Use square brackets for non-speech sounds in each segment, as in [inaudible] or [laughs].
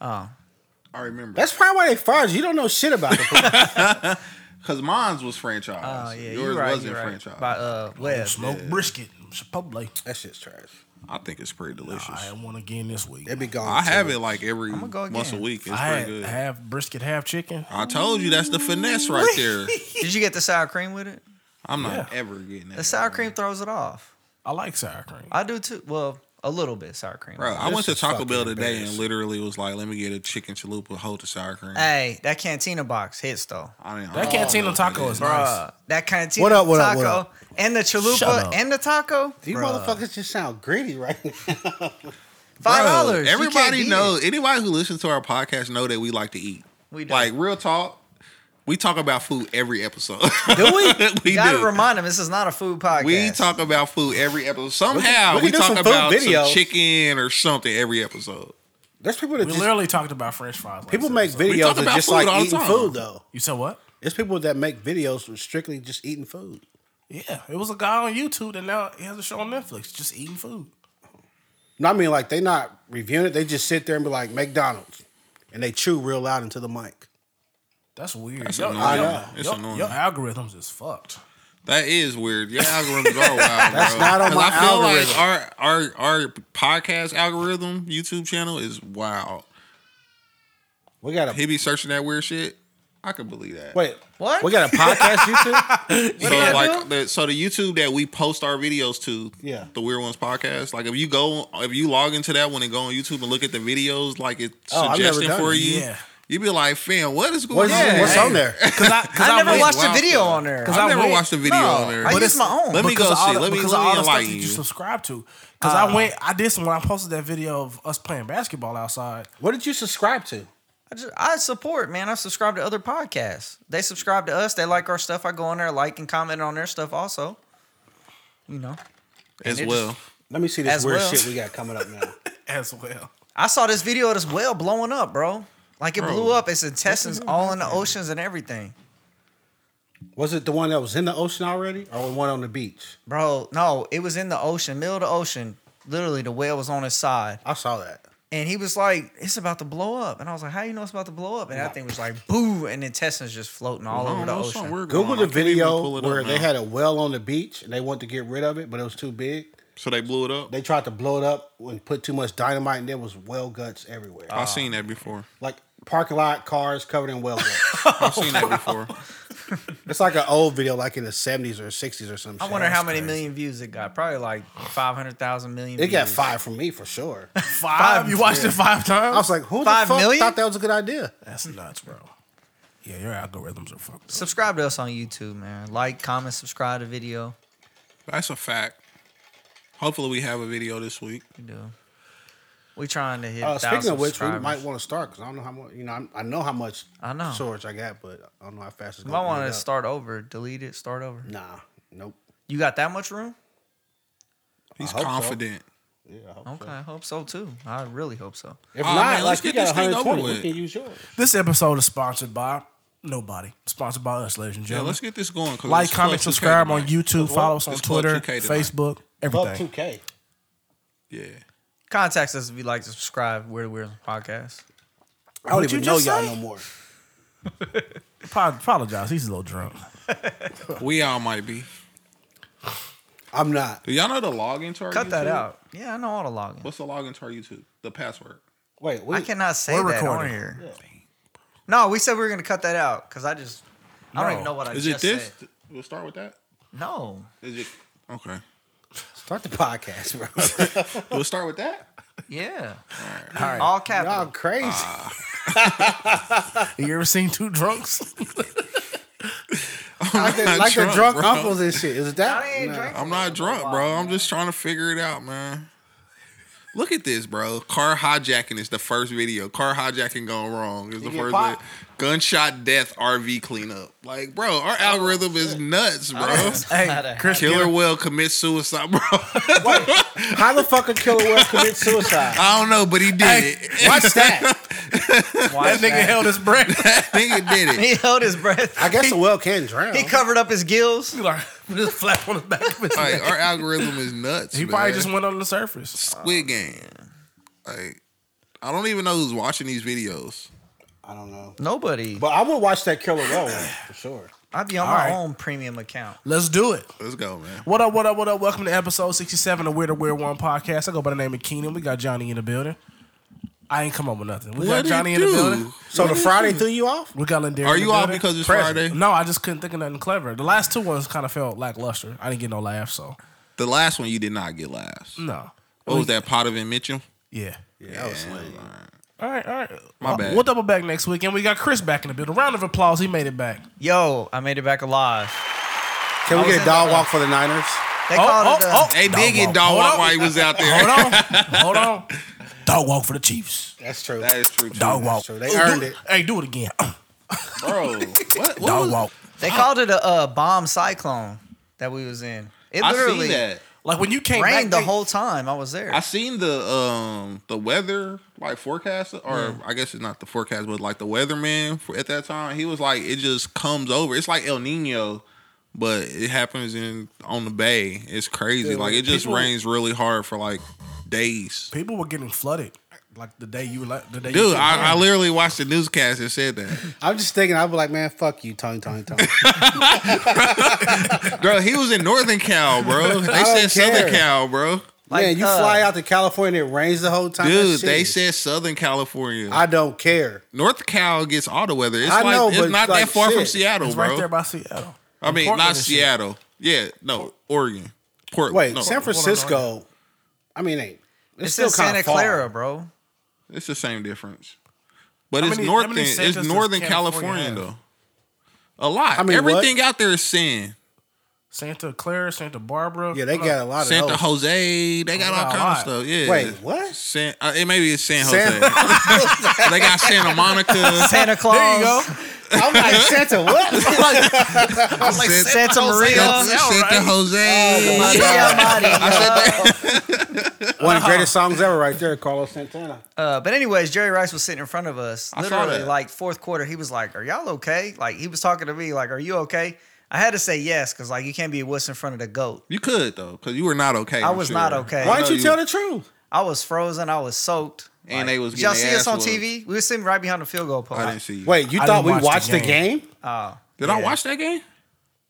Oh, I remember That's probably why they fired you. You don't know shit about the [laughs] police. because mine's was franchise. oh yeah, yours you're right. wasn't you're right. franchise. By uh, Web. Smoked brisket, Chipotle. that shit's trash. I think it's pretty delicious. I had one again this week. They be gone. I have too. it like every I'ma go once a again. week. It's I pretty had good. half brisket, half chicken. I told you that's the finesse right there. Did you get the sour cream with it? I'm not Yeah. ever getting that. The sour cream throws it off. I like sour cream. I do too. Well, a little bit sour cream. Bro, I This went to is Taco fucking Bell today and embarrassing. literally was like, "Let me get a chicken chalupa, hold the sour cream." Hey, that cantina box hits though. I mean, that cantina taco is nice. Bruh, that cantina What up, what up, taco what up? and the Shut chalupa up. and the taco. You Bruh, motherfuckers just sound greedy right now. [laughs] Five dollars. Everybody knows. Anybody who listens to our podcast know that we like to eat. We do. like real talk. We talk about food every episode. Do we? [laughs] we You gotta do. remind them this is not a food podcast. we talk about food every episode. Somehow we we, can do talk some food about some videos. chicken or something every episode. There's people that We just literally talked about French fries. last people make episode. We talk videos about that just food all like the eating time. food though. You said what? It's people that make videos with strictly just eating food. Yeah, it was a guy on YouTube that now he has a show on Netflix, just eating food. No, I mean like they not reviewing it. They just sit there and be like McDonald's, and they chew real loud into the mic. That's weird. That's Your- annoying. I know. It's your- annoying. Your algorithms is fucked. That is weird. Your algorithms are wild, That's bro. not on 'Cause my I feel algorithm. like our our our podcast algorithm YouTube channel is wild. We got a He be searching that weird shit. I can believe that. wait. What? We got a podcast [laughs] YouTube. so did I like the, so the YouTube that we post our videos to, Yeah. the Weird Ones podcast. Like if you go if you log into that one and go on YouTube and look at the videos, like it's Oh, I've never suggesting done for it. you, Yeah. you be like, fam, what is going What's, on? Yeah. what's on there? [laughs] Because I, cause I never went- watched a Wow. video on there. Cause I, I never went- watched a video No, on there. I But use it's- my own. Let me because go of all see. the- Let me because let of me all the stuff enlighten that you you. subscribe to. Because Ah. I went, I did some when I posted that video of us playing basketball outside. What did you subscribe to? I, just, I support, man. I subscribe to other podcasts. They subscribe to us. They like our stuff. I go on there, like and comment on their stuff also. You know, As it just- well. Let me see this As weird well. shit we got coming up now. as well. I saw this video of this whale blowing up, bro. Like it Bro. blew up. Its intestines all in the oceans and everything. Was it the one that was in the ocean already, or the one on the beach? Bro, no, it was in the ocean, middle of the ocean. Literally, the whale was on his side. I saw that. And he was like, it's about to blow up. And I was like, how you know it's about to blow up? And that thing was like, boo, and intestines just floating all I don't over the know, something ocean. weird going Google on. the I can't even video pull it up where they now. had a well on the beach and they wanted to get rid of it, but it was too big. so they blew it up. They tried to blow it up and put too much dynamite, and there was whale guts everywhere. I've seen that before. like parking lot cars covered in whale [laughs] guts. I've seen that before. it's like an old video, like in the seventies or sixties or some. I shit. wonder how many million views it got. Probably like 500,000 million. It got views. five from me for sure. [laughs] I Five? you watched it five times? was like, who Five the fuck million? thought that was a good idea? That's nuts, bro. Yeah, your algorithms are fucked. up. Subscribe to us on YouTube, man. Like, comment, subscribe to video. That's a fact. Hopefully, we have a video this week. We do. We trying to hit. Uh, speaking of which, we subscribers. might want to start because I don't know how much. You know, I'm, I know how much I know. storage I got, but I don't know how fast it's You going. might want to start over, delete it, start over. Nah, nope. You got that much room? He's hope so. confident. Yeah, I hope so. Okay, I hope so too. I really hope so. If Aw, not, Oh, man, let's like you get this got thing over 120, with. we can use yours. This episode is sponsored by nobody. Sponsored by us, ladies and Yeah, gentlemen. let's get this going. 'cause like, it's comment, Club 2K subscribe on tonight. YouTube. Follow us on It's Club Twitter, 2K tonight. Facebook, Above everything. 2K. Yeah. Contact us if you'd like to subscribe. We're the Weird Podcast. I don't What'd even you know just y'all say? no more. Apo- Apologize. He's a little drunk. We all might be. I'm not. Do y'all know the login to our Cut that YouTube? out. Yeah, I know all the login. What's the login to our YouTube? The password. Wait, we, I cannot say We're that on recording. here. No, we said we were gonna cut that out because I just I don't No. even know what I Is it just this? said. We'll start with that. No, Is it okay? start the podcast, bro. We'll start with that. yeah, all, right. all [laughs] [laughs] capital. y'all crazy. You ever seen two drunks? I'm like the, not like the drunk bro. uncles and shit. Is it that? I ain't Nah. drinking. I'm not drunk, bro. I'm just trying to figure it out, man. Look at this, bro. Car hijacking is the first video. Car hijacking gone wrong is the get first popped. video. Gunshot death RV cleanup. Like, bro, our algorithm is nuts, bro. hey, Chris Killer Will commits suicide, bro. How the fuck a killer whale commit suicide? I don't know, but he did it. Watch that. Watch That nigga held his breath. [laughs] that nigga did it. [laughs] He held his breath. I guess the whale can drown. He covered up his gills. He like, [laughs] just flat on the back of his Like, neck. our algorithm is nuts. He man. probably just went on the surface. Squid Game. Like, I don't even know who's watching these videos. I don't know. [laughs] Nobody. But I would watch that Killer Row one for sure. I'd be on All my right. own premium account. Let's do it. Let's go, man. What up, what up, what up? Welcome to episode 67 of Weird to Weird One podcast. I go by the name of Keenan. We got Johnny in the building. I ain't come up with nothing. We What got do Johnny you in the do? building. So the Friday threw you off? We got Lindari. Are in the you off building. because it's Present. Friday? No, I just couldn't think of nothing clever. The last two ones kind of felt lackluster. I didn't get no laughs, so The last one you did not get laughs. no. What was that? Potter and Mitchum. Yeah. Yeah, that was lame. All right, all right. My Well, bad. We'll double back next week, and we got Chris back in the building. Round of applause. He made it back. Yo, I made it back alive. Can we was get in a dog the- walk for the Niners? They Oh, called oh, it. oh. uh They did get walk. dog Hold walk on. while he was out there. [laughs] Hold on, hold on. Dog walk for the Chiefs. That's true. That is true, too. Dog walk. true. They earned do- it. Hey, do it again. bro. What? what Dog was- walk. They called it a uh, bomb cyclone that we was in. It I seen literally that. Like when you came back rained the they- whole time I was there. I seen the um the weather like forecast, or I guess it's not the forecast, but like the weatherman for, at that time. He was like, it just comes over. It's like El Nino, but it happens in on the bay. It's crazy. Dude, like it just people- rains really hard for like days. people were getting flooded. Like the day you like the day. you Dude, came I, I back. literally watched the newscast and said that. I'm just thinking, I'd be like, man, fuck you, Tony, Tony, Tony. bro, he was in Northern Cal, bro. They said don't Southern care. Cal, bro. Like, man, you uh, fly out to California, it rains the whole time. Dude, That's they shitty. said Southern California. I don't care. North Cal gets all the weather. It's I like know, it's but not that like, far from shit. Seattle, It's bro. right there by Seattle. I mean, Portland not and shit. Seattle. Yeah, no, Oregon. Portland. Wait, no, San Francisco, I mean, ain't. It's, it's still in kind Santa of far. Clara, [laughs] bro. It's the same difference. But How it's many- how northern. many centers It's does northern California California, have? though. A lot. I mean, what? Everything out there is sin. Santa Clara, Santa Barbara. uh, Yeah, they No, got a lot of Santa those. Jose. They got Yeah, all a kinds of lot. stuff. Yeah. Wait, what? San, uh, it maybe it's San Jose. San- [laughs] they got Santa Monica. Santa Claus. There you go. [laughs] I'm [laughs] like, Santa, what? [laughs] Santa Maria. Oh, Santa, Santa Jose. [laughs] Maria Maria. uh-huh. One of the greatest songs ever, right there, Carlos Santana. Uh, but anyways, Jerry Rice was sitting in front of us. saw Literally, that. like fourth quarter, he was like, "Are y'all okay?" Like he was talking to me, like, "Are you okay?" I had to say yes because like you can't be what's in front of the goat. you could though, because you were not okay. I I'm was sure. not okay. I Why know didn't you tell the truth? I was frozen. I was soaked. And Like, they was did y'all getting see their us ass on whooped. TV? We were sitting right behind the field goal post. I didn't see. You. Wait, you I thought we didn't watch the watched the game. game? Oh, Did I yeah. watch that game?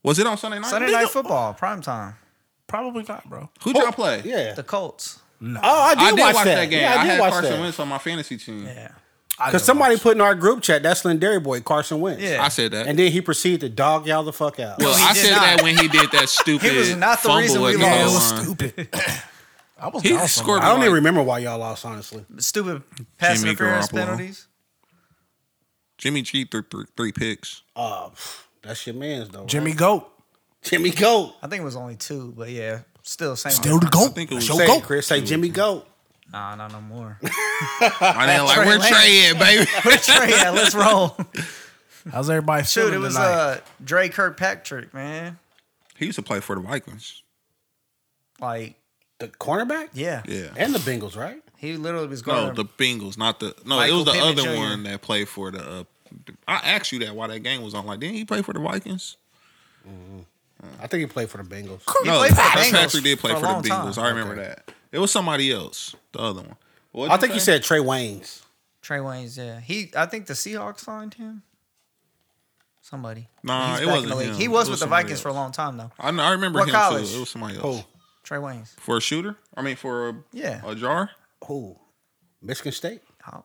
Was it on Sunday night? Sunday Night Football prime time? Probably not, bro. Who y'all play? Yeah. The Colts. Oh, I did, I did watch, watch, that. game. Yeah, I, I did had watch Carson that. Wentz on my fantasy team. Yeah. I Because didn't somebody watch. put in our group chat, that's Lindari boy, Carson Wentz. Yeah. I said that. And then he proceeded to dog y'all the fuck out. well, he I did said not. that when he did that stupid. [laughs] He was not the fumble reason we at the lost. Yeah, goal it was line. [laughs] stupid. I was. He down scored- I somewhere. don't like- even remember why y'all lost, honestly. Stupid pass Jimmy interference Garoppolo. penalties. Jimmy G threw three, three picks. Uh, pff, that's your man's though. Jimmy right? Goat. Jimmy Goat. I think it was only two, but yeah, still same. Still the goat. think it was- Show Say it, goat. Chris. Say Jimmy Goat. Nah, not no more. [laughs] I didn't like Trey where Trey at, [laughs] baby. Trey, yeah, let's roll. How's everybody feeling Dude, it was tonight? uh Dre Kirkpatrick, man. he used to play for the Vikings. Like, The cornerback? yeah, Yeah. And the Bengals, right? he literally was No, going. the Bengals, not the. No, it Michael was the Pittman other Jr.. one that played for the. Uh, I asked you that while that game was on. Like, didn't he play for the Vikings? I think he played for the Bengals. He no, played for the Kirkpatrick Bengals did play for for, a the long Bengals. time. I remember that. It was somebody else, the other one. What'd I think you say? said Trey Waynes. Trey Wayne's, yeah. He, I think the Seahawks signed him. Somebody. Nah, it He's back in wasn't the league. him. He It was was with the somebody Vikings else. for a long time though. I, kn- I remember What him college? too. It was somebody else Who? Trey Wayne's. for a shooter. I mean, for a Yeah. a jar. Who? Michigan State? Oh,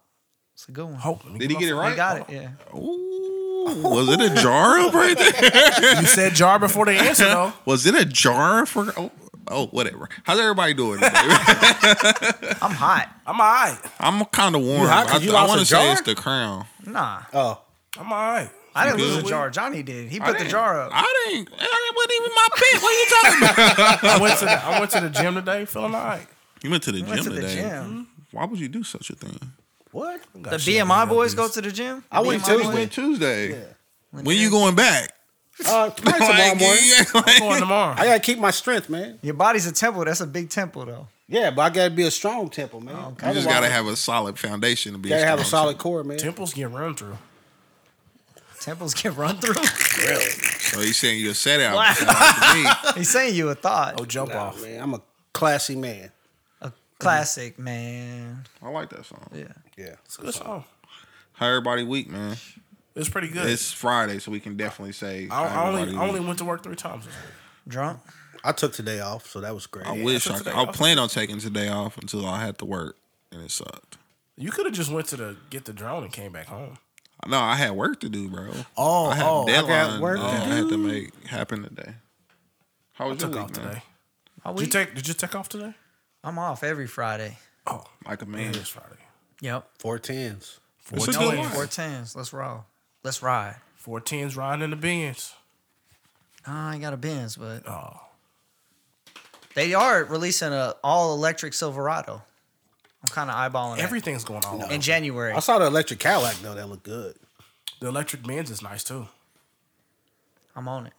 it's a good one. Hope. Let me Did he my get it phone. I right? got it. Yeah. Ooh, was it a jar up right [laughs] there? You said jar before the [laughs] answer though. was it a jar for? Oh, oh, whatever. How's everybody doing? today? [laughs] I'm hot. I'm alright. I'm kind of warm. hot 'cause I, you I lost want a to say jar? it's the crown. Nah, Oh. I'm alright. I didn't lose good? a jar. Johnny did. He I put the didn't- jar up. I didn't. That wasn't even my pick. What are you talking about? I went to the, I went to the gym today, feeling alright. [laughs] You went to the went gym to the today. Hmm? gym. Why would you do such a thing? What? The BMI boys go to the gym. I went BMI Tuesday. boys? Tuesday. When you going back? Uh, probably tomorrow [laughs] Like, morning. yeah, like- going tomorrow. [laughs] I gotta keep my strength, man. Your body's a temple. That's a big temple though. Yeah, but I gotta be a strong temple, man. you just Otherwise, gotta have a solid foundation to be. gotta have a strong solid core, man. Temples get run through. Temples get [laughs] run through. So he's saying you're set out. Wow. [laughs] Sounds like to me. He's saying you a thought. Oh, jump Nah, off. Oh, man, I'm a classy man. A, Classic, man. I like that song. Yeah. Yeah. It's a good song. How everybody week, man. It's pretty good. It's Friday, so we can definitely say. I, how I only everybody I only week. went to work three times. this week. Drunk. I took today off, so that was great. I wish took I, could. today I off. planned on taking today off until I had to work, and it sucked. You could have just went to the get the drone and came back home. No, I had work to do, bro. Oh, I had oh, a I got deadline. work to uh, I had to make happen today. How was I took your off week, man? today. How Did you we? take Did you take off today? I'm off every Friday. Oh, Like a man. man, it's Friday. Yep. Four tens. It's a Four good tens. life. Four tens. Let's roll. Let's ride. Four tens riding in the bins. Nah, I ain't got a Benz, but Oh, they are releasing a all electric Silverado. I'm kind of eyeballing it. everything's going on. in January. I saw the electric Cadillac though. That looked good. The electric bins is nice too. I'm on it.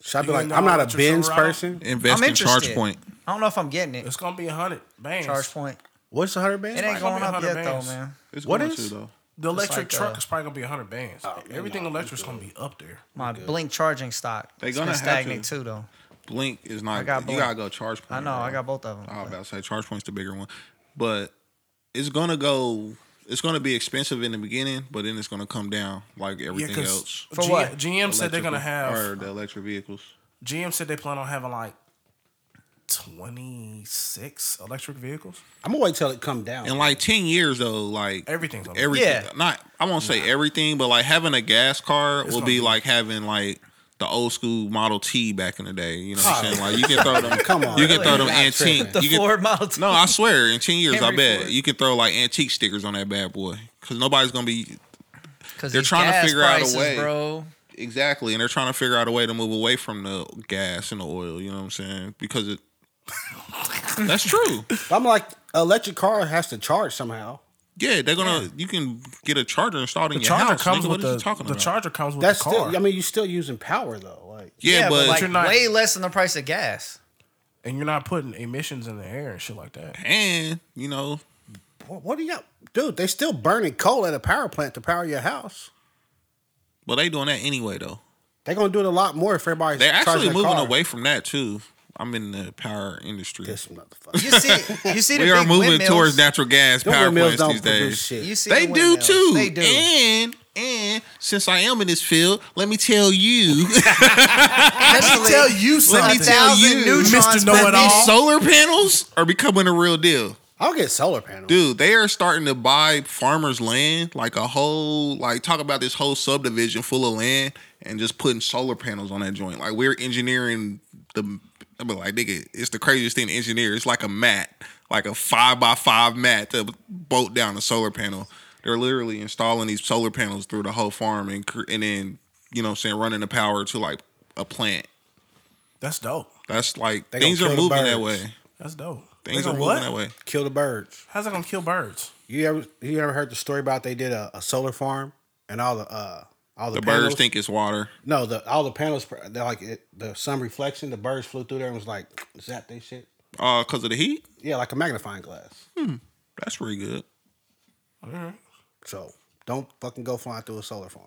Should I be You like, know I'm not a electric Benz Silverado? person. Invest I'm in Charge interested. Point. I don't know if I'm getting it. It's gonna be a hundred bands. Charge point. What's the hundred It Benz? ain't gonna going be up 100 yet bands. though, man. It's What going is- to though. The electric like, truck uh, is probably gonna be a hundred bands. Oh, Everything electric's gonna be up there. My blink charging stock. They It's gonna been have to. stagnant too though. Blink is not. got you Blink. gotta go Charge Point. I know. bro. I Oh, got both of them. I was about to say Charge Point's the bigger one, but it's gonna go. It's gonna be expensive in the beginning, but then it's gonna come down like Yeah, everything because else. For what? GM said they're gonna Electrical- have. or the electric vehicles. GM said they plan on having like twenty six electric vehicles. I'm gonna wait till it come down. In like ten years though, like Everything's gonna be- everything. Yeah. Not I won't say everything, but like having a gas car will gonna be be- like having like the old school Model T back in the day. You know what I'm saying? Like you can throw them. Come on, You can throw them You're not antique. tripping. The you can- Ford Model T. No, I swear, in ten years, I Henry bet Ford. you can throw like antique stickers on that bad boy because nobody's gonna be Cause they're these trying to gas figure out a prices, way. bro. exactly, and they're trying to figure out a way to move away from the gas and the oil. You know what I'm saying? Because it that's true. But I'm like, electric car has to charge somehow. Yeah, they're gonna. You can get a charger installed in The your charger house. comes nigga, with what are the you talking the about? charger comes with That's the car. still. I mean, you're still using power though. Like, yeah, Yeah, but, but, like you're not- way less than the price of gas. and you're not putting emissions in the air and shit like that. and you know, what, what do y'all, dude? They still burning coal at a power plant to power your house. but they doing that anyway though. They're gonna do it a lot more if everybody's. They're actually charging their moving car. away from that too. I'm in the power industry. [laughs] This motherfucker. [laughs] You see, you see the we are big moving windmills. towards natural gas Them power windmills plants these days. shit. You see They the do windmills. too. They do. And and since I am in this field, let me tell you, [laughs] Especially- Tell let you me something. tell thousand you, neutrons Mr. Know It these All. solar panels are becoming a real deal. I'll get solar panels. Dude, they are starting to buy farmers' land, like a whole, like talk about this whole subdivision full of land and just putting solar panels on that joint. Like we're engineering the, I mean, like nigga, it's the craziest thing to engineer. It's like a mat, like a five by five mat to bolt down a solar panel. They're literally installing these solar panels through the whole farm and cr- and then you know what I'm saying running the power to like a plant. That's dope. That's like They gonna things are kill the moving that birds. way. That's dope. Things Nigga, are moving what? that way. Kill the birds. How's that gonna kill birds? You ever you ever heard the story about they did a, a solar farm and all the uh all the, The panels, birds think it's water. no the all the panels they're like it, the sun reflection the birds flew through there and was like zap they shit Uh, cause of the heat. yeah like a magnifying glass That's pretty good. [laughs] so don't fucking go flying through a solar farm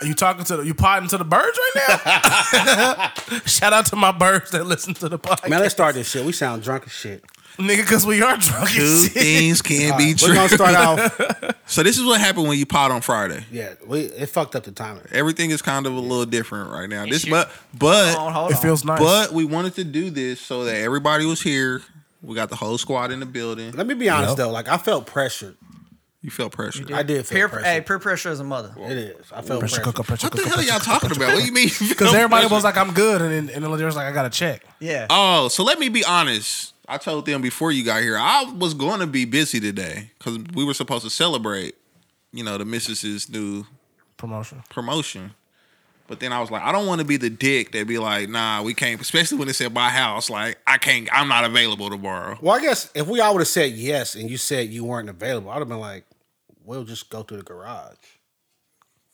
Are you talking to the you potting to the birds right now? [laughs] Shout out to my birds that listen to the podcast, man let's start this shit we sound drunk as shit nigga, because we are drunk. Two as shit. things can All be right, we're true. gonna start off so this is what happened when you pot on Friday. yeah we it fucked up the timing Everything is kind of a little different right now. This, shit. but but Hold on, hold [laughs] It on. feels nice. but we wanted to do this so that everybody was here. We got the whole squad in the building. let me be honest though like I felt pressured You felt pressure. I did feel peer, pressured hey, peer pressure is a mother. it is I felt pressure pressured cooker, pressure what the cooker. hell y'all talking about? What do you [laughs] mean? Because everybody was like, "I'm good," and then and then there was like, "I got to check." Yeah. "Oh, so let me be honest." I told them before you got here, I was going to be busy today because we were supposed to celebrate, you know, the missus's new [laughs] Promotion. promotion. But then I was like, I don't want to be the dick that be like, nah, we can't, especially when it's at my house. Like, I can't, I'm not available tomorrow. well I guess if we all would have said yes and you said you weren't available I'd have been like we'll just go through the garage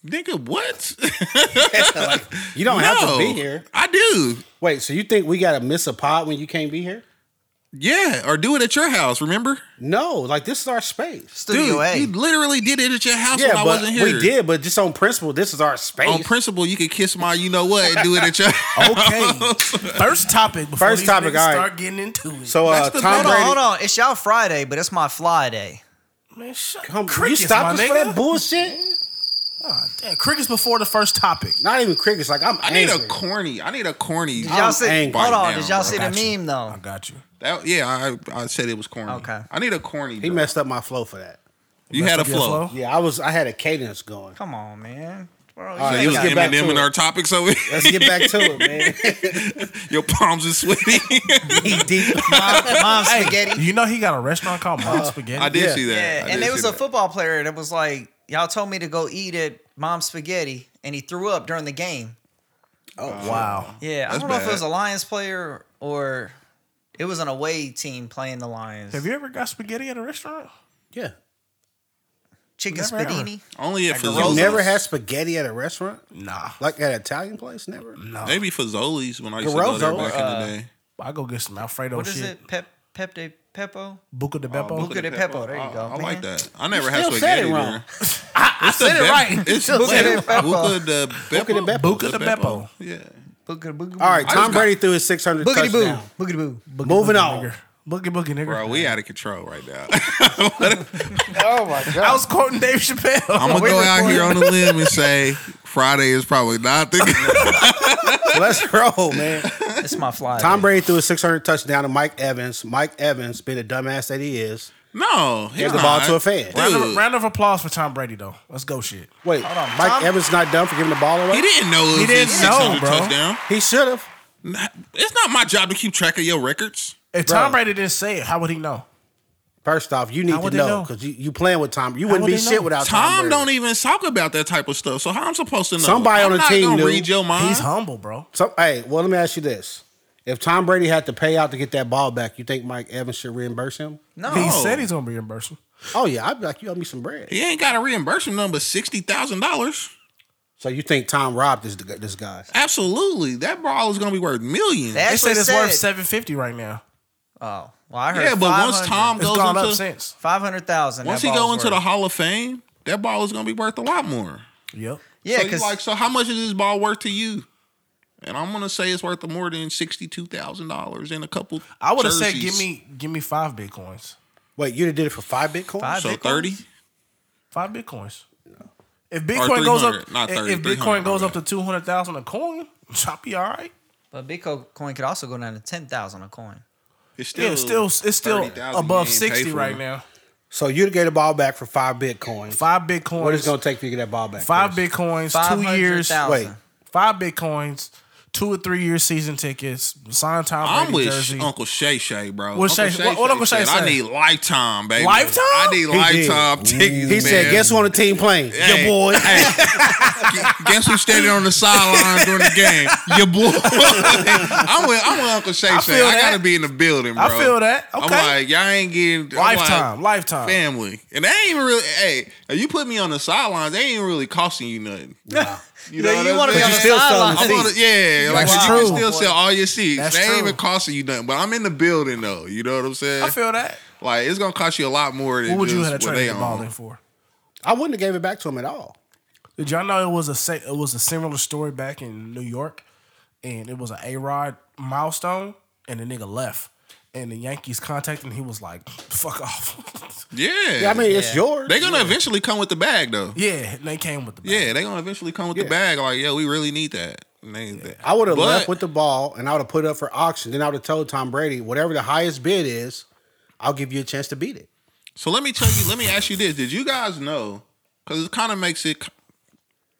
Nigga, [laughs] what? like [laughs] you don't have to be here I do. Wait, so you think we gotta miss a pod when you can't be here? Yeah, or do it at your house. Remember, No, like this is our space. Studio A. you literally did it at your house Yeah, when I but wasn't here. we did, but just on principle, this is our space. On principle, you could kiss my. You know what? and Do it at [laughs] your. [laughs] Okay. First topic. Before First these topic, niggas all right. Start getting into it. so uh, That's the- Tom Hold on, Brady, hold on. It's y'all Friday, but it's my fly day. man, shut Come- crickets, you stopped my us for nigga. that bullshit? Ah, damn, crickets before the first topic. Not even crickets. Like I'm I need a angry. corny. I need a corny. Did y'all I'm see? angry Hold on. now, Did y'all bro. see the Got you. meme I though? got you. That- yeah, I I said it was corny. Okay. I need a corny. He bro. messed up my flow for that. You had a Messed up your flow. flow? Yeah, I was. I had a cadence going. Come on, man. right, Bro, you It ain't was got- get back Eminem to in it. our topics over. Let's get back to it, man. Your palms are sweaty. He [laughs] deep. Mom's spaghetti. You know he got a restaurant called Mom's Spaghetti. I did Yeah. see that. Yeah, I and did there was see a that. football player that was like, "Y'all told me to go eat at Mom's Spaghetti," and he threw up during the game. Wow. Yeah, I That's don't know if it bad. was a Lions player or it was an away team playing the Lions. Have you ever got spaghetti at a restaurant? Yeah. Chicken Never ever. spaghetti. Only at You Fazoli's. never had spaghetti at a restaurant, Nah. like at an Italian place. Never. No. Maybe Fazoli's when I used to go there Garozzo, back in the day. I go get some Oh, Alfredo What is shit. it? Pep Pep de Pepo. Buca de Beppo. Buca de Pepo. There you go. I, I like man. that. I never had still said spaghetti it there. wrong. I said it right. It's You said it Beppo. Buca de Beppo. de Beppo. Buca de Beppo. Yeah. Booga booga. All right, I Tom just got- Brady threw his 600 Boogity touchdown. [laughs] boo. Boogity boo. Boogie, Moving boogie, on. Nigga. Boogie boogie nigga. Bro, we out of control right now. I'm Oh my I god! was quoting Dave Chappelle. gonna we go out recording? here on a limb and say Friday is probably not the. [laughs] Let's roll, man. It's my fly. Tom day. Brady threw a 600 touchdown to Mike Evans. Mike Evans, being the dumbass that he is, no, he's Give not. the ball to a fan. round, of, Dude, round of applause for Tom Brady though. Let's go shit. wait, Hold on, Mike Tom- Evans not done for giving the ball away. he didn't know it was He didn't his know, 600 bro. touchdown. He should have. Nah, It's not my job to keep track of your records. If Bro. Tom Brady didn't say it, how would he know? First off, you How need to would they know know? because you, you playing with Tom. You wouldn't would be they shit know? without Tom Brady. don't even talk about that type of stuff. So how I'm supposed to know? Somebody I'm on the not team gonna knew. read your mind. He's humble, bro. So, hey, well, let me ask you this: If Tom Brady had to pay out to get that ball back, you think Mike Evans should reimburse him? No. He Oh. said he's gonna reimburse him. Oh yeah, I'd be like, you owe me some bread. He ain't got a reimbursement number sixty thousand dollars. So you think Tom robbed this this guy? Absolutely, that ball is gonna be worth millions. That- They said Actually it's said worth it. seven fifty right now. Oh, well, I heard. yeah, but once Tom It's goes gone up into since. Five hundred thousand. once he go into the Hall of Fame, that ball is gonna be worth a lot more. Yep. Yeah, so you because like, so how much is this ball worth to you? And I'm gonna say it's worth more than sixty two thousand dollars in a couple. I would have said jerseys. give me give me five bitcoins. Wait, you'd have did it for five bitcoins? Five so Bitcoins? thirty. Five bitcoins. If Bitcoin goes 300, up, not if- 30, if Bitcoin 300, goes my up to two hundred thousand a coin, [laughs] I'll be all right. but Bitcoin coin could also go down to ten thousand a coin. It's still Yeah, it's still it's still 30,000 above you ain't paid sixty for. right now. So you'd have gave the ball back for five bitcoins. Five bitcoins. What is it gonna take for you to get that ball back? Five Chris? bitcoins. Five Two hundred years. Wait, thousand. Five bitcoins. Two or three year season tickets. Signed Tom I'm Brady with jersey. Uncle Shay Shay, bro. What Uncle Shay- what- what Uncle Shay said, I say? need lifetime, baby. Lifetime? I need did. Mm. lifetime tickets. He said, "Guess who on the team playing? Hey. [laughs] Your boy." Guess who's standing on the sideline during the game? Your boy. [laughs] I'm with I'm with Uncle Shay Shay. I, feel that. gotta be in the building, bro. I feel that. I'm Okay. like, y'all ain't getting I'm like, lifetime. lifetime. family, and they ain't even really. Hey, if you put me on the sidelines, they ain't really costing you nothing. You know Yeah, what you I'm wanna be saying? on the still selling sideline. I'm on the- yeah, like That's you true. can still sell all your seats. That's they ain't true. even costing you nothing, but I'm in the building though. You know what I'm saying? I feel that. like it's gonna cost you a lot more than What would you just have what they traded the ball own. in for? I wouldn't have gave it back to him at all. Did y'all know it was a sa- it was a similar story back in New York, and it was an A Rod milestone, and the nigga left, and the Yankees contacted, him. he was like, "Fuck off." [laughs] Yeah, Yeah, I mean, it's yours. they're gonna eventually come with the bag though. yeah, and they came with the bag. Yeah, they're gonna eventually come with Yeah. the bag. Like, yeah, we really need that. And they- they- I would have But left with the ball and I would have put it up for auction. Then I would have told Tom Brady, whatever the highest bid is, I'll give you a chance to beat it. So let me tell you. Let me ask you this: Did you guys know? Because it kind of makes it.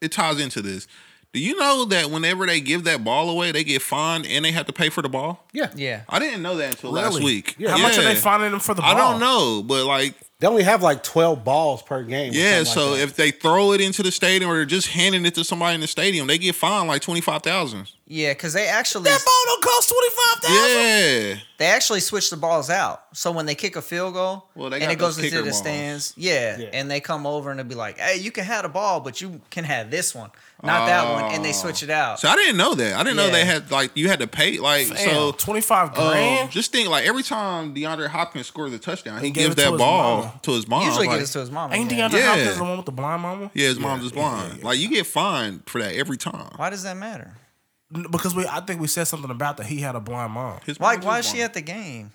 It ties into this. Do you know that whenever they give that ball away, they get fined and they have to pay for the ball? Yeah. Yeah. I didn't know that until last Really? week. How much are they finding them for the ball? I don't know, but like, They only have like 12 balls per game. or yeah. something so like that. if they throw it into the stadium or just handing it to somebody in the stadium, they get fined like twenty five thousand. Yeah, because they actually ball don't cost twenty five Yeah. they actually switch the balls out. So when they kick a field goal Well, they and got it goes those into kicker the balls. stands, yeah, Yeah. and they come over and they'll be like, "Hey, you can have the ball, but you can have this one, not that one," and they Oh. switch it out. So I didn't know that. I didn't know they Yeah. had like you had to pay like so so. twenty five Um, grand. just think like every time DeAndre Hopkins scores a touchdown, he He gave gives it to that his ball mama. to his mom. Usually like- gives it to his mom. Ain't yeah. DeAndre Yeah. Hopkins the one with the blind mama? Yeah, his mom's just yeah, yeah, blind. Like you get fined for that every time. Why does that matter? N- Because we, I think we said something about that. He had a blind mom. His Like, mom's why is just she blind. at [laughs] the game?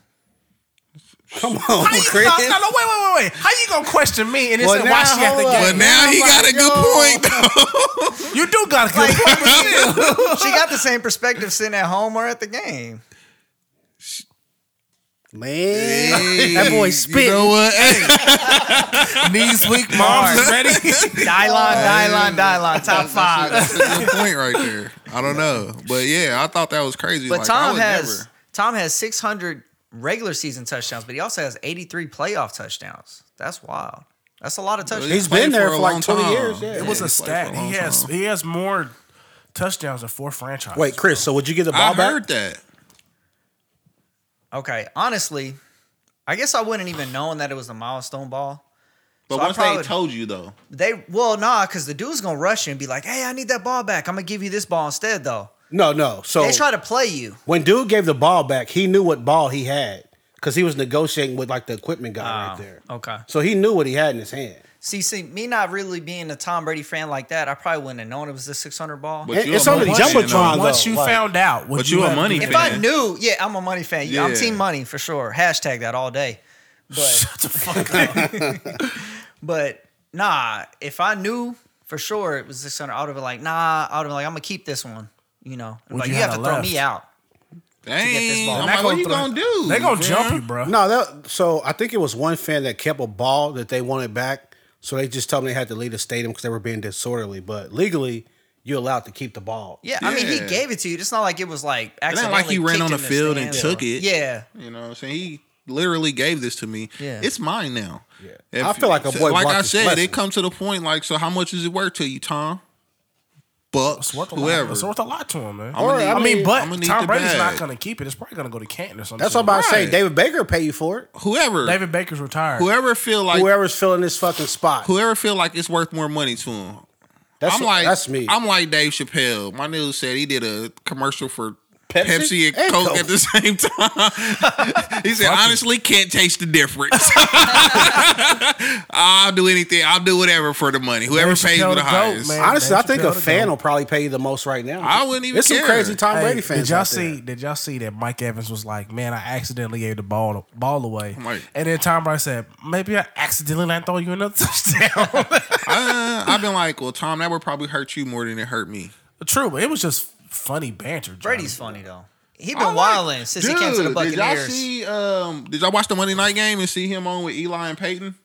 Come on, How you, Chris. no, no, no, wait, wait, wait, wait. How you gonna question me and it's Well, well, now, why she at the hold game? But now he got a good point. though. You do got a good point, but still. [laughs] she got the same perspective sitting at home or at the game. Man, that boy spit. You know what? Hey, [laughs] Knees weak, mom's is ready. Dylon, Dylon, Dylon, top five. that's a good point right there. I don't know, but yeah, I thought that was crazy. But like, I Tom would has never- Tom has 600 regular season touchdowns, but he also has 83 playoff touchdowns. That's wild. That's a lot of touchdowns. He's played been there for a like long 20 time. years, yeah. It was Yeah, a he's played for stat. long He has time. he has more touchdowns than four franchises. Wait, Chris. So would you get the I ball back? heard that. Okay, honestly, I guess I wouldn't even known that it was a milestone ball. But So I once probably- they told you though, They well, nah, because the dude's gonna rush you and be like, "Hey, I need that ball back. I'm gonna give you this ball instead, though." No, no. So They try to play you. when dude gave the ball back, he knew what ball he had because he was negotiating with like the equipment guy Ah. right there. Okay. So he knew what he had in his hand. See, see, me not really being a Tom Brady fan like that, I probably wouldn't have known it was the 600 ball. But you it's a on the money fan, jumbotron though. Once though, you like- found out, would But you a have- money If fan. I knew, yeah, I'm a money fan. Yeah. I'm Yeah. team money for sure. Hashtag that all day. But [laughs] Shut the fuck up. but nah, if I knew for sure it was 600, I would have been like, nah, I would have been like, I'm gonna keep this one. You know, Would like you you have have to left? throw me out. this Dang, ball. I'm like, They're not what gonna you throw- gonna do? they gonna jump man? you, bro. No, that so I think it was one fan that kept a ball that they wanted back, so they just told them they had to leave the stadium because they were being disorderly. But legally, you're allowed to keep the ball. Yeah, I mean, he Yeah. gave it to you. It's not like it was It like ain't accidentally. like he ran kicked on the in field and stands. took it. Yeah, You know what I'm saying? He literally gave this to me. Yeah. It's mine now. Yeah. I feel like a boy Like blocked I his said, blessing. it comes to the point like, so how much is it worth to you, Tom? Bucks, It's worth a lot. whoever. It's worth a lot to him, man. I'ma Or, need- I I mean, I'ma but need Tom the Brady's bag. not gonna keep it. It's probably gonna go to Canton or something. That's what I'm about to say. Right. David Baker pay you for it. whoever, David Baker's retired. whoever feel like whoever, Whoever's filling this fucking spot. feel like it's worth more money to him. That's, I'm like that's me. I'm like Dave Chappelle. My news said he did a commercial for Pepsi? Pepsi, and, And Coke, Coke. at the same time. [laughs] he said, honestly, can't taste the difference. I'll do anything. I'll do whatever for the money. Whoever Dave pays Chappelle me the the GOAT, highest. man. Honestly, I Dave think a Chappelle to fan go. will probably pay you the most right now. I wouldn't even It's some care. crazy Tom Hey, Brady fans. Did y'all out there. see? Did y'all see that Mike Evans was like, "Man, I accidentally gave the ball ball away," Mike. and then Tom Brady said, "Maybe I accidentally not throw you another [laughs] touchdown." Uh, I've been like, well, Tom, that would probably hurt you more than it hurt me. True, but it was just funny banter. Johnny. Brady's funny though. He been wilding since he came to the did y'all Buccaneers. see? Um, did y'all watch the Monday night game and see him on with Eli and Peyton?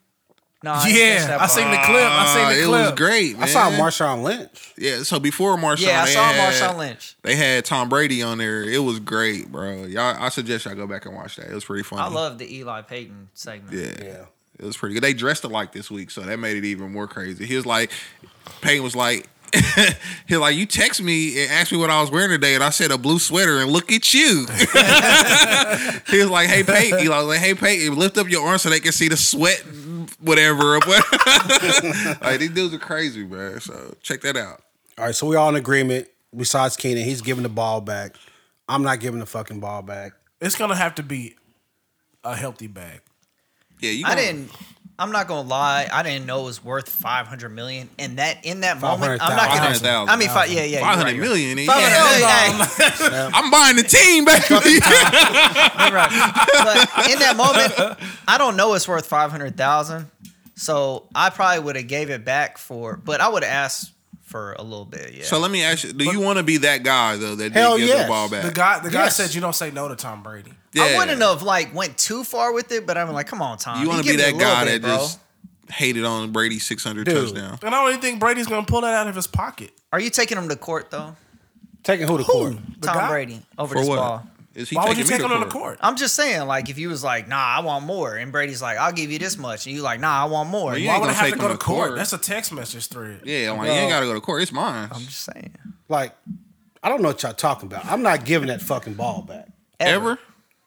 No, I didn't catch [laughs] Yeah, that I part. seen the clip. I Uh, seen the it clip. was great. I saw man. Marshawn Lynch. Yeah, so before Marshawn, Yeah, I they saw had- Marshawn Lynch. They had Tom Brady on there. It was great, bro. Y'all, I suggest y'all go back and watch that. It was pretty funny. I love the Eli Payton segment. Yeah. Yeah. It was pretty good. They dressed it like this week, so that made it even more crazy. He was like, Payne was like, [laughs] he was like, you text me and asked me what I was wearing today, and I said a blue sweater, and look at you. he was like, hey Peyton, Eli was like, hey Peyton, lift up your arms so they can see the sweat, whatever. [laughs] like these dudes are crazy, man. So check that out. All right, so we all in agreement. Besides Keenan, he's giving the ball back. I'm not giving the fucking ball back. It's gonna have to be a healthy bag. Yeah, you. I gonna- didn't. I'm not gonna lie. I didn't know it was worth 500 million, and that in that moment, I'm not gonna. 500,000. I mean, five, yeah, yeah, Five hundred you're right, you're million. right. 500 Yeah. million, hey. I'm buying the team, [laughs] baby. Right. but in that moment, I don't know it's worth five hundred thousand. So I probably would have gave it back for, but I would have asked for a little bit. Yeah. so let me ask you: Do you want to be that guy though that Hell did get yes. the ball back? The guy, the guy Yes. said, "You don't say no to Tom Brady." I Yeah. wouldn't have like went too far with it, but I'm like, come on, Tom. You want to be Uh, give me a that little guy bit, that bro. just hated on Brady's 600 Dude. touchdown. And I don't even think Brady's gonna pull that out of his pocket. Are you taking him to court though, Taking who to court? The Tom guy? Brady, over For this what? ball? Is he Why would you taking take me him to on the court? I'm just saying, like, if you was like, nah, I want more, and Brady's like, I'll give you this much, and you like, nah, I want more. Well, you Why ain't would gonna I have take him to go to to court? court. That's a text message thread. Yeah, I'm like, you ain't got to go to court. It's mine. I'm just saying. Like, I don't know what y'all talking about. I'm not giving that fucking ball back. Ever?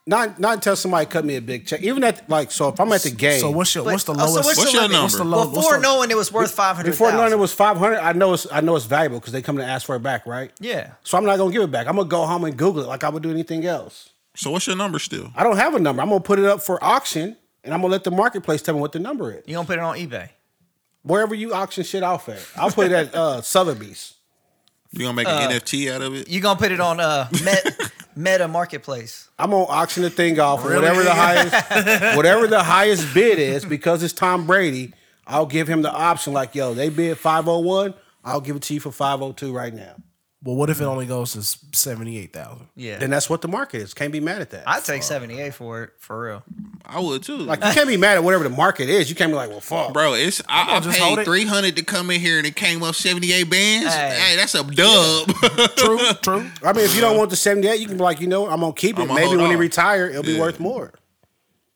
Not not until somebody cut me a big check. Even at like so if I'm at the game. So what's your But- what's the oh, so lowest? what's What's your your limit? What's the number? low, Before what's the, knowing it was worth five hundred before thousand. none it was five hundred, I know it's I know it's valuable because they coming to ask for it back, right? Yeah. So I'm not gonna give it back. I'm gonna go home and Google it like I would do anything else. So what's your number still? I don't have a number. I'm gonna put it up for auction and I'm gonna let the marketplace tell me what the number is. You gonna put it on eBay? Wherever you auction shit off at. I'll put it at uh [laughs] Sotheby's. You gonna make an NFT out of it? You gonna put it [laughs] on uh Met, Meta Marketplace? I'm gonna auction the thing off Really? whatever the highest whatever the highest bid is, because it's Tom Brady, I'll give him the option like, yo, they bid five oh one, I'll give it to you for five oh two right now. well, what if it only goes to seventy eight thousand? Yeah. Then that's what the market is. Can't be mad at that. I'd take seventy eight for it for real. I would too. like you can't be mad at whatever the market is. You can't be like, well fuck. Bro, it's I, I on, just hold paid it. three hundred to come in here and it came up seventy eight bands. Hey. Hey. that's a dub. [laughs] True, true. I mean, if you don't want the 78, you can be like, you know, what, I'm gonna keep it. I'ma Maybe hold when he on. retire, it'll be Yeah. worth more.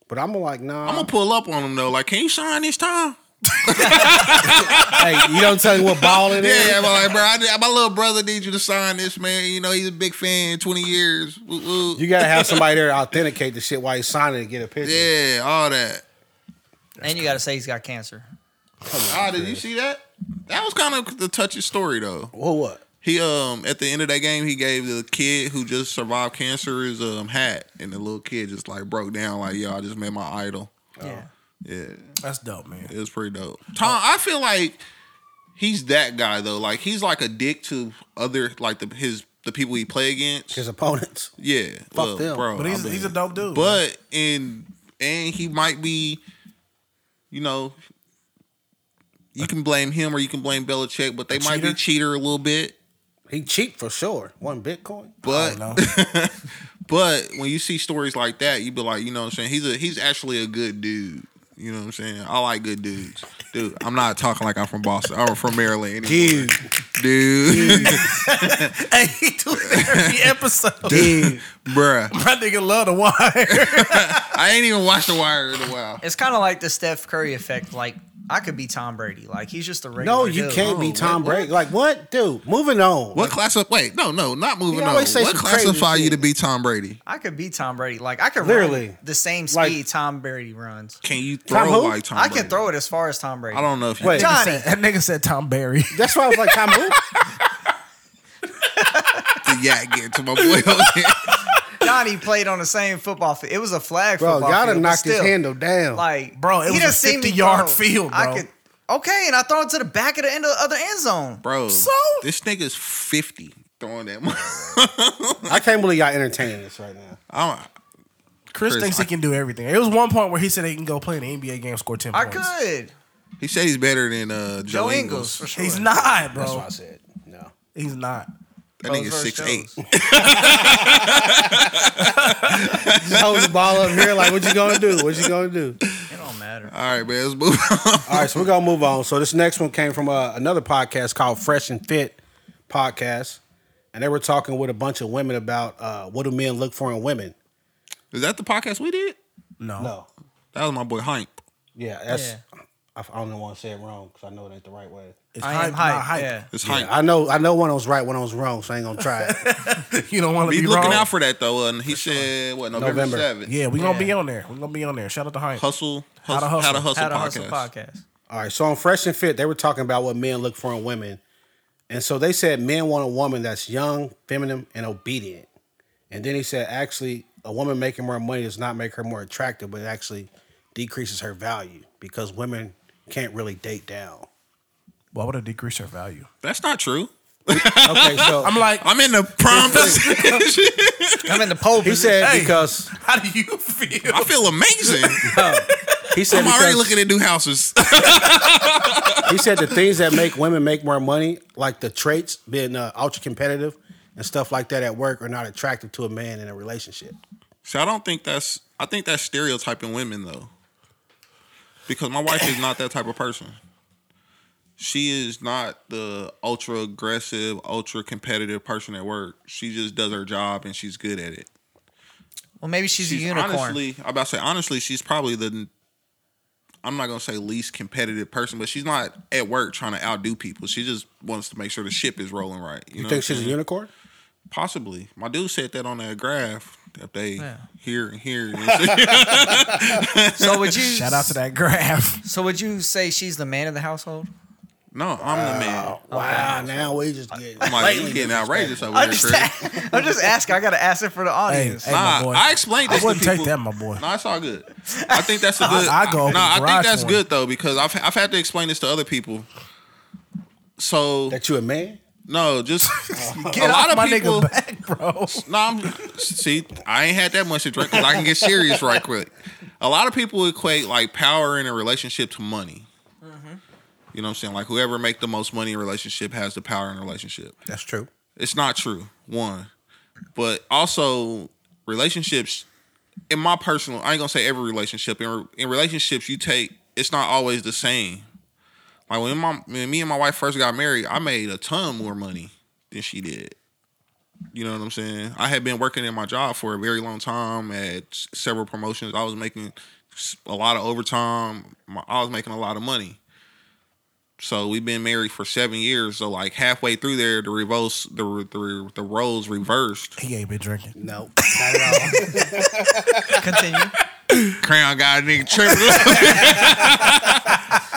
But I'm like, nah. I'm gonna pull up on him though. Like, can you sign this time? [laughs] hey, you don't tell me what ball it is. [laughs] Yeah, I'm like, bro, I, need- my little brother needs you to sign this, man. You know, he's a big fan. Twenty years. Woo, woo. You gotta have somebody there to authenticate the shit while he's signing and get a picture. yeah, all that. and you gotta say he's got [laughs] cancer. Ah, did you see that? That was kind of the touching story though. Well, what? He um at the end of that game, he gave the kid who just survived cancer his um hat, and the little kid just like broke down, like, "Yo, I just met my idol." Yeah. Yeah. That's dope, man. It was pretty dope. Tom, I feel like he's that guy though. Like he's like a dick to other like the his the people he play against. His opponents. Yeah, well, them. bro. But he's I mean, he's a dope dude. but and and he might be, you know, you can blame him or you can blame Belichick, but they might be cheater? cheater a little bit. He cheap for sure. One Bitcoin. But [laughs] you know, but when you see stories like that, you be like, you know what I'm saying? He's a he's actually a good dude. You know what I'm saying? I like good dudes. Dude, I'm not talking like I'm from Boston. I'm from Maryland. anymore. Dude. Dude. hey, he do it [laughs] every episode. [laughs] Dude. [laughs] Bruh. My nigga love the wire. I ain't even watched The Wire in a while. It's kind of like the Steph Curry effect. Like I could be Tom Brady. Like he's just a regular. No, you dude. can't be what- Tom what? Brady. Like what, dude? Moving on. What classify? Wait, no, no, not moving You on. always say What some crazy classify you shit. to be Tom Brady? I could be Tom Brady. Like I could Literally. run the same speed Like- Tom Brady runs. Can you Tom throw who? like Tom? I Brady? can throw it as far as Tom Brady. I don't know if you. Wait. can. Johnny. that [laughs] nigga said Tom Barry. That's why I was like, [laughs] Tom who? Yeah, get to my boy. Donnie played on the same football field. It was a flag Bro, football. y'all field, done but knocked his still, handle down. Like, Bro, it was a done seen me 50-yard throw. field, I bro. could, okay, and I throw it to the back of the end of the other end zone. Bro, So? this nigga's fifty throwing that. mo- I can't believe y'all entertaining this right now. I don't. Chris, Chris, thinks I- he can do everything. It was one point where he said he can go play in the NBA game, score ten I points. could. He said he's better than uh, Joe, Joe Ingles. Ingles. for sure. He's not, That's what bro. I said. No. He's not. That Those nigga's first six eight. shows. [laughs] Just hold the ball up here. Like, what you gonna do? What you gonna do? It don't matter. All right, man, let's move on. [laughs] All right, so we're gonna move on. So this next one came from uh, another podcast called Fresh and Fit podcast, and they were talking with a bunch of women about uh, what do men look for in women. Is that the podcast we did? No. No, That was my boy Hype. yeah, that's I, I don't want to say it wrong because I know it ain't the right way. It's I am hype. hype, not hype. Yeah. It's Hype. I know, I know one was right, one was wrong, so I ain't gonna try it. [laughs] You don't want to be be looking wrong. out for that though. And he said what November November. seventh. yeah, we gonna Yeah. be on there. We gonna be on there. Shout out to hype. Hustle, How to hustle, how to Hustle. hustle, How to podcast. hustle podcast. All right, so on Fresh and Fit, they were talking about what men look for in women, and so they said men want a woman that's young, feminine, and obedient. And then he said, actually, a woman making more money does not make her more attractive, but it actually decreases her value because women can't really date down. Why would it decrease her value? That's not true. Okay, so I'm like, I'm in the prime. position. I'm in the pole. he said Hey. because [laughs] how do you feel? I feel amazing. he said I'm already because- looking at new houses. he said the things that make women make more money, like the traits being uh, ultra competitive and stuff like that at work, are not attractive to a man in a relationship. so I don't think that's. I think that's stereotyping women though, because my wife is not that type of person. She is not the ultra aggressive, ultra competitive person at work. She just does her job and she's good at it. Well, maybe she's, a unicorn. honestly, I'm about to say honestly, she's probably the I'm not gonna say least competitive person, but she's not at work trying to outdo people. She just wants to make sure the ship is rolling right. You, know You what think I'm she's a saying? unicorn? Possibly, my dude said that on that graph. If they Yeah. hear and hear, [laughs] [laughs] So [laughs] would you Shout out to that [laughs] graph. So would you say she's the man of the household? no, I'm the man. Wow, now we just getting I'm like, you lately getting just outrageous over I'm there, just, Chris. I'm just asking. I gotta ask it for the hey, audience. hey, Nah, my boy. I explained I this wouldn't to take people. that, my boy. No, it's all good. I think that's a good. [laughs] I go open No, the I garage think that's for good though because I've I've had to explain this to other people. So That you a man? no, just [laughs] Get a off lot of my people. nigga back, bro. No, I'm see. I ain't had that much to drink because I can get serious right quick. A lot of people equate like power in a relationship to money. Mm-hmm. You know what I'm saying? Like whoever make the most money in a relationship has the power in a relationship. That's true. It's not true. One, but also relationships. In my personal, I ain't gonna say every relationship. In in relationships, you take it's not always the same. Like when my when me and my wife first got married, I made a ton more money than she did. You know what I'm saying? I had been working in my job for a very long time at s- several promotions. I was making s- a lot of overtime. My- I was making a lot of money. So we've been married for seven years. So like halfway through there, the reverse the re- the, re- the roles reversed. [laughs] He ain't been drinking. No, not at all. Continue. Crown got a nigga tripping.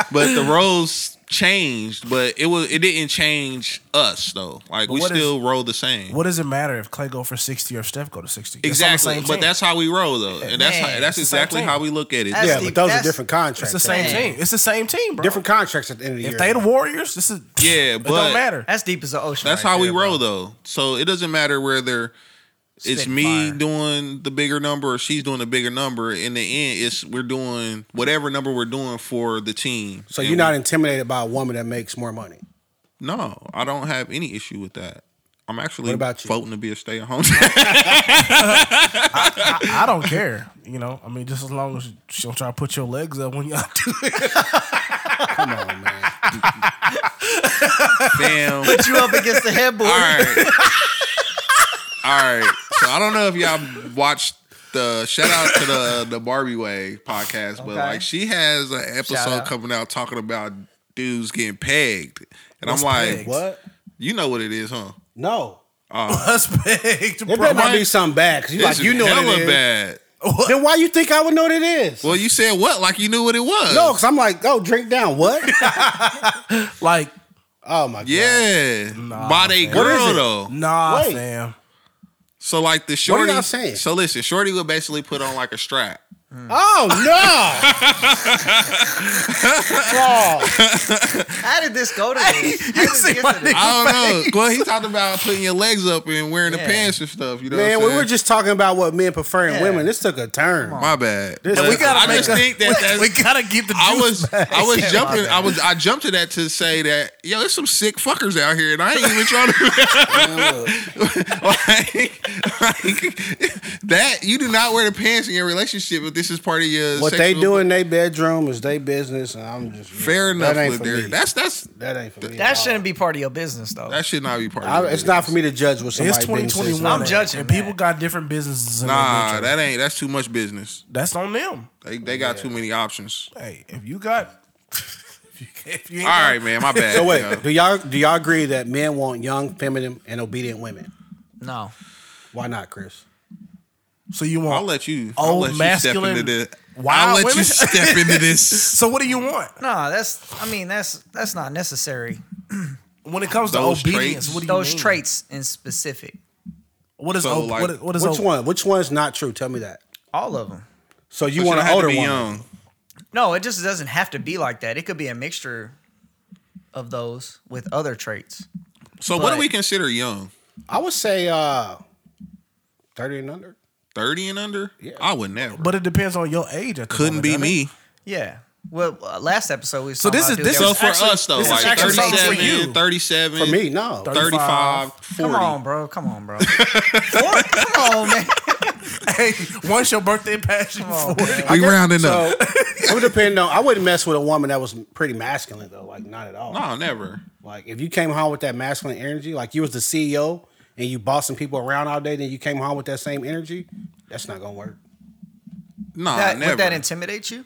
[laughs] but the roles changed. But it was it didn't change us though. Like we what is- still roll the same. What does it matter if Clay go for sixty or if Steph go to sixty? It's on the exactly. same But team. that's how we roll though, and that's Man, how, that's it's the same exactly thing. how we look at it. [laughs] That's yeah, the- but those are that's- different contracts. it's the same Man. team. It's the same team, bro. Different contracts at the end of the year. If they the Warriors, this is Yeah, it but- don't matter. That's deep as the ocean. That's right how we there, bro. roll though. So it doesn't matter whether it's Spit me fire. doing the bigger number or she's doing the bigger number. In the end, it's we're doing whatever number we're doing for the team. so And you're not intimidated by a woman that makes more money. No, I don't have any issue with that. I'm actually What about you? voting to be a stay at [laughs] [laughs] home. I, I don't care. You know, I mean, just as long as she don't try to put your legs up when y'all do it. Come on, man. Damn. Put you up against the headboard. All right. [laughs] All right. So I don't know if y'all watched the shout out to the the Barbie Way podcast, but Okay. like she has an episode out. coming out talking about dudes getting pegged, and What's I'm like, pegged? What? you know what it is, huh? No. Uh-huh. That's big, It bro. better not Mike, be something bad because you It's like you know hella what it is. bad. [laughs] Then why you think I would know what it is? Well, you said what? Like you knew what it was? no, because I'm like, oh, drink down. What? Like, oh my god. Yeah, by they What is girl it? though. nah, Wait. fam. So like the shorty. y'all saying? So listen, shorty would basically put on like a [laughs] strap. Oh no. oh, How did this go to this? How did this see get my to this? [laughs] nigga? I don't know. Well, he talked about putting your legs up and wearing the Yeah. pants and stuff. You know, man, what I'm we were saying? just talking about what men prefer in Yeah. women. This took a turn. my bad. This- But We gotta I just make a- think that that's, We [laughs] gotta get the. I juice was back. I [laughs] was Yeah, my jumping. bad. I was I jumped to that to say that yo, there's some sick fuckers out here, and I ain't even trying to. [laughs] [laughs] like, like, that you do not wear the pants in your relationship if this is part of your. What they sexual- do in their bedroom is their business, and I'm just Fair enough, That ain't with for me. there. That's that's That ain't for me. That shouldn't be part of your business though. that should not be part. I, of your it's not for me to judge what somebody. It's 2021. business I'm is. judging And that. people got different businesses. In Nah, their that ain't. That's too much business. that's on them. They they got too many options. Hey, if you got, [laughs] if you, if you ain't All right, man. My bad. [laughs] So you wait, know. do y'all do y'all agree that men want young, feminine, and obedient women? no. Why not, Chris? so you I'll want let you. I'll Old let masculine you step into this. wild I'll let you women? step into [laughs] this. So what do you want No, that's I mean, that's that's not necessary. when it comes Those to obedience? traits. What do you Those mean? traits in specific. What is So, ob- like, what is, what is Which ob- one? Which one's not true? Tell me that. All of them. So you But want don't an have to older be woman? young. No, it just doesn't have to be like that. It could be a mixture of those with other traits. So what do But- we consider young? I would say uh, thirty and under. Thirty and under? Yeah. I would never. But it depends on your age. At the couldn't moment, be doesn't it? me. Yeah. Well, uh, last episode we was So talking this about is- dudes this So that is was- for actually- us though, this is like actually something for 37, you. 37, For me, no. 35, 40. Come on, bro. Come on, [laughs] bro. Four? Come on, man. Hey, [laughs] once your birthday passes, you on, forty. We rounding So it would depend on. I wouldn't mess with a woman that was pretty masculine though. Like not at all. No, never. Like if you came home with that masculine energy, like you was the CEO and you bossing people around all day, then you came home with that same energy. That's not gonna work. No, That- never. would that intimidate you?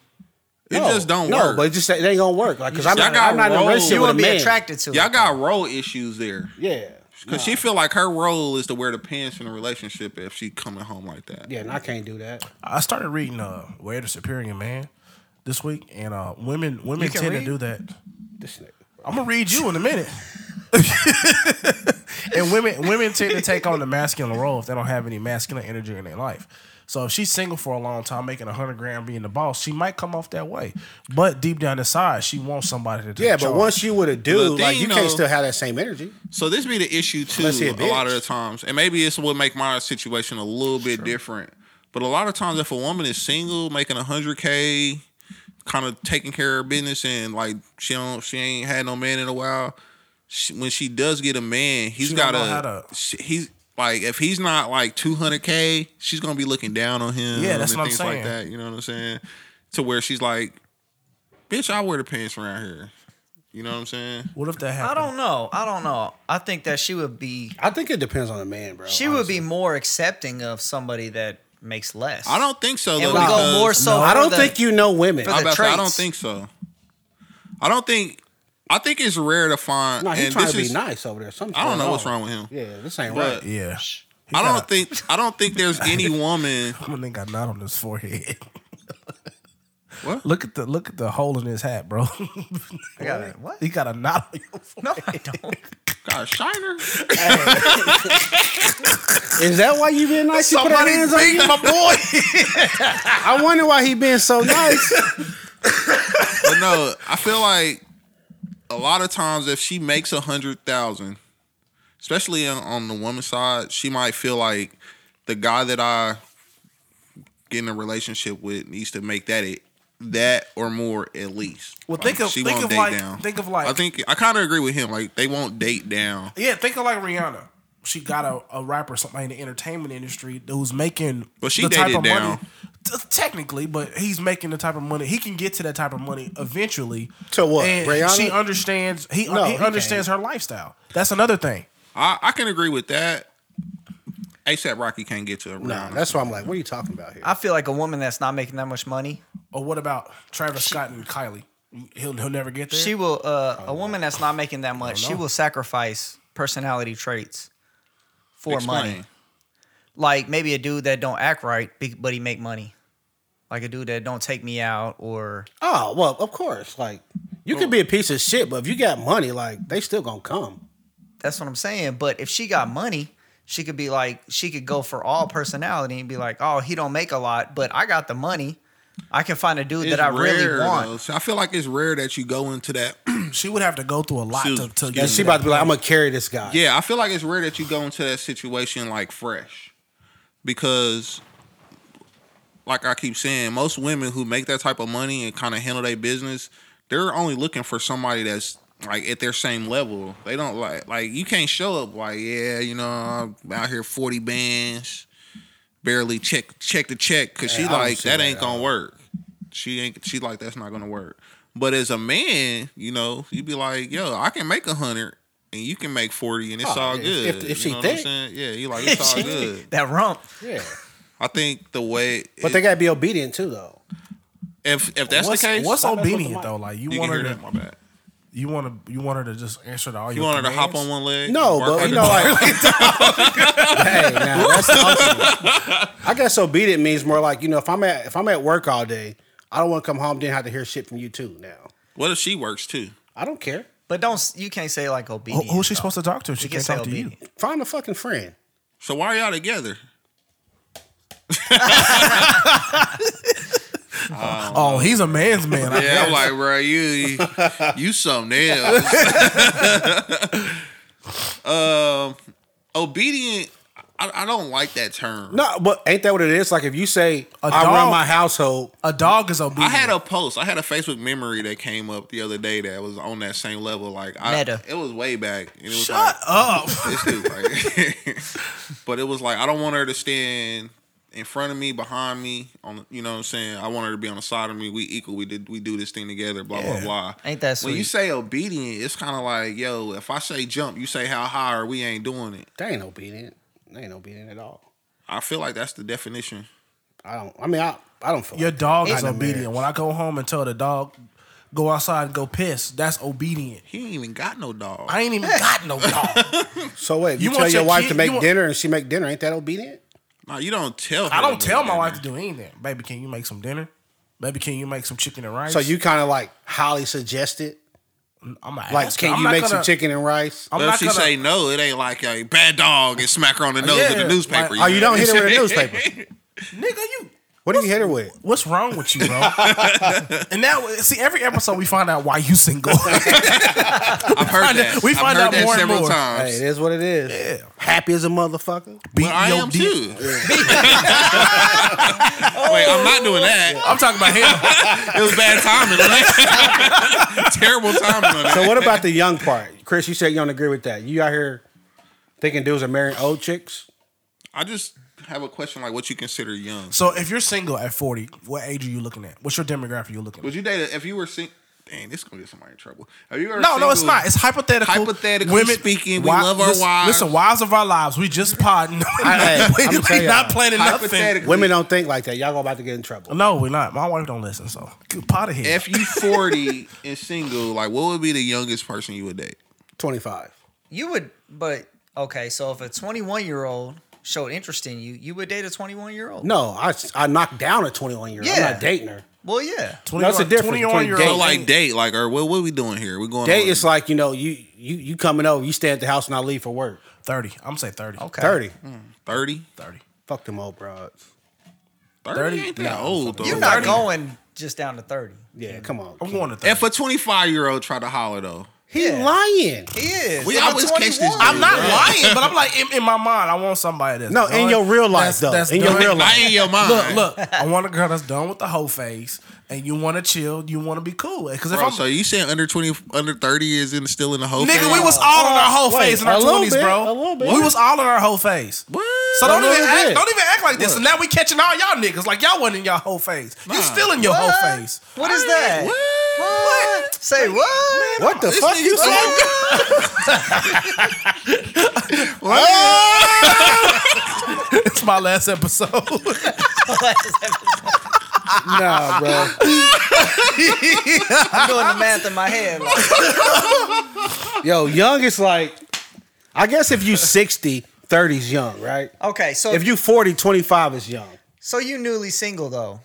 it No, just don't no, work. but it just it ain't gonna work. Like because I'm Y'all not, got I'm not in a roles. relationship You You with a wouldn't be man. attracted to it. Y'all got role issues there. Yeah. Cause she feel like her role is to wear the pants in a relationship if she coming home like that. Yeah, and I can't do that. I started reading uh Where the Superior Man this week, and uh women women can tend read? to do that. This nigga. I'm gonna read you in a minute. [laughs] and women women tend to take on the masculine role if they don't have any masculine energy in their life. So if she's single for a long time, making a hundred grand, being the boss, she might come off that way. But deep down inside, she wants somebody to. Take Yeah, but charge. once you with a dude, like thing, you can't though- still have that same energy. So this be the issue too. Unless he A, a lot bitch. of the times, and maybe this would make my situation a little bit different. But a lot of times, if a woman is single, making hundred k, kind of taking care of her business, and like she don't, she ain't had no man in a while. She, when she does get a man, he's She got don't know how to- a she- he's like if he's not like two hundred k, she's gonna be looking down on him. Yeah, that's and what I'm things saying. Like that, you know what I'm saying? To where she's like, bitch, I wear the pants around here. You know what I'm saying? what if that I happened? don't know. I don't know. I think that she would be I think it depends on the man, bro. she would be more accepting of somebody that makes less. I don't think so. And though, we go because- more so. I for don't the- think you know women. for the- I'm about to say, I don't traits. think so. I don't think. I think it's rare to find. No, he's and trying this to be is, nice over there. Something's I don't going know what's on. wrong with him. Yeah, this ain't But right. Yeah, [laughs] I don't think. I don't think there's any woman. I'm gonna got knot on his forehead. [laughs] What? Look at the look at the hole in his hat, bro. [laughs] I got it. What? he got a knot on your forehead. No, I don't. God, Shiner. Is that why you being nice? You put her hands on you? boy. [laughs] I wonder why he being so nice. but no, I feel like a lot of times if she makes a hundred thousand, especially on, on the woman's side, she might feel like the guy that I get in a relationship with needs to make that it that or more at least. Well, think of- think of like- think of like- I think I kind of agree with him. Like they won't date down. Yeah, think of like Rihanna. She got a, a rapper, somebody in the entertainment industry who's making But she the type dated of money. down. T- technically, but he's making the type of money. He can get to that type of money eventually. To what, And Rihanna? she understands. He, No, he he understands her lifestyle. That's another thing. I, I can agree with that. ASAP Rocky can't get to a [laughs] Nah, round. that's why I'm like, what are you talking about here? I feel like a woman that's not making that much money, Or what about Travis Scott and Kylie? He'll he'll never get there. she will. Uh, a woman that's not making that much, she know. will sacrifice personality traits for money. Explain. Like maybe a dude that don't act right, be- but he make money. Like a dude that don't take me out, or Oh well, of course. Like you could be a piece of shit, but if you got money, like they still gonna come. that's what I'm saying. But if she got money, she could be like, she could go for all personality and be like, oh, he don't make a lot, but I got the money. I can find a dude It's that I rare, really want. though. So I feel like it's rare that you go into that she would have to go through a lot Excuse- to, to And get she to about that. to be like, I'm gonna carry this guy. Yeah, I feel like it's rare that you go into that situation like fresh. Because like I keep saying, most women who make that type of money and kind of handle their business, they're only looking for somebody that's like at their same level. They don't like like you can't show up like, yeah, you know, I'm out here 40 bands, barely check check the check cuz she Yeah, I don't like see that that ain't at going all. to work. She ain't she like that's not going to work. But as a man, you know, you'd be like, yo, I can make a hundred and you can make 40 and it's Oh, all if- good. if- if you she know what I'm thick. saying? Yeah, you [laughs] like, it's all good. that rump. Yeah. I think the way, But they gotta be obedient too, though. if, if that's what's, the case, what's I mess with obedient the though? Like you, you want can her hear to that, my bad. you want to you want her to just answer to all You your want her to hop commands? on one leg? No, bark but like you a know, dog? like, [laughs] hey, now, that's awesome. [laughs] I guess obedient means more like you know, if I'm at if I'm at work all day, I don't want to come home then have to hear shit from you too. Now what if she works too? I don't care. But don't s- you can't say like obedient. Who, who's she supposed to talk to? if She You can can't say talk to you. obedient. Find a fucking friend. So why are y'all together? Oh, he's a man's man. I Yeah, guess. I'm like, bro, you [laughs] you something else. [laughs] um, obedient. I, I don't like that term. No, but ain't that what it is? Like if you say I run dog- my household, a dog is obedient. I had a post. I had a Facebook memory that came up the other day that was on that same level. Like I, Meta. it was way back. And it was shut up. like, this dude, like- [laughs] but it was like I don't want her to stand in front of me, behind me. On you know what I'm saying. I want her to be on the side of me. We equal. We did. We do this thing together. Blah Yeah. blah blah. Ain't that When you sweet. say obedient, it's kind of like yo. If I say jump, you say how high, or we ain't doing it. they ain't obedient. They ain't obedient at all. I feel like that's the definition. I don't. I mean, I I don't feel Your like dog that. is Not in a obedient. marriage. When I go home and tell the dog, go outside and go piss. That's obedient. He ain't even got no dog. I ain't [laughs] even got no dog. So wait, You you, want tell your, your wife kid- to you make want- dinner and she make dinner. Ain't that obedient? no, you don't tell. I her don't to tell do my that. wife to do anything. Baby, can you make some dinner? Baby, can you make some chicken and rice? So you kind of like highly suggested, I'm gonna like, ask her. can I'm you not make some gonna- chicken and rice? I'm But if not she gonna, say no, it ain't like a bad dog and smack her on the nose with Yeah, the newspaper. like- Oh, you don't hit her with a newspaper. nigga, you. What do you hit her with? What's wrong with [laughs] you, bro? and now, see, every episode we find out why [laughs] you single. [laughs] I've heard that. We I've find heard out that more and several more. times. Hey, it is what it is. Happy as a [laughs] motherfucker. But Beat I your am dick. [laughs] too. [laughs] Wait, I'm not doing that. [laughs] I'm talking about him. [laughs] It was bad timing. on that. [laughs] Terrible timing on that. So what about the young part, Chris? You said you don't agree with that. You out here thinking dudes are marrying old chicks? I just have a question like what you consider young. so if you're single at 40, what age are you looking at? What's your demographic you're looking at? Would you date a, if you were single? Dang, this gonna get somebody in trouble. Have you ever No, no, it's single- not. It's hypothetical. Hypothetically speaking, we love our listen, wives. Listen, wives of our lives. We just [laughs] podding. hey, we I'ma we tell y'all. not planning nothing. hypothetically. Women don't think like that. Y'all go about to get in trouble. No, we're not. My wife don't listen, so Good pot of here. If you forty and single, like what would be the youngest person you would date? Twenty five. You would, but okay. So if a 21 year old showed interest in you, you would date a 21 year old. No, I I knocked down a twenty one year old. Yeah. I'm not dating her. Well, yeah. that's the difference between So Date. like date, like or what? What we doing here? We going Date on- is like you know you you you coming over. You stay at the house and I leave for work. 30. I'm say 30. Okay. Mm. Thirty. 30? 30. Fuck them old broads. 30? ain't that old though. You're not 30. going just down to 30. Yeah, come on. I'm going to 30. If a twenty five year old try to holler though, He Yeah. lying. He is. We If a always catch this 21 I'm not lying, but I'm like in, in my mind, I want somebody that's No, in your real life, though. In your done- real I ain't your mind. Look, look, I want a girl that's done with the whole phase, and you want to chill, you want to be cool. Because if Bro, I'm so you saying under twenty, under thirty is in still in the whole nigga, thing? we was all in our whole Wait, phase in our a little twenties, bit, a bro. little bit. We was all in our whole phase. What? So don't A even little act, bit. don't even act like this. And now we catching all y'all niggas like y'all wasn't in your whole phase. You still in your whole What? phase. What is that? What? What? Say what? What the This fuck you nigga's saying? It's my [laughs] last episode. Nah, bro. [laughs] I'm doing the math in my head. Like, Yo, young is like, I guess if you 60, 30's young, right? okay, so If you 40, 25 is young. so you newly single though,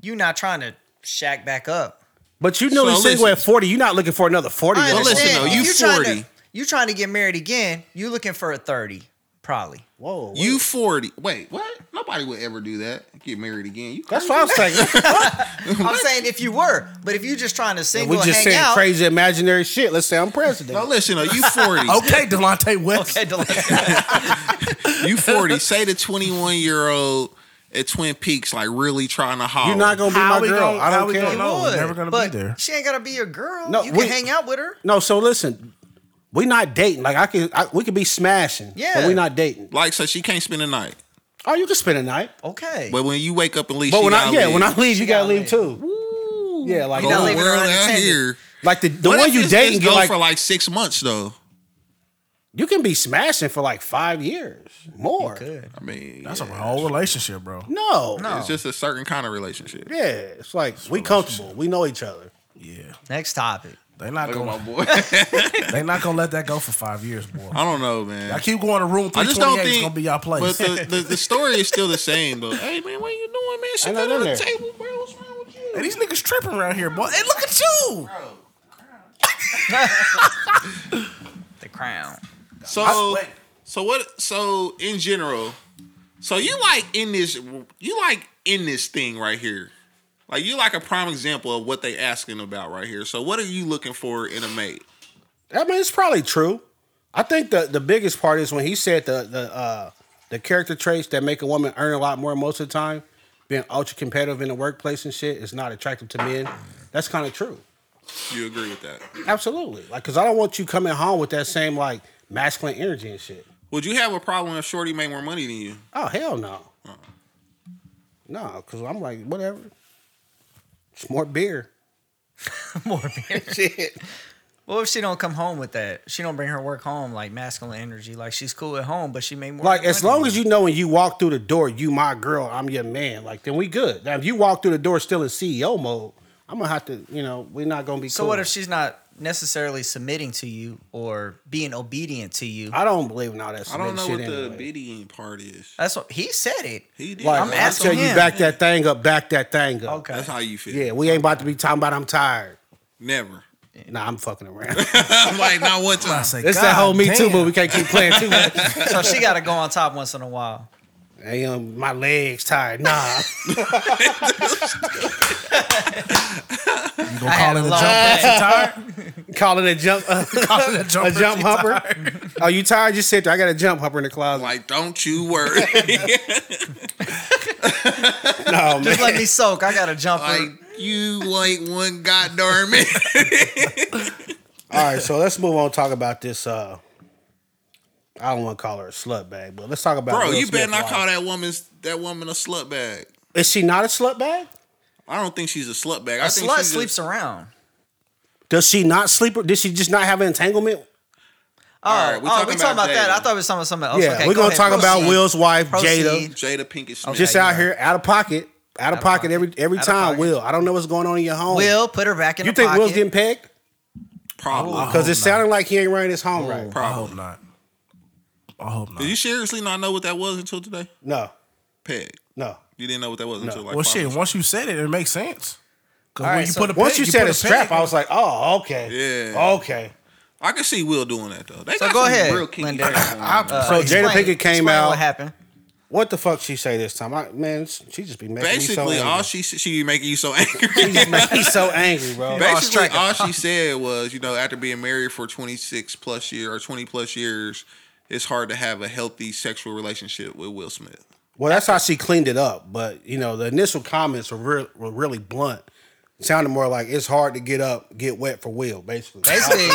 you not trying to shack back up. But you newly So single listen. at 40, you're not looking for another 40 I year Well, old. listen, understand. though, If you trying 40. to- you trying to get married again? You looking for a thirty, probably. Whoa. wait. You forty? Wait, what? Nobody would ever do that. Get married again? You That's what I was [laughs] thinking. I'm saying if you were, but if you just trying to single we and just hang saying out, crazy imaginary shit. Let's say I'm president. No, listen, though, [laughs] you forty. okay, Delonte West. Okay, Delonte. You forty. Say the twenty one year old at Twin Peaks, like really trying to holler. you're not going to be How my we girl. gonna- I how don't we care. gonna know? No, would, never gonna be but there. She ain't gotta be your girl. No, you we- can hang out with her. No, so listen, we not dating. Like, I could, I, we could be smashing. Yeah. But we not dating. like so she can't spend the night. Oh, you can spend a night. Okay. But when you wake up and leave, But she when I, gotta yeah, leave. when I leave, you gotta got to leave too. Yeah, like, You gotta whole leave it world out unattended. here. like the, the What one if you this dating, bitch you go like, for like six months though. you can be smashing for like five years more. Good. I mean, That's a yeah. whole relationship, bro. No. No. It's just a certain kind of relationship. Yeah, it's like we comfortable. We know each other. Yeah, Next topic. they not [laughs] Look at my gonna boy. they not gonna let that go for five years, boy. I don't know, man. I keep going to room I three just don't twenty eight. think It's gonna be your But place. [laughs] the, the, the story is still the same though. hey man, what you doing, man? Sit Ain't nothing down at the in there. table, bro. What's wrong with you? Hey, these niggas tripping around here, boy. Hey, look at you. The crown. So, I- wait. so what? So in general, so you like in this, you like in this thing right here. Like you like a prime example of what they asking about right here. So what are you looking for in a mate? I mean, it's probably true. I think the the biggest part is when he said the the uh, the character traits that make a woman earn a lot more most of the time, being ultra competitive in the workplace and shit is not attractive to men. That's kind of true. You agree with that? Absolutely. Like, cause I don't want you coming home with that same like masculine energy and shit. Would you have a problem if Shorty made more money than you? Oh hell no. No, cause I'm like whatever. It's more beer. [laughs] [laughs] More beer. Shit. What if she don't come home with that? She don't bring her work home like masculine energy. Like she's cool at home, but she made more. Like as money. long as you know when you walk through the door, you my girl, I'm your man. Like then we good. Now if you walk through the door still in CEO E mode, I'm gonna have to, you know, we're not gonna be. So cool. what if she's not necessarily submitting to you or being obedient to you? I don't believe in all that. I don't know shit what the anyway. obedient part is. That's what he said it. He did. Like, I'm I'm asking asking you him. back that thing up, back that thing up. Okay. That's how you feel. Yeah, we ain't about to be talking about I'm tired. Never. [laughs] Nah, I'm fucking [laughs] around. I'm like, not one time. say, It's that "God whole Me Too, damn." but we can't keep playing too much. [laughs] So she got to go on top once in a while. hey, um, my legs tired. Nah, [laughs] You I gonna had call a it a long jump day. back and tired? call it a jump, [laughs] uh, [laughs] Call it a jump a back jump and humper. tired. Oh, you tired? Just sit there. I got a jump humper in the closet. Like, don't you worry. no, man. Just let me soak. I got to jump. like, her. you ain't one goddamn minute. All right, so let's move on. and Talk about this. Uh, I don't want to call her a slut bag, but let's talk about. Bro, Will you better Smith's not wife. call that woman's that woman a slut bag. Is she not a slut bag? I don't think she's a slut bag. I A think slut she's sleeps Just, around. Does she not sleep? Or did she just not have an entanglement? Oh, All right, we we oh, talking we talking about about that. Jada. I thought we were talking about something else. Yeah, Oh, okay, we're go gonna ahead, talk about proceed. Will's wife, Proceed. Jada. Jada Pinkett Smith. Just Yeah, out you're here, out of pocket, out of pocket, pocket. every every Out of time. pocket. Will, I don't know what's going on in your home. Will put her back in you the think pocket. Will's getting pegged? probably. Because hope it sounded like he ain't running his home right. I probably. hope not. I hope not. Did you seriously not know what that was until today? No, Peg. no. You didn't know what that was until like well, five shit. minutes. Once you said it, it makes sense. Because All when right, you so put a Once peg, you, said put a strap, peg- I was like, oh, okay, Yeah. okay. I can see Will doing that though. They So got go some ahead, real Uh, kinky Linda. ass [laughs] women. So Jada Explain- Pinkett came explain out. What happened? What the fuck she say this time? I, man, she just be making Basically, me so angry. all she she be making you so [laughs] angry. she just make me so angry, bro. Lost Basically, track of all she said was, you know, after being married for 26 plus year or 20 plus years, it's hard to have a healthy sexual relationship with Will Smith. Well, that's how she cleaned it up. But you know, the initial comments were real, were really blunt. sounded more like it's hard to get up, get wet for Will, basically. Basically,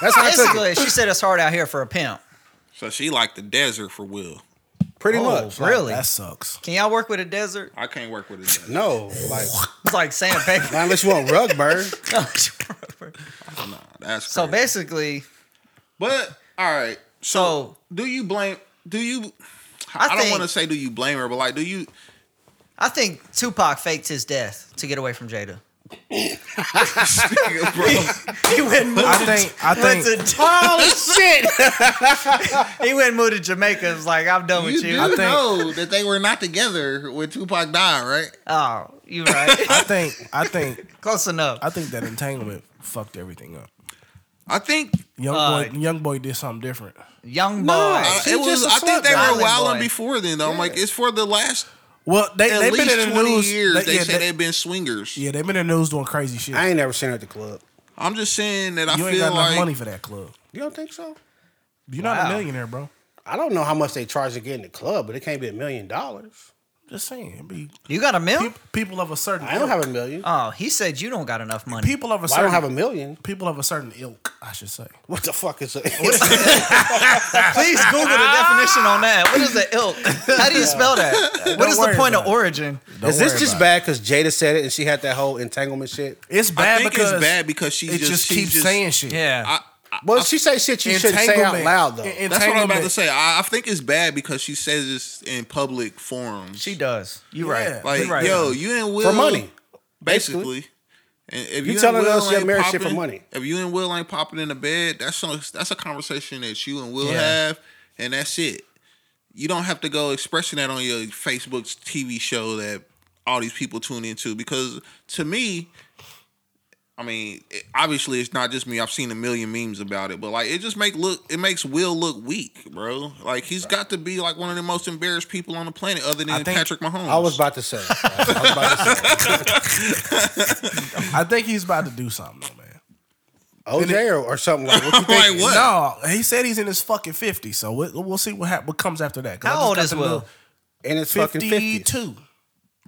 that's how I took it. [laughs] basically, she said it's hard out here for a pimp. So she like the desert for Will. Pretty Oh, much. bro. Really? That sucks. Can y'all work with a desert? I can't work with a desert. [laughs] No, like It's like sandpaper. not unless you want rug bird. Nah, that's [laughs] so so bad. basically, But all right. so Do you blame? Do you? I I, don't think- want to say do you blame her, but like, do you? I think Tupac faked his death to get away from Jada. Bro, He went and moved, I think. I went think. [laughs] to, Holy shit! he went and moved to Jamaica. It was like, I'm done you with do you. know that they were not together when Tupac died, right? Oh, you right. I think. I think. Close enough. I think that entanglement fucked everything up. I think Young Uh, boy. Young boy did something different. Young boy. uh, She it was. just a I think slut they dog. were wilding Boy. before then. Though I'm like, it's for the last Well, they at they've been least in the 20 news. years. They, yeah, say they've been swingers. yeah, they've been in the news doing crazy shit. I ain't never seen her at the club. I'm just saying that I you ain't feel got like enough money for that club. You don't think so? You're not Wow. a millionaire, bro. I don't know how much they charge to get in the club, but it can't be a million dollars. Just saying. it'd Be You got a mill? peop- people of a certain. I don't ilk. have a million. Oh, he said you don't got enough money. people of Well, a I certain. don't have a million. people of a certain ilk. I should say. What the fuck is it? [laughs] [laughs] Please Google the definition on that. What is the ilk? [laughs] How do you spell that? What is the worry point of about it. origin? Don't is this worry just about bad because Jada said it and she had that whole entanglement shit? it. It's I bad think because it's bad because she it just, just, she keeps just- saying shit. Yeah. I, I, Well, she said shit you shouldn't say out Entanglement. loud though. En- that's what I'm about to entanglement. say. I, I think it's bad because she says this in public forums. She does. You Yeah. right. like, you right. yo, you and Will For money. basically. And if You you, and telling Will us your ain't marriage shit for popping- money. If you and Will ain't popping in the bed, that's some, that's a conversation that you and Will Yeah. have, and that's it. You don't have to go expressing that on your Facebook TV show that all these people tune into because to me, I mean, it, obviously it's not just me. I've seen a million memes about it, but like it just make look it makes Will look weak, bro. Like he's got to be like one of the most embarrassed people on the planet, other than think- Patrick Mahomes. [laughs] I was about to say. I was about to [laughs] say. I think he's about to do something, though, man. OJ or, or something like. What you think? like, what? No, he said he's in his fucking 50s, so we, we'll see what hap- what comes after that. 'Cause I How just old got is the Will? little And it's fucking fifty. 52,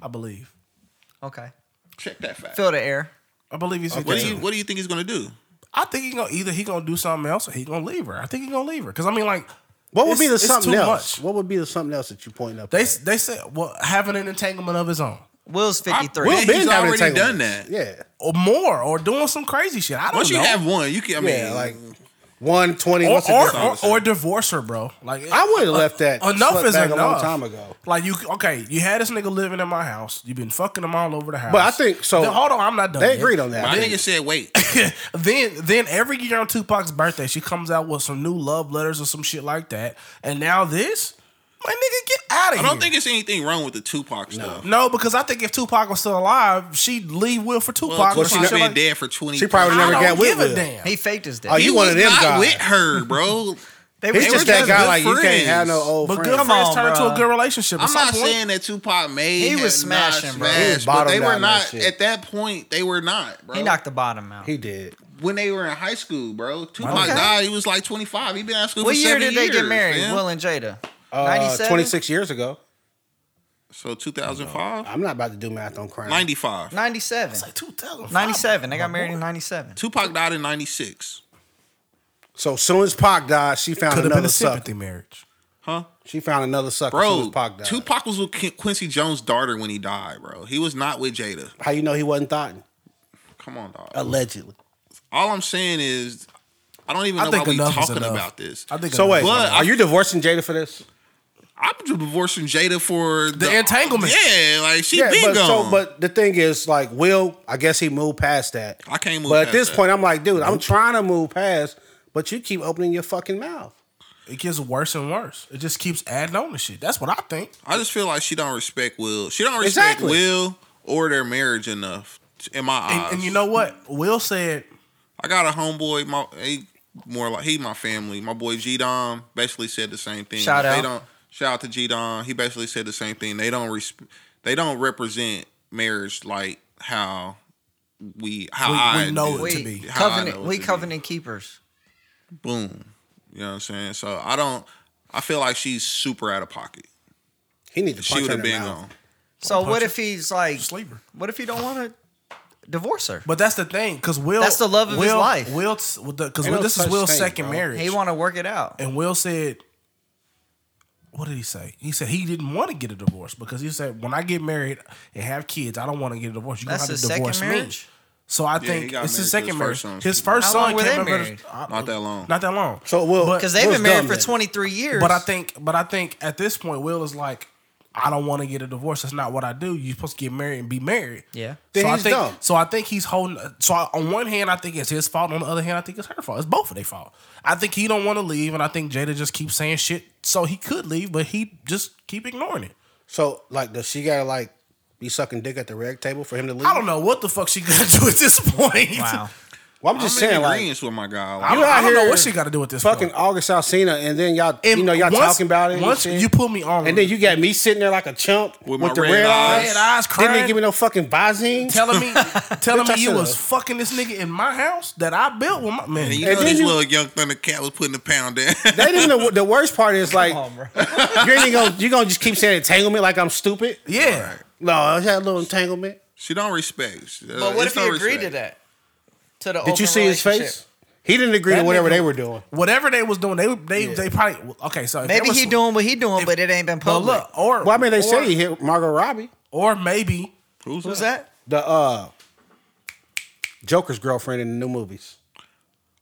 I believe. Okay. Check that fact. Feel the air. I believe he's 52. Uh, What do you What do you think he's gonna do? I think he gonna either he gonna do something else or he gonna leave her. I think he gonna leave her because I mean like What would be the it's- it's something too else? much. What would be the something else that you point up? They at? they said well having an entanglement of his own Will's 53. Will he's been having already entanglement. done that. Yeah. or more or doing some crazy shit. I don't Once you know. have one, you can. I mean, Yeah, like- one twenty. Or What's the or, or, difference? or divorce her, bro. Like uh, I would've left that Enough slut is bag enough. a long time ago. Like you, okay, you had this nigga living in my house. You've been fucking him all over the house. But I think- so- Then- hold on, I'm not done. they yet. agreed on that. My nigga said, wait. [laughs] then then every year on Tupac's birthday, she comes out with some new love letters or some shit like that. And now this, my nigga, get out of I here. don't think it's anything wrong with the Tupac stuff. no, because I think if Tupac was still alive, she'd leave Will for Well, Tupac. or Tupac's some she shit been like- dead for 20 She probably I never don't got with give a Will. damn. He faked his death. Oh, He, you was one of them not guys. with her, bro. they He's was They just were that just guy. good Like you can't friends. have no old But friends. good Come friends on, turn into bruh. a good relationship. I'm At some not point- saying that Tupac made He was him not smashing, bro. He smash, was but bottomed they out were on that not shit. at that point. They were not, bro. He knocked the bottom out. He did. when they were in high school, bro. Tupac Okay. died. He was like 25. He been out of school what for year seven did they get years, married? fam. Will and Jada. Uh, 97? Twenty six years ago. so 2005, I'm not about to do math on crime. 95. 97. Like 2005. 97. They got My married boy. in 97. Tupac died in 96. So soon as Pac died, she found Could have been another a sucker. sympathy marriage. Huh? She found another sucker. soon Bro, as Pac died. Tupac was with Qu- Quincy Jones' daughter when he died, bro. He was not with Jada. How you know he wasn't thought? Come on, dog. Allegedly. All I'm saying is, I don't even I know why think we enough is talking enough. about this. I think So enough wait, is But are I- you divorcing Jada for this? I'm just divorcing Jada for the, entanglement. Yeah, like she been but gone. but the thing is, like Will, I guess he moved past that. I can't move But at past this that. point, I'm like, dude, I'm trying to move past, but you keep opening your fucking mouth. it gets worse and worse. It just keeps adding on to shit. That's what I think. I just feel like she don't respect Will. She don't respect Exactly. Will or their marriage enough. In my eyes, And, and you know what? Will said, I got a homeboy. My he more like he my family. My boy G Dom basically said the same thing. Shout They out. don't shout out to G Dom. He basically said the same thing. They don't res- they don't represent marriage like how we how We- we I know do. it to We be. How I know covenant, it we to be. covenant keepers. Boom. You know what I'm saying? So I don't. I feel like she's super out of pocket. He needs to She punch would her have in the been mouth. gone. So punch what her. if he's like, Sleeper. what if he don't want to divorce her? but that's the thing, because Will, That's the love of Will, his life. Will, because Ain't no this is such Will's thing, second bro. marriage, He want to work it out. and Will said, what did he say? He said he didn't want to get a divorce because he said, when I get married and have kids, I don't want to get a divorce. You're gonna That's his have to divorce second me. marriage. So I he think got it's his married to second his marriage. first son. His first How son long were came they out with married? his- I- Not that long. Not that long. So Will, But- Because they've Will's been married dumb for then. 23 years. But I think, but I think at this point, Will is like, I don't want to get a divorce. That's not what I do. You're supposed to get married and be married. Yeah. Then so he's I think, dumb. So I think he's holding. So I, on one hand, I think it's his fault. On the other hand, I think it's her fault. It's both of their fault. I think he don't want to leave, and I think Jada just keeps saying shit. So he could leave, but he just keep ignoring it. So like, does she gotta like be sucking dick at the reg table for him to leave? I don't know what the fuck she [laughs] gonna do at this point. Wow. Well, I'm I'm just in saying, like, agreeance with my guy. [laughs] I Like, don't, You out I don't know here what she got to do at this fucking point. August Alcina, and then y'all, you know, y'all once- talking about it. and Once shit. you put me on, and then you got me sitting there like a chump With with, my the red red, eyes. eyes. red eyes Didn't crying. they give me no fucking Visine? [laughs] telling me telling Bitch, I me you should've. was fucking this nigga in my house that I built with my man. you And know then this you- little young thunder cat was putting a pound down. [laughs] They didn't know. The worst part is like, on, [laughs] bro. you're ain't gonna you gonna just keep saying entanglement like I'm stupid. yeah. No, I had a little entanglement. she don't respect. But what if he agreed to that? To the Did you see his face? He didn't agree That to whatever nigga- they were doing. Whatever they was doing, they they they probably okay. So if Maybe there was- he doing what he doing, if- but it ain't been But public. look, or Well, I mean, they or, say he hit Margot Robbie, or maybe Who's, Who's that? the uh Joker's girlfriend in the new movies.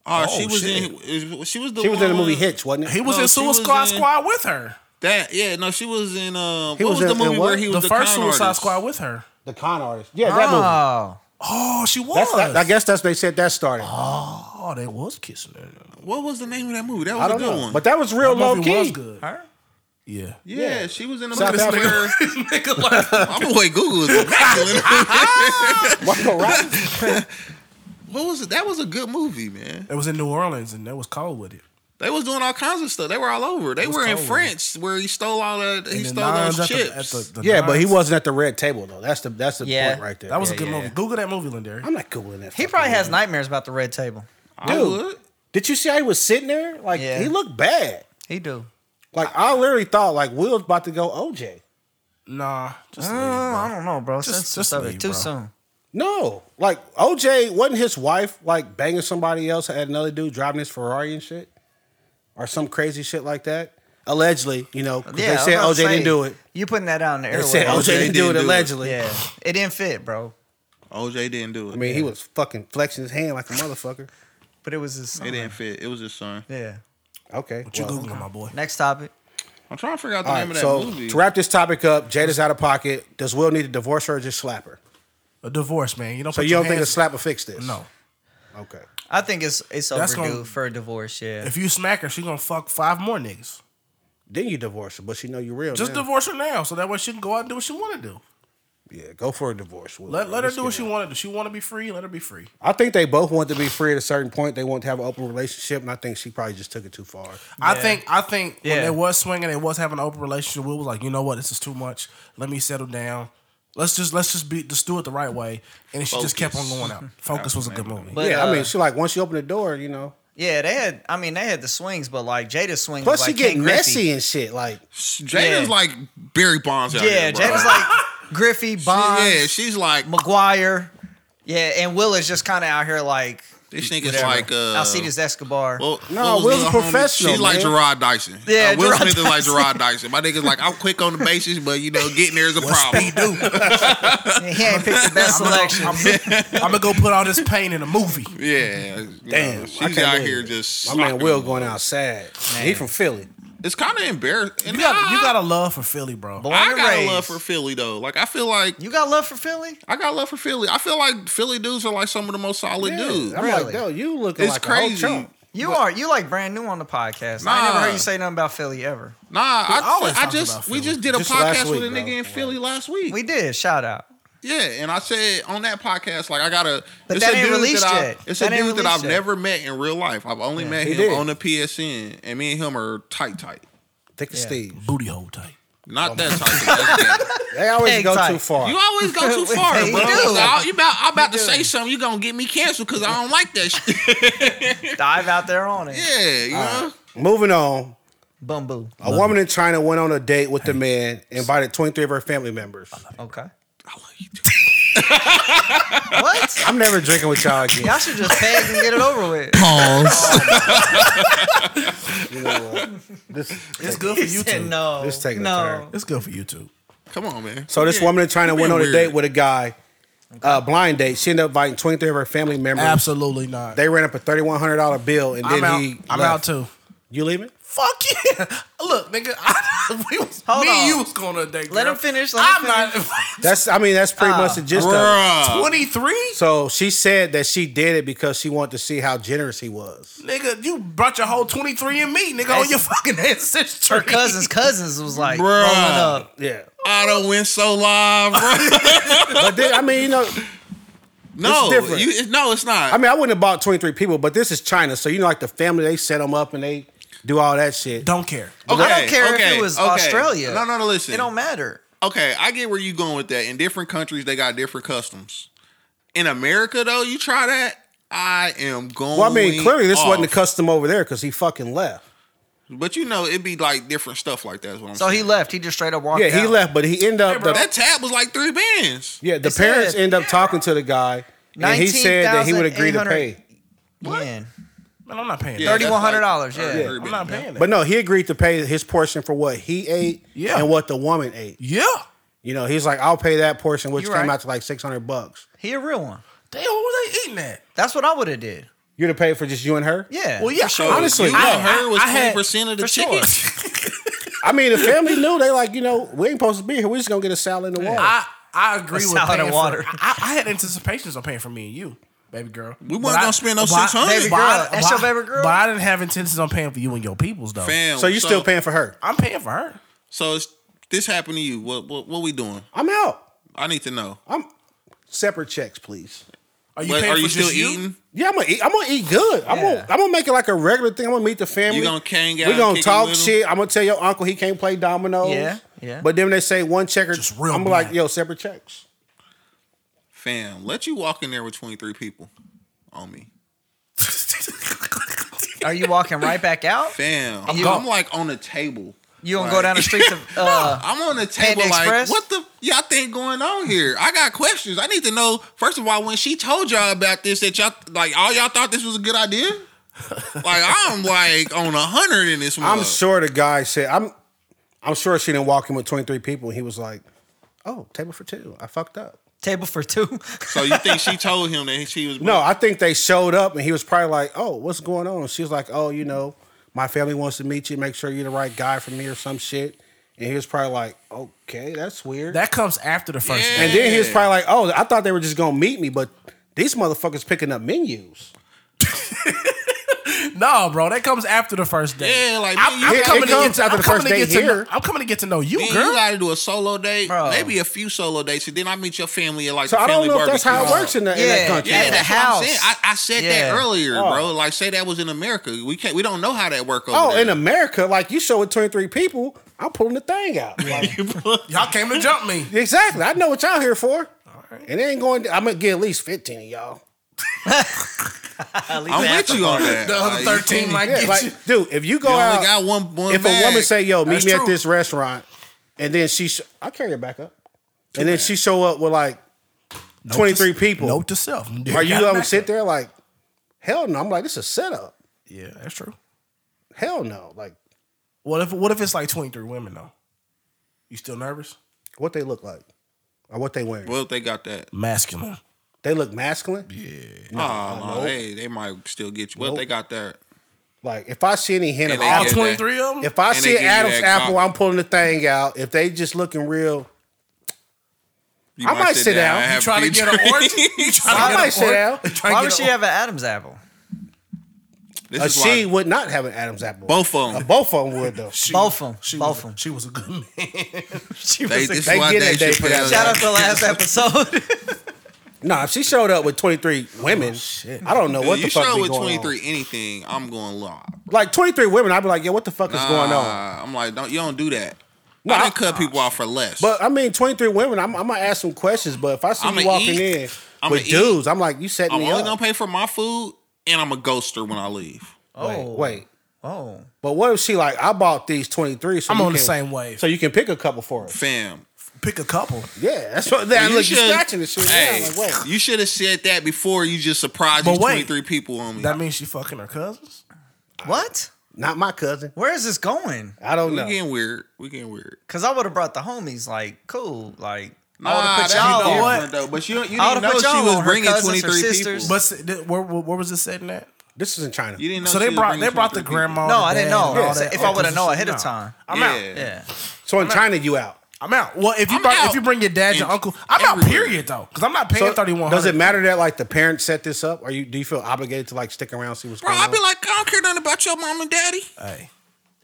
Oh, Oh, she was shit. in. She was the. She was in the one- movie Hitch, wasn't it? he was No, in she was Suicide Squad in- Squad with her. That yeah. No, she was in. Um, He what was was, the in- in movie what? where he The was the, first con Suicide artist? Squad with her. the con artist. Yeah, that movie. Oh. Oh, she was. That's that, I guess that's they said that started. Oh, they was kissing her. What was the name of that movie? That was I a don't good know, one. but that was real That low movie key. was good. Her? Yeah. yeah, she was in the South movie where Africa. [laughs] Nigga, like, my boy Google is immaculate. [laughs] [laughs] Margot Robbie. what was it? That was a good movie, man. it was in New Orleans and that was cold with it. They was doing all kinds of stuff. They were all over. They was were in cold. France where he stole all that. He And the stole those nines at the- chips. at [laughs] the- the Yeah, but he nines. wasn't at the red table though. That's the that's the Yeah. point right there. That was a Yeah, good yeah, movie. yeah. Google that movie, Lindari. I'm not googling that. He fucking probably has movie. nightmares about the red table. I Dude. would. Did you see how he was sitting there? Like Yeah. he looked bad. He do. Like I literally thought like Will's about to go OJ. Nah, just Uh, leave, bro. I don't know, bro. Just- Sensitive just subject. leave, Too bro. soon. No, like OJ wasn't his wife like banging somebody else had another dude driving his Ferrari and shit, or some crazy shit like that. Allegedly, you know, 'cause Yeah, I they was said about to OJ say, didn't do it. You putting that out in the They airway. said OJ, didn't, do it. didn't do it. Allegedly, Yeah, it didn't fit, bro. OJ didn't do it. I mean, he was fucking flexing his hand like a motherfucker. but it was his It son. didn't fit. It was his son. Yeah. Okay. What you well, googling, my boy? Next topic. I'm trying to figure out the all name of right. that So movie. to wrap this topic up, Jada's out of pocket. Does Will need to divorce her or just slap her? A divorce, man. You don't. So put you your don't think a hands- slap will fix this? No. Okay. I think it's it's That's overdue gonna- for a divorce. Yeah. If you smack her, she gonna fuck five more niggas. Then you divorce her, but she know you real. Just now. divorce her now, so that way she can go out and do what she want to do. Yeah, go for a divorce. Will. Let, let her Let's do get what she it. want to do. She want to be free. Let her be free. I think they both want to be free at a certain point. They want to have an open relationship, and I think she probably just took it too far. I think I think when Yeah. they was swinging, they was having an open relationship. Will was like, you know what, this is too much. Let me settle down. Let's just let's just be just do it the right way. And she just kept on Focus. going out. Focus was a good movie. But, yeah, I mean, uh, she like once you open the door, you know. yeah, they had. I mean, they had the swings, but like Jada's swing. Plus, was she like get Ken Griffey. messy and shit. Like, Jada's Yeah. like Barry Bonds out Yeah, here, bro. [laughs] Jada's like Griffey, Bonds, She- yeah, she's like McGuire. Yeah, and Will is just kind of out here like this nigga's whatever. like uh Alcides Escobar. Well, what No, was Will's the a homie? professional, She's like man. Gerard Dyson. Yeah, Uh, Will Gerard Smith is like Dyson. Gerard Dyson. My nigga's like, I'm quick on the bases, but you know, getting there is a problem. [laughs] he [laughs] ain't picked the best selection. I'm gonna go put all this pain in a movie. Yeah, you know, damn, I she's can't out believe here it. just. my man slacking. Will going out sad. He from Philly. It's kind of embarrassing. You got you got a love for Philly, bro. Boy. I got a raised. love for Philly though. Like I feel like You got love for Philly? I got love for Philly. I feel like Philly dudes are like some of the most solid Yeah, dudes. I'm Really? like, yo, you looking It's like crazy. a whole chump. You are. You like brand new on the podcast. I ain't Nah. never heard you say nothing about Philly ever. Nah, I, always I talk about just we Philly. just did a Just last podcast week, with a bro. nigga in Philly last week. We did. Shout out. Yeah, and I said on that podcast, like I gotta. But it's that a ain't dude released that I, yet. It's That a ain't dude that released I've yet. never met in real life. I've only met he him did. on the PSN, and me and him are tight, tight. Thick as Yeah. Steve. Booty hole tight. Oh Not that tight. [laughs] that's gay. They always Peg go tight. too far. you always go too [laughs] far, Hey, you bro. do. Like, You about, I'm about to say something. You gonna get me canceled because I don't like that [laughs] shit. Dive out there on it. yeah, you know. Moving on. Boom, boo. A woman in China went on a date with the man, invited 23 of her family members. Okay. I love you too. [laughs] What? I'm never drinking with y'all [laughs] again. Y'all should just peg and get it over with. You know what? This- It's good for He said YouTube. no. This taking a no. It's good for YouTube. Come on, man. So this Yeah. woman in China You're went on being a date weird. with a guy, uh, blind date. She ended up inviting 23 of her family members. Absolutely not. They ran up a $3,100 bill, and then I'm out. he. I'm left. out too. You leaving? Fuck yeah! [laughs] Look, nigga, I, [laughs] we was, Hold me on. and you was going to a date. Let girl. him finish, let I'm him [laughs] not That's. I mean, that's pretty much the gist of it. Bruh. 23. So she said that she did it because she wanted to see how generous he was. Nigga, you brought your whole 23 and me, nigga, on That's- your fucking ancestry. Her [laughs] cousins, cousins was like Bruh. rolling up. Yeah, I done went so live, [laughs] bro. but then, I mean, you know, no, It's different. you, it's- no, it's not. I mean, I wouldn't have bought 23 people, but this is China, so you know, like the family, they set them up and they do all that shit. Don't care. I don't care if it was Australia. No, no, no. Listen, It don't matter. okay, I get where you going with that. In different countries, they got different customs. In America, though, you try that, I am going. Well, I mean, clearly this wasn't a off. custom over there because he fucking left. But you know, it'd be like different stuff like that. Is what I'm So saying. he left. He just straight up walked Yeah, he out. left, but he ended up. Hey, bro. the- that tab was like three bands. Yeah, the They parents said- end up talking to the guy, and he said that he would agree to pay. Man. Man, I'm not paying Yeah, that. that's $3,100, yeah. three I'm bands, not yeah. paying that. But no, he agreed to pay his portion for what he ate Yeah. and what the woman ate. yeah. You know, he's like, "I'll pay that portion," which You came right. out to like six hundred bucks. He a real one. Damn, what was they eating at? That's what I would have did. You'd have paid for just you and her. Yeah. Well, yeah, So Honestly, you know, I- her was I had- twenty percent of the for sure. ticket. [laughs] I mean, the family knew they like, you know, we ain't supposed to be here. We're just gonna get a salad in the water. I, I agree with salad and paying for- water. I, I had anticipations on paying for me and you, baby girl. We But wasn't I- gonna spend no but I- six hundred. Baby girl, that's your baby girl? But I didn't have intentions on paying for you and your peoples, though. so you still paying for her? I'm paying for her. So it's, this happened to you. What, what what we doing? I'm out. I need to know. I'm separate checks, please. Are you What, paying are for you still just you? eating? Yeah, I'm gonna eat. I'm gonna eat good. I'm Yeah. gonna I'm gonna make it like a regular thing. I'm gonna meet the family. You gonna hang out We and gonna kick it talk with 'em? shit. I'm gonna tell your uncle he can't play dominoes. Yeah, yeah. But then when they say one checker. Just real I'm like, black. yo, separate checks. Fam, let you walk in there with twenty three people on me. Are you walking right back [laughs] out? Fam, I'm, You- like on the table. You gonna Like- go down the streets of [laughs] uh I'm on the table like, Express? what the y'all think going on here? I got questions. I need to know first of all when she told y'all about this that y'all like all y'all thought this was a good [laughs] idea. like I'm like on a hundred in this. I'm mug. sure the guy said I'm. I'm sure she didn't walk in with 23 people. And he was like, oh, table for two. I fucked up. table for two. So you think she told him that she was [laughs] No, I think they showed up and he was probably like, "Oh, what's going on?" And she was like, "Oh, you know, my family wants to meet you. Make sure you're the right guy for me or some shit." And he was probably like, "Okay, that's weird." That comes after the first Yeah. date. and then he was probably like, "Oh, I thought they were just gonna meet me, but these motherfuckers picking up menus." No, bro, that comes after the first date. Yeah, like I'm, man, I'm you, it coming to comes get, after I'm the coming first to get date to know, here. I'm coming to get to know you, man, you girl. gotta do a solo date, Bro. maybe a few solo dates, and then I meet your family at like So the I don't family know if that's how it barbecue. works in, the, in that Yeah. country. Yeah, At that's the What I'm saying. I, house. I said Yeah. that earlier, Oh. bro. Like, say that was in America. We can't. We don't know how that work over Oh, there. in America, like you show it 23 people, I'm pulling the [laughs] thing out. Like, Y'all came to jump me. exactly. I know what y'all here for. And it ain't going I'm gonna get at least 15 of y'all. At least I'm half with you of on them. that. The other Like, thirteen you might Yeah, get like, you. dude, if you go you only out, got one. one if bag. a woman say, "Yo, meet That's me true. at this restaurant," and then she, sh- I carry it back up, and then she show up with like twenty three people. Note to self. Are you gotta gonna back sit up. there like, hell no? I'm like, this is a setup. Yeah, that's true. Hell no! Like, What if what if it's like twenty three women though? You still nervous? what they look like, or what they wearing? "Well, if they got that." Masculine. They look masculine. Oh, no, hey, they might still get you. Well, if they got that. Like, if I see any hint of they All get apple, that. twenty three of them. if I and they see give an you Adam's that apple, cock. I'm pulling the thing out. If they just looking real, You I might sit down. and You have trying to few get [laughs] an drinks. orgy? You trying I to get might an sit [laughs] orgy? down. You trying [laughs] to Why get would she an orgy? have an Adam's apple? This A is why she would not have an Adam's apple. both of Uh, them. both of them [laughs] would though. She- Both of 'em. she Both was- of 'em. [laughs] She was a good man. She was They, a- this They is why get Dave it, they put Chappelle. that Shout out to the last episode. [laughs] Nah, if she showed up with 23 women, I don't know what Oh, you the fuck show be with going twenty on. three anything, I'm going live. Like 23 women, I'd be like, yo, what the fuck is going on? Nah, I'm like, don't you don't do that. Oh, No, I I- done cut people off for less. But I mean, 23 women, I'm, I'm gonna ask some questions, but if I see I'ma you walking eat. in I'ma with eat. dudes, I'm like, you setting I'm me only up. gonna pay for my food, and I'm a ghoster when I leave. oh Wait, Oh. but what if she like, I bought these 23, so I'm you on the can- same wave. So you can pick a couple for us. Fam, Pick a couple. Yeah, that's what that you look, you're should- scratching the shit. Hey, Yeah, like, wait. you should have said that before you just surprised But these wait. 23 people on me. That means she fucking her cousins. What? Not my cousin. Where is this going? I don't we know. getting weird. We getting weird. Cause I would have brought the homies. Like, cool. Like, I would Nah, have that's put y'all. you know on. different though. But you, you I didn't would've know put she y'all on was her bringing cousins, her 23 sisters. people. But s- th- where, where, where was it setting at? This is in China. you didn't know So they she was brought bringing they brought the 23 grandma. No, the I didn't dad, know. and all So that if I would've other known shit, ahead of no. time. I'm Yeah. out. Yeah. So in China, you out. I'm out. Well, if you I'm brought, if out. you bring your dad, your And uncle, I'm out. everywhere. Period though, because I'm not paying So thirty one hundred. does it matter that like the parents set this up? Or you do you feel obligated to like stick around and see what's Bro, going on? I'd be like, I don't care nothing about your mom and daddy. Hey,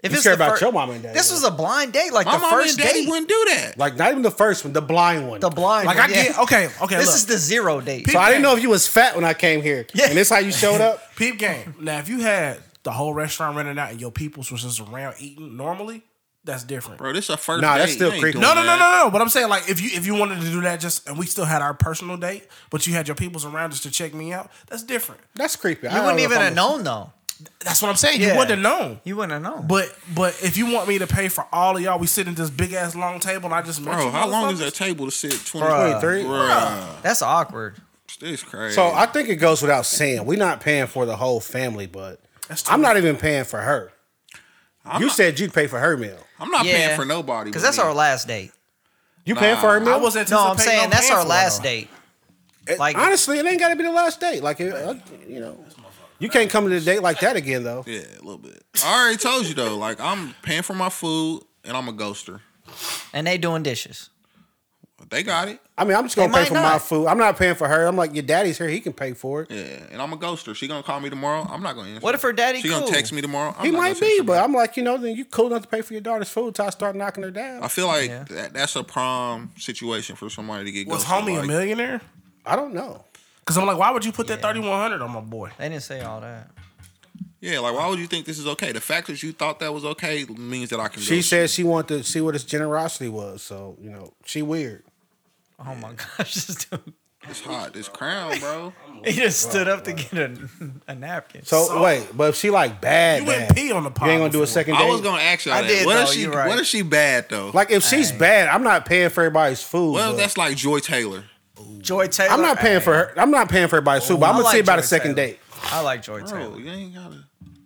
If You it's care the about fir- your mom and dad, This yeah. was a blind date. Like My the mom first and daddy date. wouldn't do that. Like not even the first one, the blind one. The blind. like one, I get yeah. okay, okay. This look. is the zero date. so I didn't know if you was fat when I came here. Yeah. And this how you showed up? [laughs] peep game. Now, if you had the whole restaurant rented out and your peoples was just around eating normally, that's different. Bro, this is a first Nah, date. that's still You ain't creepy. doing No, no, no, that. no, no. But I'm saying like if you if you wanted to do that just and we still had our personal date, but you had your peoples around just to check me out, that's different. That's creepy. You wouldn't even have known though. That's what I'm saying. Yeah. You wouldn't have known. You wouldn't have known. But but if you want me to pay for all of y'all, we sit at this big ass long table and I just met Bro, you how long is motherfuckers. that table to sit? 23? Bruh. 23. Bro, That's awkward. this is crazy. So I think it goes without saying. We're not paying for the whole family, but That's I'm true. not even paying for her. I'm you not- said you'd pay for her meal. I'm not yeah. paying for nobody. Because but that's me. our last date. You paying for her meal? I was anticipating. No, I'm saying that's paying our for it, last though. date. It- like- honestly, it ain't got to be the last date. Like, it, uh, you know, you can't come to the date like that again, though. Yeah, a little bit. I already told you though. Like I'm paying for my food and I'm a ghoster. And they doing dishes. They got it. I mean, I'm just gonna They pay might for my not. food. I'm not paying for her. I'm like, your daddy's here. He can pay for it. Yeah, and I'm a ghoster. She gonna call me tomorrow. I'm not gonna answer. What if her daddy She cool? gonna text me tomorrow. I'm he not might gonna text be, her but back. I'm like, you know, then you cool enough to pay for your daughter's food till I start knocking her down. I feel like Yeah. that, that's a prime situation for somebody to get. Was ghosted, homie a like- millionaire? I don't know. Because I'm like, why would you put that 3100 on my boy? They didn't say all that. Yeah, like why would you think this is okay? The fact that you thought that was okay means that I can. She ghost said she wanted to see what his generosity was. So, you know, she weird. Oh my gosh, [laughs] this dude. Oh you. It's hot. This crown, bro. He just stood up to get a, a napkin. So, So- wait, but if she like bad, You bad, went pee on the you pod ain't gonna do before. a second date. I was gonna ask y'all I that. did, what if though, she? you're right. What if she bad though? like if she's bad, I'm not paying for everybody's food. well, but that's like Joy Taylor. Joy Taylor. I'm not paying for her. I'm not paying for everybody's food, but I'm I gonna see like about a Joy second Taylor. date. I like Joy Bro, Taylor. [laughs] you ain't gotta.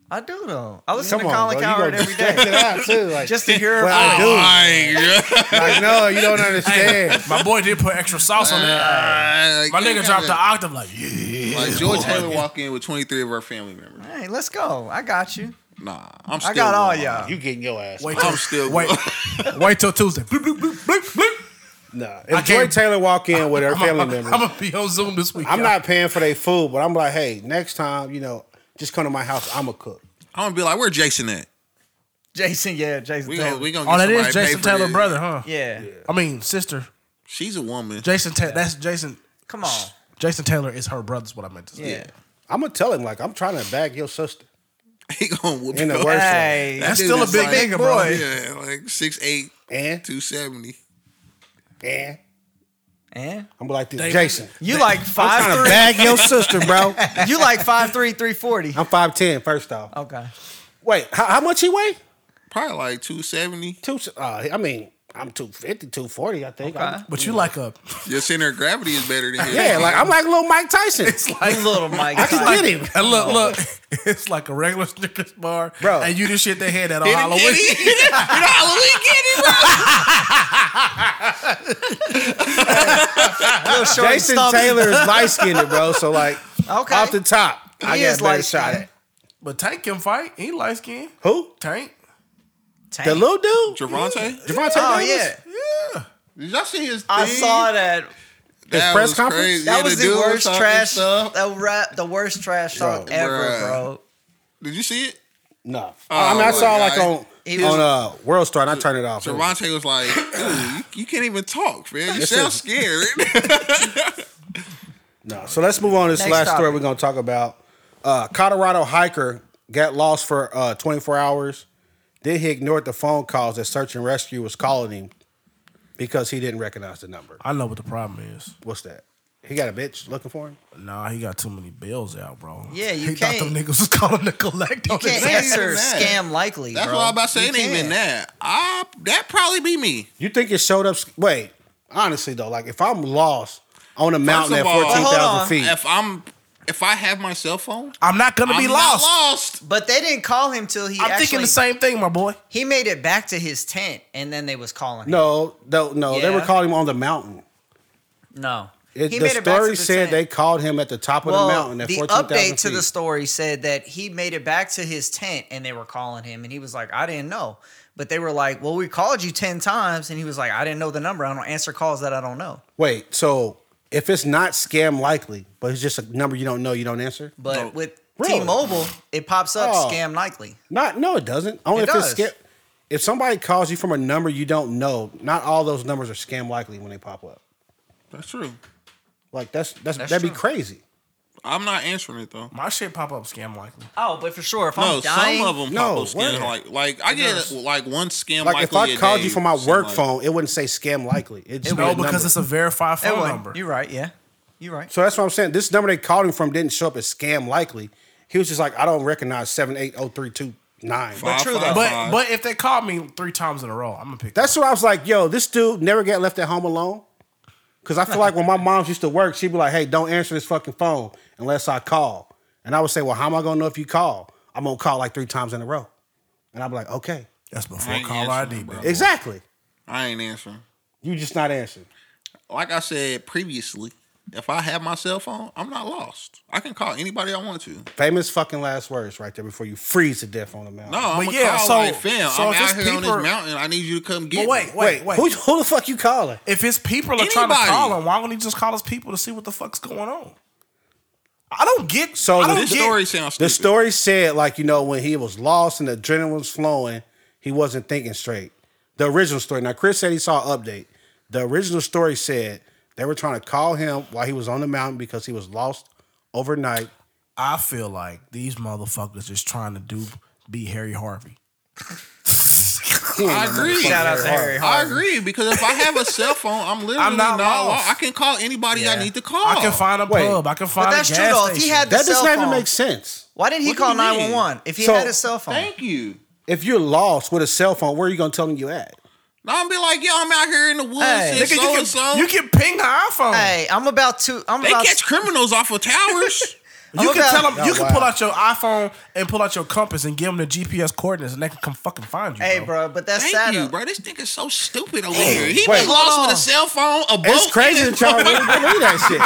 I do though. I listen Come to on, Colin bro. Cowherd you gonna every day It out too. Like, [laughs] just to hear. Well, him. I [laughs] do. Like, like, no, you don't understand. My boy did put extra sauce on that. like, My nigga dropped the the octave like, yeah. [laughs] Like George Taylor walk in with 23 of our family members. Hey, let's go. I got you. Nah, I'm still I got all going. y'all. you getting your ass. Wait I'm till still wait, [laughs] wait till Tuesday. Bloop, bloop, bloop, bloop, bloop. Nah. I If Joy can't- Taylor walk in [laughs] with her family I'm members, gonna be on Zoom this week. I'm y'all. not paying for their food, but I'm like, hey, next time, you know, just come to my house. I'm a cook. I'm gonna be like, where Jason at? Jason, yeah, Jason. We Taylor. gonna we gonna. Oh, get that is somebody to pay Jason for Taylor's this. brother, huh? yeah. I mean, sister. She's a woman. Jason. Ta- That's Jason. Come on. Jason Taylor is her brother's what I meant to say. Yeah. I'm gonna tell him like I'm trying to bag your sister [laughs] He gonna whoop in the you up. worst. way. Hey, That's Dude still a is big like- nigga, bro. boy. Yeah, like six eight, And two seventy. and eh? I'm like this, Jason. you like I'm trying to five bag [laughs] your sister, bro. three? [laughs] You like five three three forty? I'm five ten. First off, Okay. wait, how, how much he weigh? Probably like two seventy. Two. Uh, I mean, I'm 250, 240, I think. I'm- But you [laughs] like a Your center of gravity is better [laughs] than his. yeah, like I'm like little Mike [laughs] Tyson. [laughs] Like little Mike. I can Tyson. get him. and [laughs] look, look, it's like a regular Snickers bar, Bro. And you just shit they had that on Hit him, Halloween. get him. [laughs] Hit him, Halloween, get him, bro. Little short and Jason stubby. Taylor is light skinned, bro. So like, Okay. off the top, I He got is a better light shot skinned. at. it. But Tank can fight. He light skinned. Who? Tank. Tank. The little dude, Javante, Javante. Oh Davis? yeah, Yeah. did y'all see his? Thing? I saw that. that His press was conference? Crazy. That Yeah, was the dude worst talking trash. stuff. The rap, the worst trash talk Bro. ever, Bruh. bro. Did you see it? No, I mean Oh, I my saw like God. on He was- on uh, World Star, and I turned it off. Javante was like, "Dude, you, you can't even talk, man. You This sound is- scared." No. So let's move on to this Next last story topic. we're going to talk about. Uh, Colorado hiker got lost for uh, 24 hours. Then he ignored the phone calls that search and rescue was calling him because he didn't recognize the number. I know what the problem is. What's that? He got a bitch looking for him. Nah, he got too many bills out, bro. Yeah, you he can't- thought them niggas was calling to [laughs] collect on Can't his not even answer that. scam likely. That's bro. what I'm about to say. You It ain't even can't. that. I that probably be me. You think it showed up? Wait, honestly though, like if I'm lost on a mountain at of all- Well, hold 14,000 on. feet, If I'm if I have my cell phone, I'm not gonna I'm be not lost. lost. But they didn't call him till he I'm actually. thinking the same thing, my boy. He made it back to his tent, and then they was calling. Him. no, no, no, they were Yeah. calling him on the mountain. No, It, he the made it back to story the said tent. they called him at the top of Well, the mountain at the 14,000 feet. update to the story said that he made it back to his tent and they were calling him, and he was like, "I didn't know." But they were like, "Well, we called you ten times," and he was like, "I didn't know the number. I don't answer calls that I don't know." Wait, so if it's not scam likely, but it's just a number you don't know, you don't answer? But No. with Really? T-Mobile, it pops up Oh. scam likely. Not no, it doesn't. Only It if it's does. scam. If somebody calls you from a number you don't know, not all those numbers are scam likely when they pop up. That's true. Like that's that's, That's that'd be true. crazy. I'm not answering it though. My shit pop up scam likely. Oh, but for sure, if No, I'm dying, some of them No, pop up scam where? like like I get does. like one scam. Like if I likely a called day, you from my something work like- phone, it wouldn't say scam likely. It just No, because it's a verified it phone would. number. You're right. Yeah, you're right. so that's what I'm saying. This number they called him from didn't show up as scam likely. He was just like, I don't recognize seven eight zero three two nine. Five, true, five, though. But five. but if they call me three times in a row, I'm gonna pick. That's what I was like, yo, this dude never got left at home alone. Cause I feel like when my mom used to work, she'd be like, hey, don't answer this fucking phone unless I call. And I would say, well, how am I gonna know if you call? I'm gonna call like three times in a row. And I'd be like, okay. That's I before ain't call answering, ID, bro. bro. Exactly. I ain't answering. You just not answering. Like I said previously, if I have my cell phone, I'm not lost. I can call anybody I want to. Famous fucking last words right there before you freeze to death on the mountain. No, I'm But gonna yeah, Oh, call so- like fam. so I'm if it's out here on people- this mountain. I need you to come get But wait, me. wait, wait. Who, who the fuck you calling? If his people are trying to Anybody. call him, why wouldn't he just call his people to see what the fuck's going on? I don't get. So So I the don't This get- story sounds stupid. The story said, like, you know, when he was lost and the adrenaline was flowing, he wasn't thinking straight. The original story. Now, Chris said he saw an update. The original story said they were trying to call him while he was on the mountain because he was lost overnight. I feel like these motherfuckers is trying to do be Harry Harvey. [laughs] I agree. Shout out to Harry. I agree because if I have a cell phone, I'm literally I'm not not, lost. lost. I can call anybody I Yeah. need to call. I can find a Wait. pub. I can find But that's a true gas though. If station. he had the That cell does not phone, even make sense. why didn't he What do call you mean? 911 if he So- had a cell phone? Thank you. If you're lost with a cell phone, where are you going to tell them you at? Now I'm be like, yo, I'm out here in the woods Hey, and Nigga, so you, and so. can, you can ping her iPhone. Hey, I'm about to. I'm They about [laughs] catch criminals off of towers. You Okay. can tell them. Oh, You can wow. pull out your iPhone and pull out your compass and give them the GPS coordinates, and they can come fucking find you. Hey, bro, but that's Thank sad. you, though. bro. This nigga's so stupid over here. He wait. was lost Hold with on. a cell phone, a boat. It's crazy that y'all really believe that shit.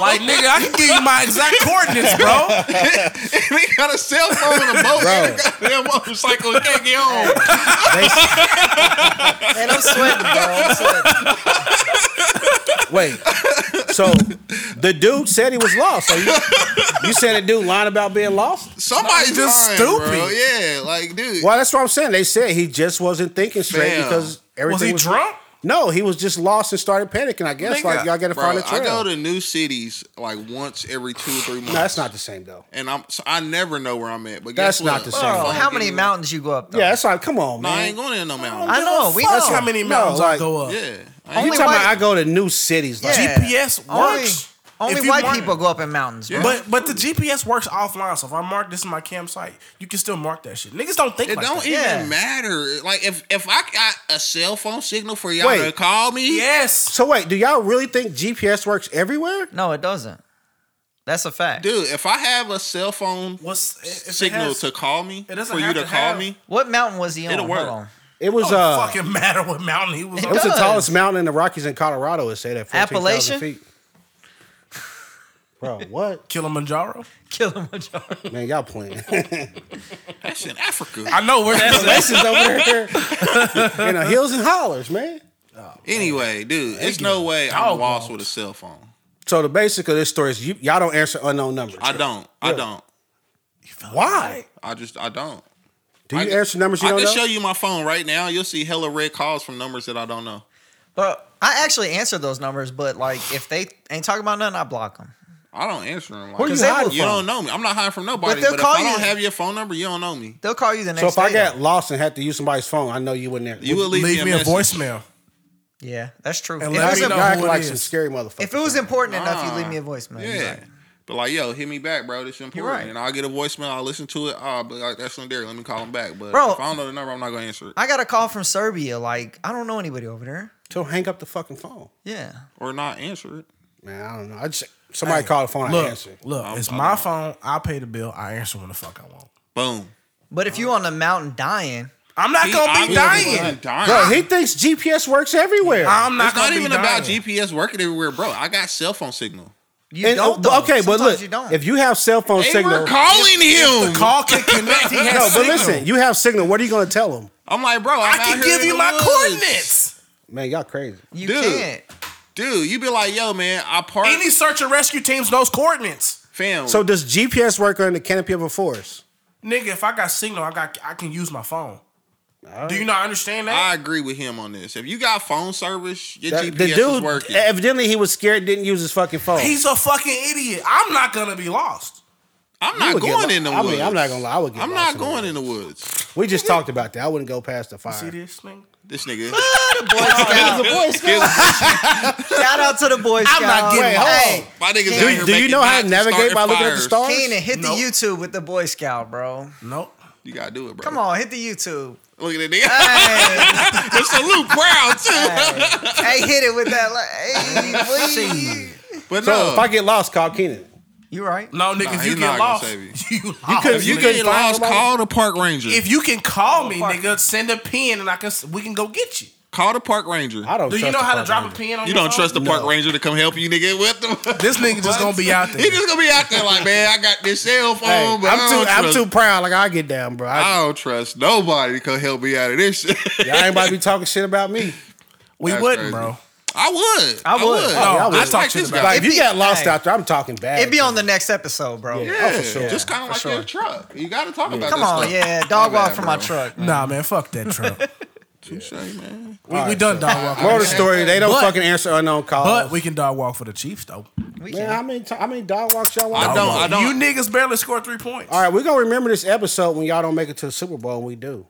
Like nigga, I can give you my exact coordinates, [laughs] bro. they got a cell phone and a boat. Bro. and a goddamn motorcycle. He can't get home. Man, I'm sweating, bro. [laughs] I'm sweating. [laughs] Wait. So the dude said he was lost. So you, you said the dude lied about being lost? Somebody's just just stupid. stupid. Yeah, like dude. Well, that's what I'm saying. They said he just wasn't thinking straight Fam. because everything Was he drunk? No, he was just lost and started panicking. I guess like Nigga, y'all got to bro, find a trail. I go to new cities like once every two or three months. no, that's not the same though. And I'm so I never know where I'm at. But That's guess not what? the same. Bro, Fucking how many mountains you go up? Though? Yeah, that's like come on, No, man. I ain't going in no mountain. I know. We That's how many No, mountains I like- go up. yeah, you I Only talking about white- I go to new cities? Like, Yeah. GPS Only, works. only If you white want- people go up in mountains, bro. But but the GPS works offline. So if I mark this is my campsite, you can still mark that shit. Niggas don't think It like don't that. even Yeah. matter. Like if if I got a cell phone signal for y'all Wait. to call me, Yes. So wait, do y'all really think GPS works everywhere? no, it doesn't. That's a fact. dude. If I have a cell phone What's if it signal has- to call me it doesn't for you have to, to call have- me, What mountain was he on? It'll work. Hold on. [laughs] It was Don't uh, fucking matter what mountain he was It on. it was the does. tallest mountain in the Rockies in Colorado. It said at fourteen thousand Appalachian? feet. Bro, what Kilimanjaro. Kilimanjaro. man? Y'all playing? [laughs] that's in Africa. I know [laughs] where that's at. This is [laughs] over here in the hills and hollers, man. anyway, dude, it's no way I'm dog lost walks. with a cell phone. So the basic of this story is you, y'all don't answer unknown numbers. I don't. I don't. Why? I just I don't. Do you I- answer numbers you I don't can know? show you my phone right now. You'll see hella red calls from numbers that I don't know. But I actually answer those numbers, but like if they ain't talking about nothing, I block them. I don't answer them. Like, Where you 'Cause they hiding will- you don't from? know me. I'm not hiding from nobody. But they'll But, call if I you. don't have your phone number, you don't know me. They'll call you the next So if day. I got though. lost and had to use somebody's phone, I know you wouldn't answer. You would leave, Leave me a message. voicemail. yeah, that's true. If And it, let was me im- know Y'all act who it like some is. scary motherfucker. if it was important enough, you Nah. leave me a voicemail. You're Yeah. right. But like, yo, hit me back, bro. This important. right. And I'll get a voicemail. I'll listen to it. Ah, but like, that's legendary. Let me call him back. But Bro. if I don't know the number, I'm not gonna answer it. I got a call from Serbia. Like I don't know anybody over there. to hang up the fucking phone. Yeah. Or not answer it. Man, I don't know. I just somebody called the phone. I Look, answered. look, it's my phone. I pay the bill. I answer when the fuck I want. Boom. But if you on the mountain dying, I'm not gonna be obviously dying. wasn't dying. Bro, he thinks GPS works everywhere. I'm not it's gonna not be even dying. about GPS working everywhere, bro. I got cell phone signal. you And, don't. uh, Though. okay, but Sometimes look, you don't. if you have cell phone They signal, were calling him. Call can [laughs] connect. He has no, but signal. listen, you have signal. What are you going to tell them? I'm like, bro, I'm I out can here give in you the my woods. coordinates. Man, y'all crazy. you dude. can't. dude. You be like, yo, man, I parked. Any search and rescue teams knows coordinates. fam. So does GPS work under the canopy of a forest? Nigga, if I got signal, I got I can use my phone. Do you not understand that? I agree with him on this. If you got phone service, your That- GPS the is dude eh, working. evidently he was scared, didn't use his fucking phone. He's a fucking idiot. I'm not gonna be lost. I'm You not would get going lo- in the I woods. mean, I'm not gonna lie, I would get I'm lost not in the going in the woods. we just talked about that. I wouldn't go past the See fire. this thing? This [laughs] nigga. Shout out- Shout out to the boys. I'm not getting hold Hey, on. My niggas out Do, here do you making know how to knots and navigate starting by looking at the fires. stars? Keenan, hit Nope. the YouTube with the Boy Scout, bro. Nope. You gotta do it, bro. Come on, hit the YouTube. Look at that [laughs] Hey, nigga. It's a little proud too. hey, hit it with that. Like, hey, please. But So no, if I get lost, call Keenan. You right? No, nigga, Nah, if he you not gonna get lost, save you. [laughs] you couldn't- lost. if you you couldn't get find lost, nobody? call the park ranger. If you can Oh, call me, fuck. nigga, send a pin and I can we can go get you. call the park ranger. I don't. Do you trust know the how to fuck drop a ranger. pin on You your don't phone? trust the park No. ranger to come help you, nigga. What the? This nigga just gonna be out there. [laughs] He just gonna be out there [laughs] like, man, I got this cell phone, Hey, but I'm I I'm do too. not I'm trust, too proud. Like I get down, bro. I, [laughs] I don't trust nobody to come help me out of this shit. y'all ain't about to be talking shit about me. we That's crazy. wouldn't, bro. [laughs] I would. I would. would. Oh, I would. I, I talk talked to to this you about guy. Like, if you be- got lost hey. out there, I'm talking bad. It'd be on the next episode, bro. Yeah. Yeah, Oh, for sure. just kind of like sure. your truck. You got to talk about. Come that on, stuff. yeah. Dog My walk bad, from bro. my truck. Nah, man, [laughs] fuck that truck. Touche, man. we, we done dog walk. Moral of the story: They don't But- fucking answer unknown calls. But we can dog walk for the Chiefs though. We man, can. how many ti- how many dog walks y'all want? I don't. I don't. You niggas barely scored three points. All right, we're gonna remember this episode when y'all don't make it to the Super Bowl. and We do.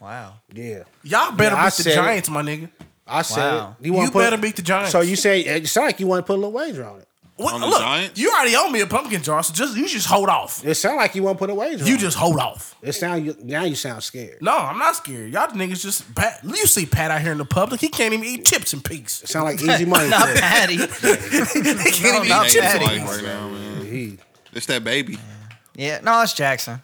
Wow. Yeah, Y'all better Yeah, I beat the said it. Giants, my nigga. I said. Wow. it. wanna You better beat the Giants. So you say it sound like you want to put a little wager on it? What, On the look, Giants? you already owe me a pumpkin jar, so just you just hold off. It sound like you want to put a wager. You on it. just hold off. It sound you, now you sound scared. No, I'm not scared. Y'all niggas just Pat. You see Pat out here in the public, he can't even eat chips and [laughs] peas. Sound [laughs] like easy money. [laughs] Not Chris. Patty. He can't even not Hey, eat chips. it's Patty. like right now, man. He- It's that baby. Yeah, no, it's Jackson.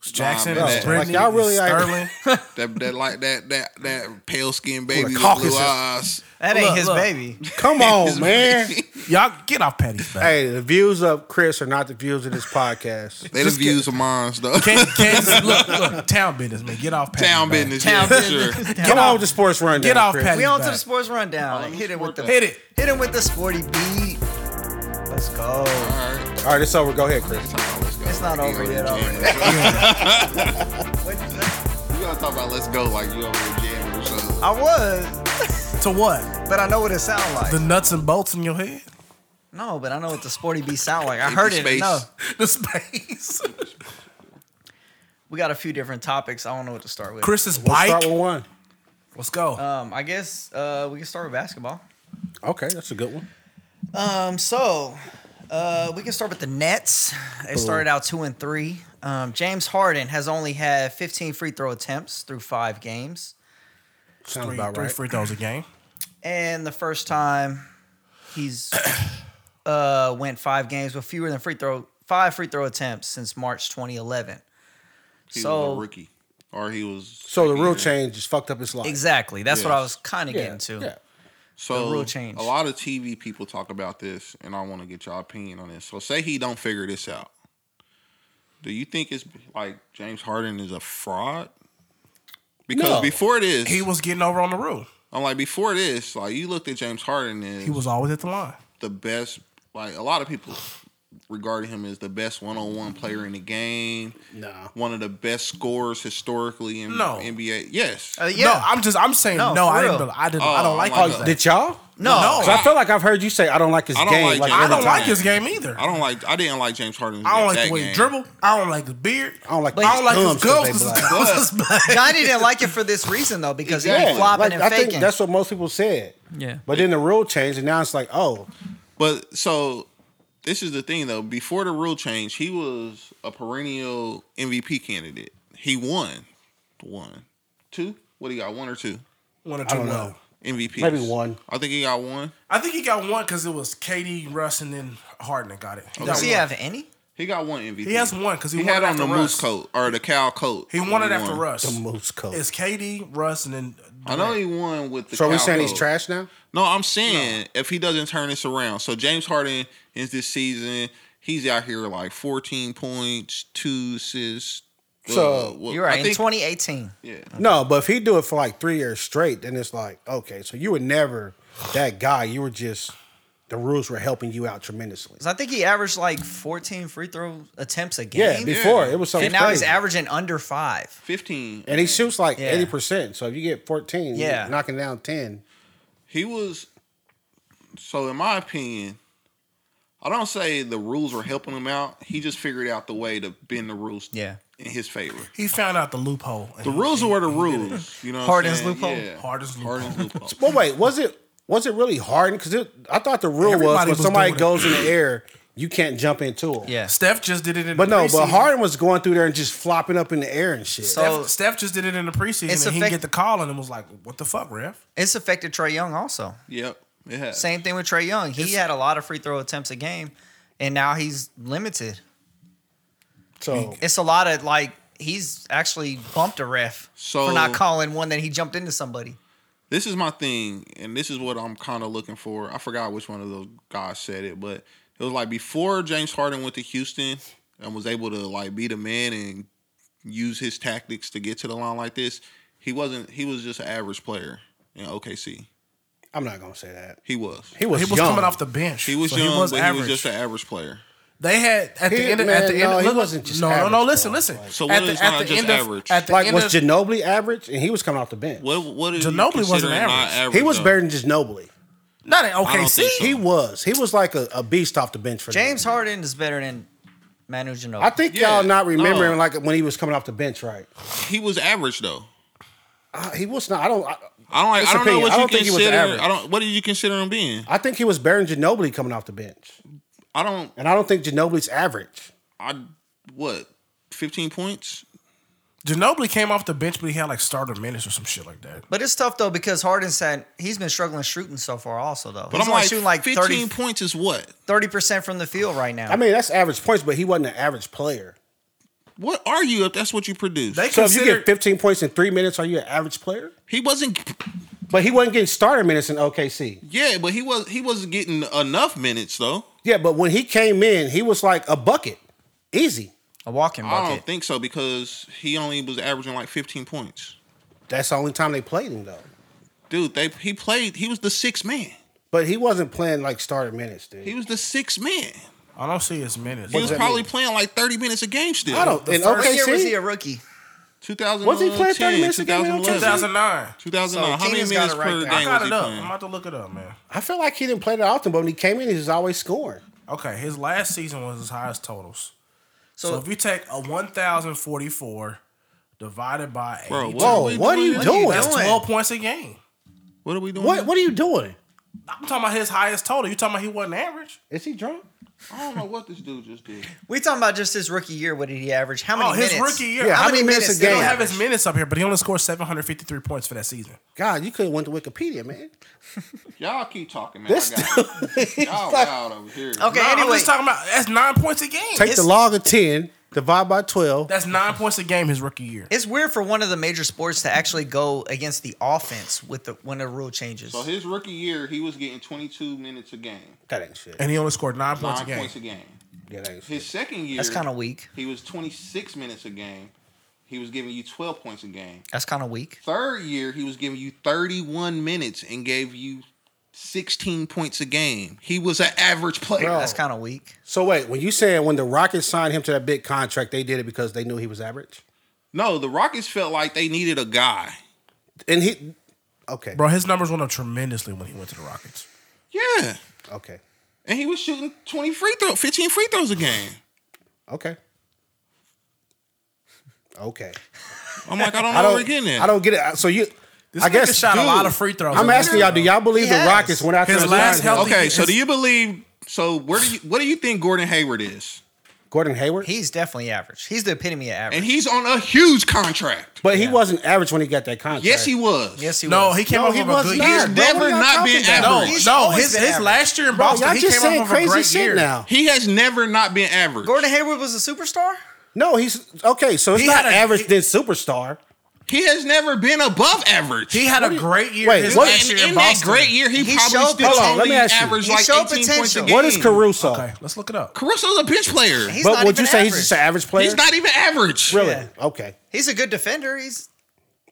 It's Jackson, Nah, man, that- it's Brittany, like, y'all really it's like- Sterling. [laughs] That that like that that that pale skinned baby with Caucasus. blue eyes. That ain't Look, his [laughs] look. baby. Come on, Oh, man. [laughs] y'all get off Patty's back. Hey, the views of Chris are not the views of this [laughs] podcast. [laughs] They the views of mine though. Can't, can't, look, look, town business, man. Get off Patty's Town back. business, Town yeah, business. for sure. Come on with the sports rundown. Get off, Chris. Patty. We on to back. the sports rundown. hit it with the Hit it. Hit him with the sporty beat. Let's [laughs] go. All right. All right, it's over. Go ahead, Chris. Let's go. It's not You over over yet, the already. jam. [laughs] What'd you say? You gotta talk about let's go like you over the jam or something. I was, To what? but I know what it sound like. The nuts and bolts in your head? [laughs] no, but I know what the sporty beat sound like. I heard it Space. enough. The space. We got a few different topics. I don't know what to start with. Chris's We'll bike. start with one. Let's go. Um, I guess uh, we can start with basketball. Okay, that's a good one. Um, so uh, we can start with the Nets. They started out two and three. Um, James Harden has only had 15 free throw attempts through five games, Sounds three, about three right. free throws a game. and the first time he's [coughs] uh, went five games with fewer than free throw five free throw attempts since March 2011. He so was a rookie, or he was. So the rule Yeah. change just fucked up his life. exactly, that's what Yes. I was kind of Yeah, getting to. yeah. So The rule change. A lot of TV people talk about this, and I want to get your opinion on this. So, say he don't figure this out. Do you think it's like James Harden is a fraud? Because No. before this, He was getting over on the rule. I'm like before this, like you looked at James Harden as He was always at the line. the best. Like a lot of people regarded him as the best one-on-one player in the game. No. One of the best scorers historically in No. NBA. Yes. Uh, No, yeah, I'm just I'm saying No, no, for I didn't real. I didn't Oh, I don't like my his God. game. Did y'all? no, no. 'Cause I feel like I've heard you say I don't like his I don't game. like Like James I every don't like time. his game either. I don't like. I didn't like James Harden. I don't that like the way he game. dribble. I don't like his beard. I don't like. I don't like gums, his 'cause gums. they 'cause [laughs] his gums is black. Johnny didn't like it for this reason though, because he Exactly. was flopping Like, and I faking. think that's what most people said. yeah. But then the rule changed, and now it's like, oh, But so this is the thing though. Before the rule change, he was a perennial MVP candidate. He won, one, two. What do you got? One or two One or I two. don't well. know. MVP? Maybe one. I think he got one. I think he got one because it was KD, Russ, and then Harden that got it. He, got Does he one. have any? He got one MVP. He has one because he, He won had it on after the Russ. moose coat or the cow coat. He when won it after won. Russ. the moose coat. It's KD, Russ, and then I know he won with the. So are we cow saying he's coat. trash now? No, I'm saying if he doesn't turn this around. So James Harden is this season. He's out here like 14 points, two assists. So, well, You're right. I in think- 2018. yeah. No, but if he do it for like three years straight, then it's like, okay, so you were never that guy. You were just the rules were helping you out tremendously. 'Cause I think he averaged like 14 free throw attempts a Yeah, game. before it was something and now he's crazy. averaging under five. 15. and he shoots like Yeah. eighty percent. So if you get fourteen, yeah, Yeah. you're knocking down ten. He was. So, in my opinion, I don't say the rules were helping him out. He just figured out the way to bend the rules Yeah. in his favor. he found out the loophole. The rules were the rules. You know, what I'm Harden's saying? loophole? Yeah. Harden's loophole. Harden's loophole. But wait, was it was it really Harden? Because I thought the rule was Everybody when was somebody doing it. goes in the air, you can't jump into him. Yeah. Steph just did it in But the no, preseason. but Harden was going through there and just flopping up in the air and shit. So- Steph, Steph just did it in the preseason It's and he didn't affect- get the call and it was like, what the fuck, ref? It's affected Trey Young also. Yep. Yeah. Same thing with Trey Young. He had a lot of free throw attempts a game, and now he's limited. So It's a lot of like he's actually bumped a ref So- for not calling one that he jumped into somebody. this is my thing, and this is what I'm kind of looking for. I forgot which one of those guys said it, but it was like before James Harden went to Houston and was able to like be the man and use his tactics to get to the line like this. He wasn't. He was just an average player in OKC. I'm not gonna say that. He was. He was He was young. coming off the bench. He was so young, he was but average. he was just an average player. They had at He- the end. Of, man, at the end. no, of, he look, wasn't just No, no, no. average, Listen, though. listen. So at what the, is at not the just end of, average? At the like end was of, Ginobili average, and he was coming off the bench. What? What? Is Ginobili wasn't Not average. average he was though? better than Ginobili. not at OKC. think so. He was. He was like a, a beast off the bench for them. James Harden is better than Manu Ginobili. I think Yeah, y'all not remembering no. like when he was coming off the bench, right? He was average though. Uh, he was not. I don't. I, I don't like. It's I don't opinion. know what I you don't think he was consider. average. I don't. What did you consider him being? I think he was better than Ginobili coming off the bench, I don't. and I don't think Ginobili's average. I what? Fifteen points. Ginobili came off the bench, but he had like starter minutes or some shit like that. But it's tough though because Harden said he's been struggling shooting so far also though. But he's I'm only like, shooting like fifteen 30 points is what? percent from the field right now. I mean, that's average points, but he wasn't an average player. What are you if that's what you produce? They So if you consider get 15 points in three minutes, are you an average player? he wasn't. But he wasn't getting starter minutes in OKC. Yeah, but he was. He wasn't getting enough minutes though. Yeah, but when he came in, he was like a bucket, easy. a walking I bucket. don't think so because he only was averaging like fifteen points. That's the only time they played him though. Dude, they he played. He was the sixth man. But he wasn't playing like starter minutes, dude. He was the sixth man. I don't see his minutes. He was that probably mean? playing like thirty minutes a game still. I don't. In what year was he OKC, a rookie? 2010, Was he playing 30 minutes a game in 2011, 2009. 2009. So How many Keenan's got minutes it right per there. game I I was got it he up. playing? I'm about to look it up, man. I feel like he didn't play that often. But when he came in, he was always scoring. Okay, his last season was his highest totals. So, So- if you take a 1,044 divided by Bro, 8, what, Whoa, are we what are doing? you What are you doing? that's doing? 12 points a game. What are we doing? What What are you doing? I'm talking about his highest total. You talking about he wasn't average? Is he drunk? I don't know what this dude just did. We talking about just his rookie year. What did he average? How many Oh, his minutes? rookie year. Yeah, I how don't- many minutes a did they he don't game? have average? his minutes up here, but he only scored 753 points for that season. God, you could have went to Wikipedia, man. Y'all keep talking, man. This I got it. Y'all wild over here. Okay, Nah, I'm anyway, just talking about that's nine points a game. Take the It's- log of ten, divide by twelve. that's nine points a game his rookie year. it's weird for one of the major sports to actually go against the offense with the when the rule changes. So his rookie year, he was getting 22 minutes a game, That ain't shit. And he only scored nine, nine points a game. points a game. That ain't shit. His second year, That's kind of weak. he was 26 minutes a game. He was giving you 12 points a game. That's kind of weak. Third year, he was giving you 31 minutes and gave you 16 points a game. He was an average player. Bro. That's kind of weak. So wait, when you saying when the Rockets signed him to that big contract, they did it because they knew he was average, No, the Rockets felt like they needed a guy. and he. Okay. Bro, his numbers went up tremendously when he went to the Rockets. Yeah. Okay. And he was shooting 20 free throws, 15 free throws a game. Okay. Okay. I'm like, I don't know I where we're don't. getting at. I don't get it. So you. This I nigga guess shot a dude, lot of free throws. I'm in asking this y'all, do y'all believe He the has. Rockets went out His there last signed him? healthy- Okay, so do you believe so where do you what do you think Gordon Hayward is? Gordon Hayward? He's definitely average. He's the epitome of average. And he's on a huge contract. but he wasn't average when he got that contract. Yes, he was. yes, he No, was. he came No, off he of a was good not. year. He's Bro, never what are y'all not talking been about? No, average. He's no, always his been his average. last year in Bro, Boston, y'all he just came saying off of a crazy great shit year. now. He has never not been average. Gordon Hayward was a superstar. No, he's okay. So it's He not had a- average he- than superstar. He has never been above average. He had a great year. wait, his what- last and year in, in that Boston. great year, he He probably showed still Hold potential. on, let only me ask you. averaged He like showed 18 points a potential. game. What is Caruso? Okay, let's look it up. Caruso's a bench player. He's But not would even you say average. he's just an average player? He's not even average. really. Yeah. Okay. He's a good defender. He's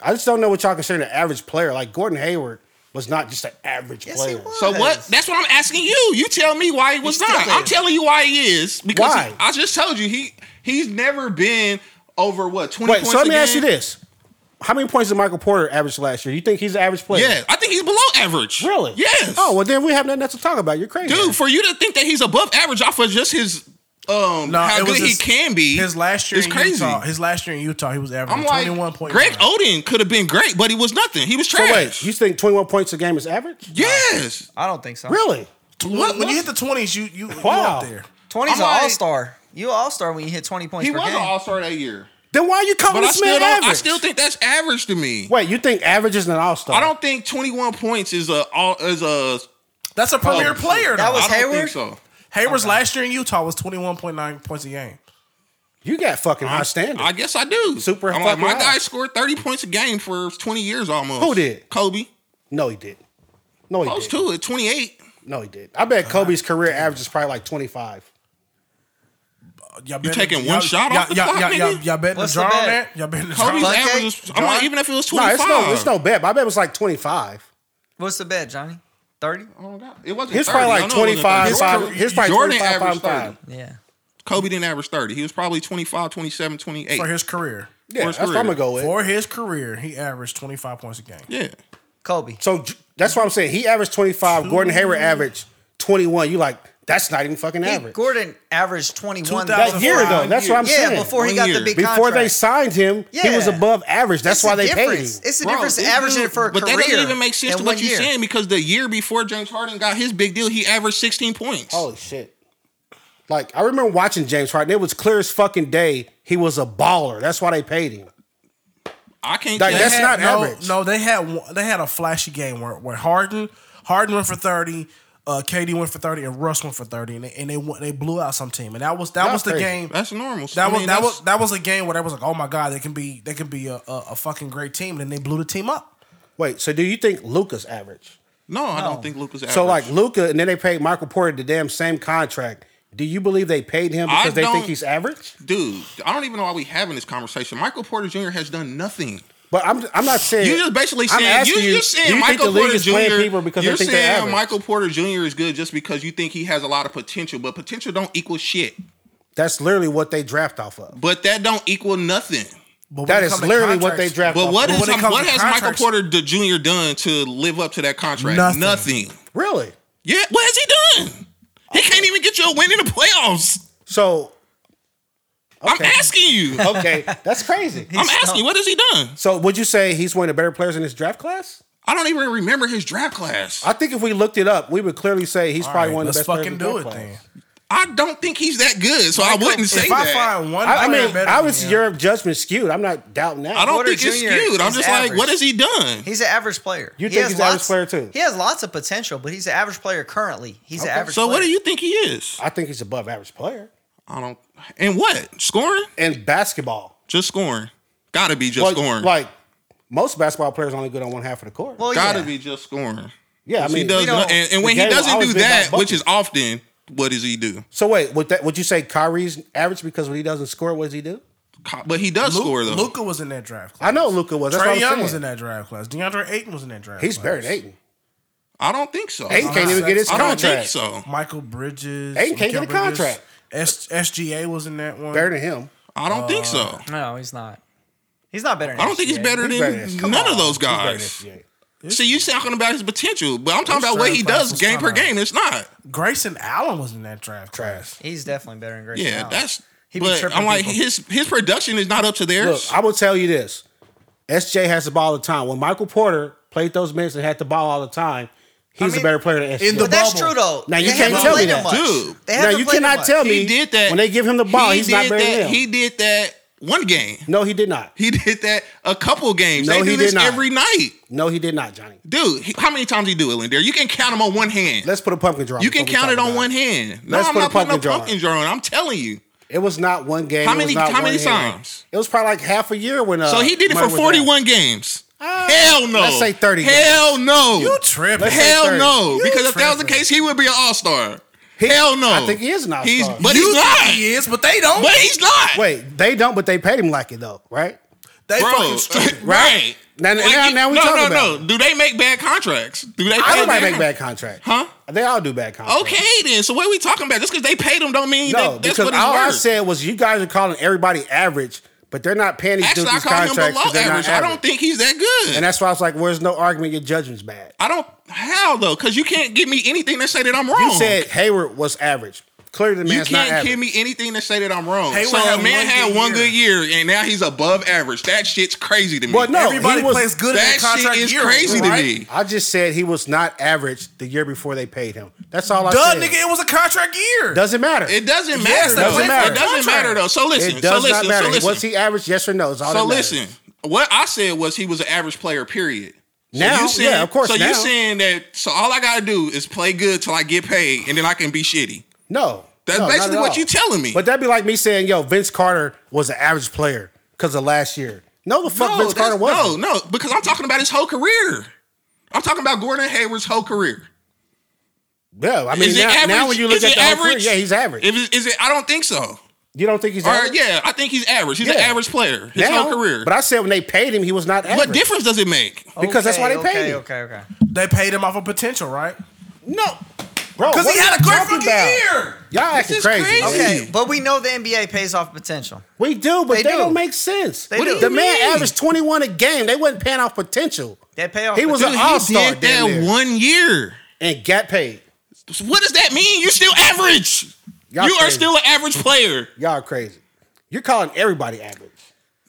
I just don't know what y'all consider an average player. Like Gordon Hayward was not just an average yes, player. he was. So what? That's what I'm asking you. You tell me why he was He's not. still I'm is. telling you why he is. Because Why? he- I just told you he he's never been over what twenty. Wait, points so let me a ask you game? this. How many points did Michael Porter average last year? You think he's an average player? Yeah, I think he's below average. Really? Yes. Oh, well, then we have nothing else to talk about. You're crazy. dude, for you to think that he's above average off of just his um No, how it good was he his- can be. His last year is in crazy. Utah, his last year in Utah, he was I'm averaging like, 21.9. Greg Oden could have been great, but he was nothing. He was So trash. wait, you think 21 points a game is average? yes. I don't think so. Really? When- when you hit the 20s, you you, you Wow. up there. 20's I'm an like- all star. You all star when you hit 20 points He per was game. an all star that year. Then why are you calling But I this still man don't, average? I still think that's average to me. Wait, you think average is an all star? I don't think 21 points is a all is a That's a premier Oh, player. That though. was I don't think Hayward? so. Hayward's last year in Utah was 21.9 points a game. You got fucking high standards. I guess I do. Super I'm like, fucking my high. guy scored 30 points a game for 20 years almost. Who did? Kobe. no, he did. No, he Close did. to it. 28. No, he did. I Uh, bet Kobe's career average is probably like 25. Y'all You better- taking one y'all- shot y'all, off the y'all, clock, y'all, nigga? Y'all, y'all betting the What's the draw on bet? that? Y'all betting the draw Kobe's on that? Bucket? average was, I'm like, John? even if it was No, 25. it's no, it's no bet. but I bet it was like 25. What's the bet, Johnny? 30? Oh my God. It wasn't He's 30. probably I like know it wasn't 25, 30. five, he's probably Jordan 25, averaged 5. Yeah. Kobe didn't average 30. He was probably 25, 27, 28. For his career. Yeah, his that's what I'm career. going to go with. For his career, he averaged 25 points a game. yeah. Kobe. So j- that's what I'm saying. He averaged 25. Gordon Hayward averaged 21. You like, That's not even fucking He- average. Gordon averaged 21 That year though, 2005 that's what I'm yeah, saying. before he One got year. the big Before contract. they signed him, he was Yeah. above average. That's It's why a they difference. paid him. It's the Bro, difference this averaging dude- for a but career. that doesn't even make sense in to what one you're year. saying because the year before James Harden got his big deal, he averaged 16 points. Holy shit. Like I remember watching James Harden. It was clear as fucking day he was a baller. That's why they paid him. I can't. Like, tell that's you- not no, average. No, they had one- they had a flashy game where, where Harden Harden went for thirty, uh, KD went for thirty, and Russ went for thirty, and they and they, won- they blew out some team, and that was that Not was the crazy. game. That's normal. That I was mean, that that's- was that was a game where I was like, oh my god, they can be they can be a, a, a fucking great team, and then they blew the team up. Wait, so do you think Luca's average? No, I don't think Luke was average. So like Luca, and then they paid Michael Porter the damn same contract. Do you believe they paid him I because they think don't- he's average? dude, I don't even know why we having this conversation. Michael Porter Jr. has done nothing. But I'm I'm not saying You just basically I'm saying you, asking you, you're do saying you Michael think the league Porter is playing Jr. people because you're they think they're saying average? Michael Porter Jr. is good just because you think he has a lot of potential, but potential don't equal shit. That's literally what they draft off of. But that don't equal nothing. But when That it is come to literally what they contracts- draft. But off what of. is when it comes what to has contracts- Michael Porter the Jr. done to live up to that contract? Nothing. Nothing. really? Yeah, what has he done? He can't even get you a win in the playoffs. So I'm asking you. [laughs] okay, that's crazy. I'm asking you, what has he done? So would you say he's one of the better players in this draft class? I don't even remember his draft class. I think if we looked it up, we would clearly say he's All probably right, one of let's the best. fucking do players it in this then. class. I don't think he's that good, so I wouldn't say if I that. find one, I, I player mean, better obviously than him, your judgment skewed. I'm not doubting that. I don't Porter think it's Jr. skewed. I'm is just like, average. what has he done? He's an average player. You He think has he's an average lots- player, too? He has lots of potential, but he's an average player currently. He's an average. so player. what do you think he is? I think he's above average player I don't. And what scoring? in basketball. Just scoring. Gotta be just Like, scoring. like most basketball players are only good on one half of the court. Well, Gotta yeah. be just scoring. yeah, I he mean, does, don't- not, and, and when the he game doesn't always do been about that, which buckets. is often, what does he do? so wait, would that would you say Kyrie's average because when he doesn't score, what does he do? Co- But he does score though. Luca was in that draft class. I know Luca was. That's what Trey I'm Young saying. was in that draft class. DeAndre Ayton was in that draft. He's class. better than Aiden. I don't think so. Aiden I can't even get his I don't think contract. so. Michael Bridges. Ayton can't get a Mikael Bridges. contract. S- SGA was in that one. Better than him. I don't think so. No, he's not. He's not better. Than I don't think he's SGA. better Uh, He's than better than- come none of those Better than guys. SGA. See, you talking about his potential, but I'm talking His about what he third class does was game per kinda- game. It's not. Grayson Allen was in that draft class. Trash. He's definitely better than Grayson. Yeah, Allen. that's. He be but tripping I'm like people. his his production is not up to Look, theirs. I will tell you this. SJ has the ball all the time. When Michael Porter played those minutes and had the ball all the time, he's mean, a better player than SJ. in the But that's bubble. true though. Now, you They can't haven't tell me played that. him much. Dude. They now haven't you played him cannot much. tell me he did that when they give him the ball, he's not did better that, than him. He did that one game. no, he did not. He did that a couple games. No, they do he this did not. every night, No, he did not, Johnny. dude. he- how many times he do it, Lindare? You can count them on one hand. Let's put a pumpkin jar. you can before we count it talk on about one hand. No, Let's I'm put not a putting no pumpkin jar. pumpkin jar on. I'm telling you. It was not one game. How it was many- not how many one hand. times? It was probably like half a year when. Uh, So he did it Murray for was out. 41 games. Hell no. Uh, let's say 30 Hell no. You tripping? Let's say Hell 30. no. You because if that was the tripping. case, he would be an all star. Hell no. I think he is an all-star. He's, but you he's think not. he is, but they don't. But he's not. Wait, they don't, but they paid him like it though, right? they bro. [laughs] fucking stupid. right. Now- now- Like, now we no, talking no, about no. Do they make bad contracts? Do they? pay Everybody them? make bad contract, Huh? They all do bad contract. Okay, then. So what are we talking about? Just because they paid them don't mean No, that, that's because what it's all I worth. said was you guys are calling everybody average, but they're not paying these Actually, I dudes these call him contracts. below 'cause they're not average. I don't average. think he's that good. And that's why I was like, "Where's no argument? Your judgment's bad." I don't. How though? Because you can't give me anything that say that I'm wrong. You said Hayward was average. Clearly, the You man's not can't average. give me anything that say that I'm wrong. Hayward so a had man one had good one year. good year and now he's above average. That shit's crazy to me. Well, no, Everybody he was, plays good in that that contract shit is year, crazy right? to me. I just said he was not average the year before they paid him. That's all I Duh, said. nigga, it was a contract year. Doesn't matter. It doesn't matter. Yes, that though. doesn't matter. It doesn't matter though. So listen. It does so listen. not matter. So listen. Was he average? Yes or no? Is all so that matters. listen. What I said was he was an average player. Period. So Now, you saying, yeah, of course, So now. you saying that? So all I gotta do is play good till I get paid, and then I can be shitty. No. That's No, not basically at what all. you telling me. But that'd be like me saying, "Yo, Vince Carter was an average player because of last year." No, the fuck, Vince that's- Carter wasn't. No, no, because I'm talking about his whole career. I'm talking about Gordon Hayward's whole career. Yeah, I mean, Is it now, now average? when you look Is at it the whole career, average? yeah, he's average. If it- is it? I don't think so. you don't think he's Or average? yeah, I think he's average. He's an Yeah. average player his now, whole career. But I said when they paid him, he was not average. Oh, what difference does it make? Because that's why they okay, paid him. Okay, okay, okay. They paid him off of potential, right? No, bro, Because what he are had a you great talking fucking about? year. Y'all acting is crazy. crazy. bro. Okay, but we know the NBA pays off potential. We do, but They they, do. do. not make sense. They What do. do The you man mean? averaged 21 a game. They wasn't paying off potential. They pay off. He was potential. an all-star he did that damn near. one year. and got paid. What does that mean? You're still average. Y'all you are crazy. still an average player. Y'all are crazy. You're calling everybody average.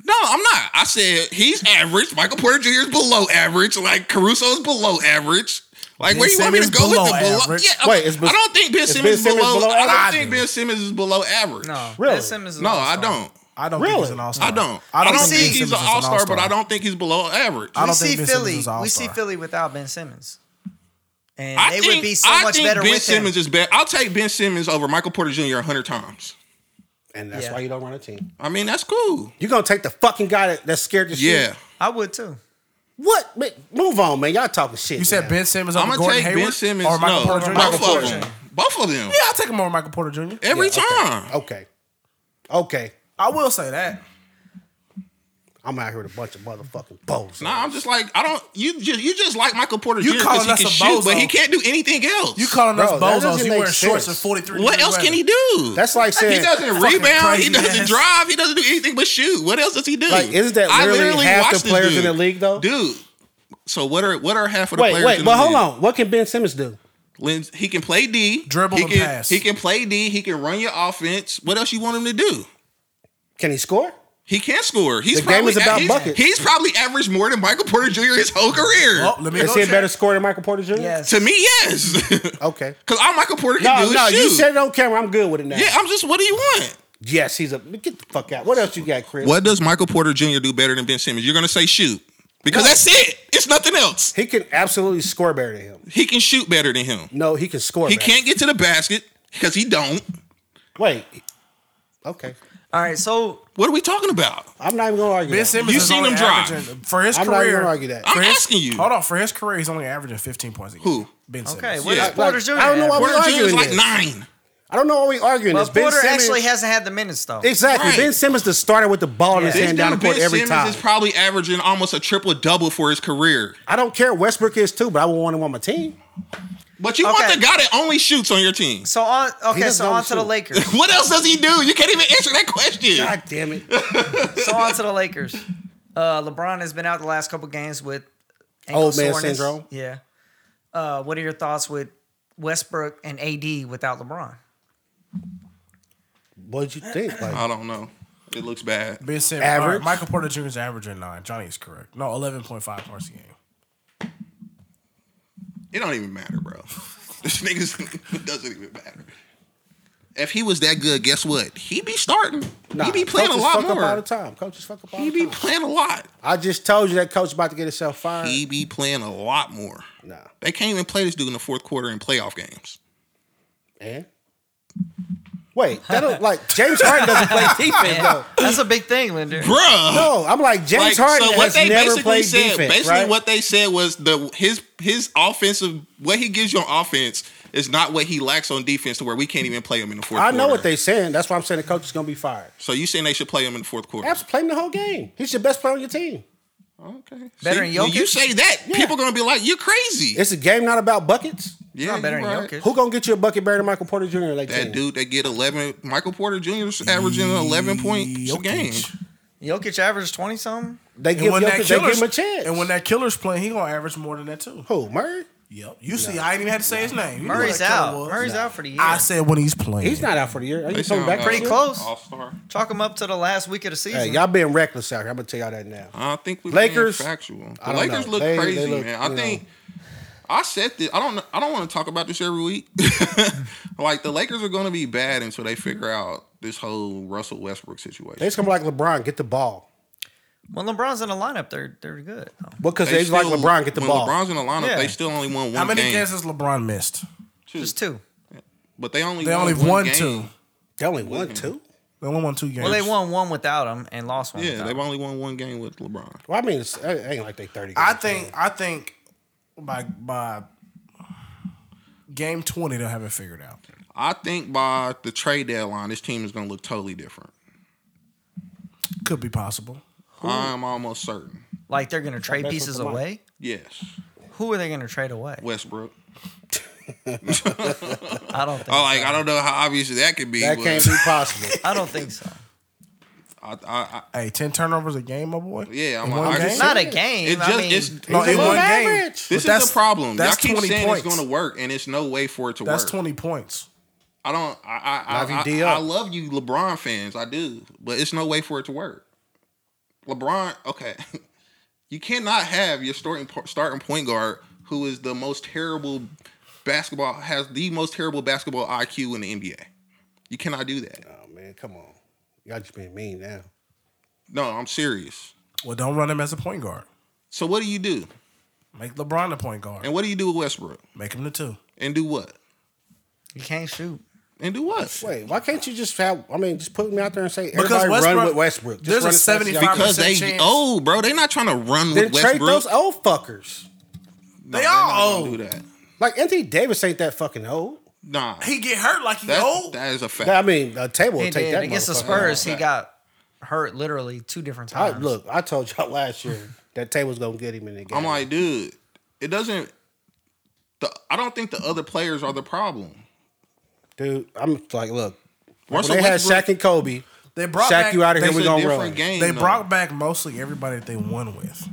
No, I'm not. I said he's average. Michael Porter Jr. is below average. Like Caruso is below average. Like Ben where do you want me to Simmons go with below the below? average? Yeah, Wait, Wait, is Ben- I don't think Ben is Ben Simmons, Simmons below. below I average? don't think Ben Simmons is below average. No, Really? Ben Simmons is no, an I all-star. don't. I don't Really? think he's an all star. I don't. I don't, think, he's an all star, but I don't think he's below average. I I, We don't see think Ben Simmons Philly. is an We see all-star. Philly without Ben Simmons, and they think, would be so I much think better Ben with Simmons him. is better. I'll take Ben Simmons over Michael Porter Jr. hundred times. And that's Yeah. why you don't run a team. I mean, that's cool. You're gonna take the fucking guy that, that's scared to shoot. Yeah. I would too. What? Man, move on, man. Y'all talking shit. You said now. Ben Simmons I'm over gonna Gordon take Hayward Ben Simmons. or Michael no, Porter Jr. both Michael of Porter them. Both of them. Yeah, I'll take him over Michael Porter Jr. Every okay. time. Okay. Okay. I will say that. I'm out here with a bunch of motherfucking bulls. Nah, I'm just like I don't. You just you just like Michael Porter Jr. You because calling he us can a shoot, but bozo. he can't do anything else. You calling Bro, us that doesn't bozos? You make wearing shorts and sense. 43. what else can he do? That's like saying he doesn't Fucking rebound. He crazy doesn't ass. drive. He doesn't do anything but shoot. What else does he do? Like, isn't that literally half the watched this players in dude. the league, though? Dude. So what are what are half of the Wait, players? wait, in but the hold league? on. What can Ben Simmons do? Lin- He can play D, Dribble he and can, pass. He can play D. He can run your offense. What else you want him to do? Can he score? He can score. He's The game probably is about he's, buckets. he's probably averaged more than Michael Porter Jr. his whole career. Oh, let me Is go he a check. better scorer than Michael Porter Jr.? Yes. to me, yes. [laughs] Okay. Because all Michael Porter can No, do is no, shoot. you said it on camera. I'm good with it now. yeah, I'm just. What do you want? Yes, he's a. Get the fuck out. What else you got, Chris? What does Michael Porter Jr. do better than Ben Simmons? You're gonna say shoot because that's it. It's nothing else. He can absolutely score better than him. He can shoot better than him. No, he can score. He better. can't get to the basket because he don't. Wait. Okay. All right, so What are we talking about? I'm not even gonna argue. Ben that. Simmons You is seen only him drive. averaging- for his I'm not even career. gonna argue that. I'm for his- asking you. Hold on, for his career, he's only averaging 15 points a game. Who? Ben Simmons. okay, what Yeah. is Porter Like, Jr. I don't know why average? we Porter Jr. is arguing like this. nine. I don't know why we arguing Well, this. Ben Porter Simmons, actually hasn't had the minutes though. exactly. Right. Ben Simmons the starter with the ball in his This dude, hand down the Ben court every Simmons time. is probably averaging almost a triple double for his career. I don't care. Westbrook is too, but I would want him on my team. But you Okay. want the guy that only shoots on your team. [laughs] So on, okay, doesn't so know on the to the shoot. [laughs] Lakers. What else does he do? You can't even answer that question. God damn it. so on to the Lakers. Uh, LeBron has been out the last couple games with ankle Old man soreness. syndrome. Yeah. Uh, what are your thoughts with Westbrook and AD without LeBron? What'd you think? Like, I don't know. It looks bad. Ben Simmons. Average. all right, Michael Porter Jr. is averaging nine. Johnny is correct. No, 11.5 points a game. It don't even matter, bro. [laughs] This niggas [laughs] it doesn't even matter. If he was that good, guess what? He be starting. nah, he be playing a coaches lot fuck Up all the more. time. Coaches fuck up all He be the time. playing a lot. I just told you that coach about to get himself fired. He be playing a lot more. nah. They can't even play this dude in the fourth quarter in playoff games. And wait, that don't like James Harden [laughs] doesn't play defense though. That's a big thing, Linder. Bruh. No, I'm like Like, James Harden so what has they never basically played said, defense. basically right? what they said was the his his offensive what he gives you on offense is not what he lacks on defense to where we can't even play him in the fourth. I quarter. know what they saying. That's why I'm saying the coach is gonna be fired. So you saying they should play him in the fourth quarter? Absolutely, play him the whole game. He's your best player on your team. Okay. Better See, than when you Jokic? say that, people gonna be like, "You're crazy." It's a game not about buckets. yeah, Not better you than right. Jokic. Who gonna get you a bucket better than Michael Porter Jr. Like That dude that get eleven. Michael Porter Jr. 's averaging eleven points a Jokic. game. Jokic averaged twenty something. They give when that Jokic, they give killer's- him a chance. And when that killer's playing, he gonna average more than that too. who Murray? Yep. You see, I ain't even had to say his name. You know Murray's that killer out. was. Murray's out for the year. I said when he's playing. He's not out for the year. Are They you sound, coming back? uh, this Pretty year? close. All star. Chalk him up to the last week of the season. Hey, y'all being reckless out here. I'm gonna tell y'all that now. I think we Lakers- Lakers factual. The I don't Lakers know. look They- they crazy, look, man. I you think I said this. I don't. I don't want to talk about this every week. [laughs] like the Lakers are going to be bad until they figure out this whole Russell Westbrook situation. They just gonna be like LeBron, get the ball. when LeBron's in the lineup, they're they're [laughs] good. Because They they, just like still- LeBron, get the when ball. LeBron's in the lineup. Yeah. They still only won one. How many game, games has LeBron missed? Two. Just two. But they only They won only one won game. two. they only won two. They only won two games. Well, they won one without him and lost one. Yeah, without they've him. only won one game with LeBron. Well, I mean, it's, it ain't like they thirty. I games, think. I think by by game twenty, they'll have it figured out. I think by the trade deadline, this team is going to look totally different. Could be possible. I'm almost certain. Like they're gonna trade That's what pieces come on. away. Yes, Who are they gonna trade away? Westbrook. I don't think. Oh, like so. oh, I don't know how obvious that could be. that but can't be possible. [laughs] I don't think so. I, I, I Hey, ten turnovers a game, my boy. yeah, I'm In like, one I game? can see Not a it. game. It just I mean, it's, No, it's in above one game. average. But This is that's- the problem. Y'all that's keep 20 saying it's points. going to work, and it's no way for it to That's work. twenty points. I don't. I I, Love you, I, I, D I up. love you, LeBron fans. I do, but it's no way for it to work. LeBron, okay, [laughs] you cannot have your starting po- starting point guard who is the most terrible basketball has the most terrible basketball IQ in the NBA. You cannot do that. Oh man, come on. Y'all just being mean now. No, I'm serious. Well, don't run him as a point guard. So what do you do? Make LeBron the point guard. And what do you do with Westbrook? Make him the two. And do what? You can't shoot. And do what? Wait, why can't you just have? I mean, just put me out there and say Because everybody Westbrook- run with Westbrook. Just there's a run as fast as y'all can. 75% Because they chance. old, bro. They're not trying to run Then with trade Westbrook. those old fuckers. No, They they're not all gonna old. Do that. Like Anthony Davis ain't that fucking old. Nah, He get hurt like he that, old. that is a fact. I mean, a table will He take did that. against the motherfucker. Spurs. He Okay. got hurt literally two different I, times. look, I told y'all [laughs] last year that table's gonna get him in the game. I'm like, dude, it doesn't. The I don't think the other players are the problem. dude, I'm like, look, when Russell they had Westbrook- Shaq and Kobe. they brought Shaq back, you out of they- It's here. We a gonna different run. game. They though. brought back mostly everybody that they won with.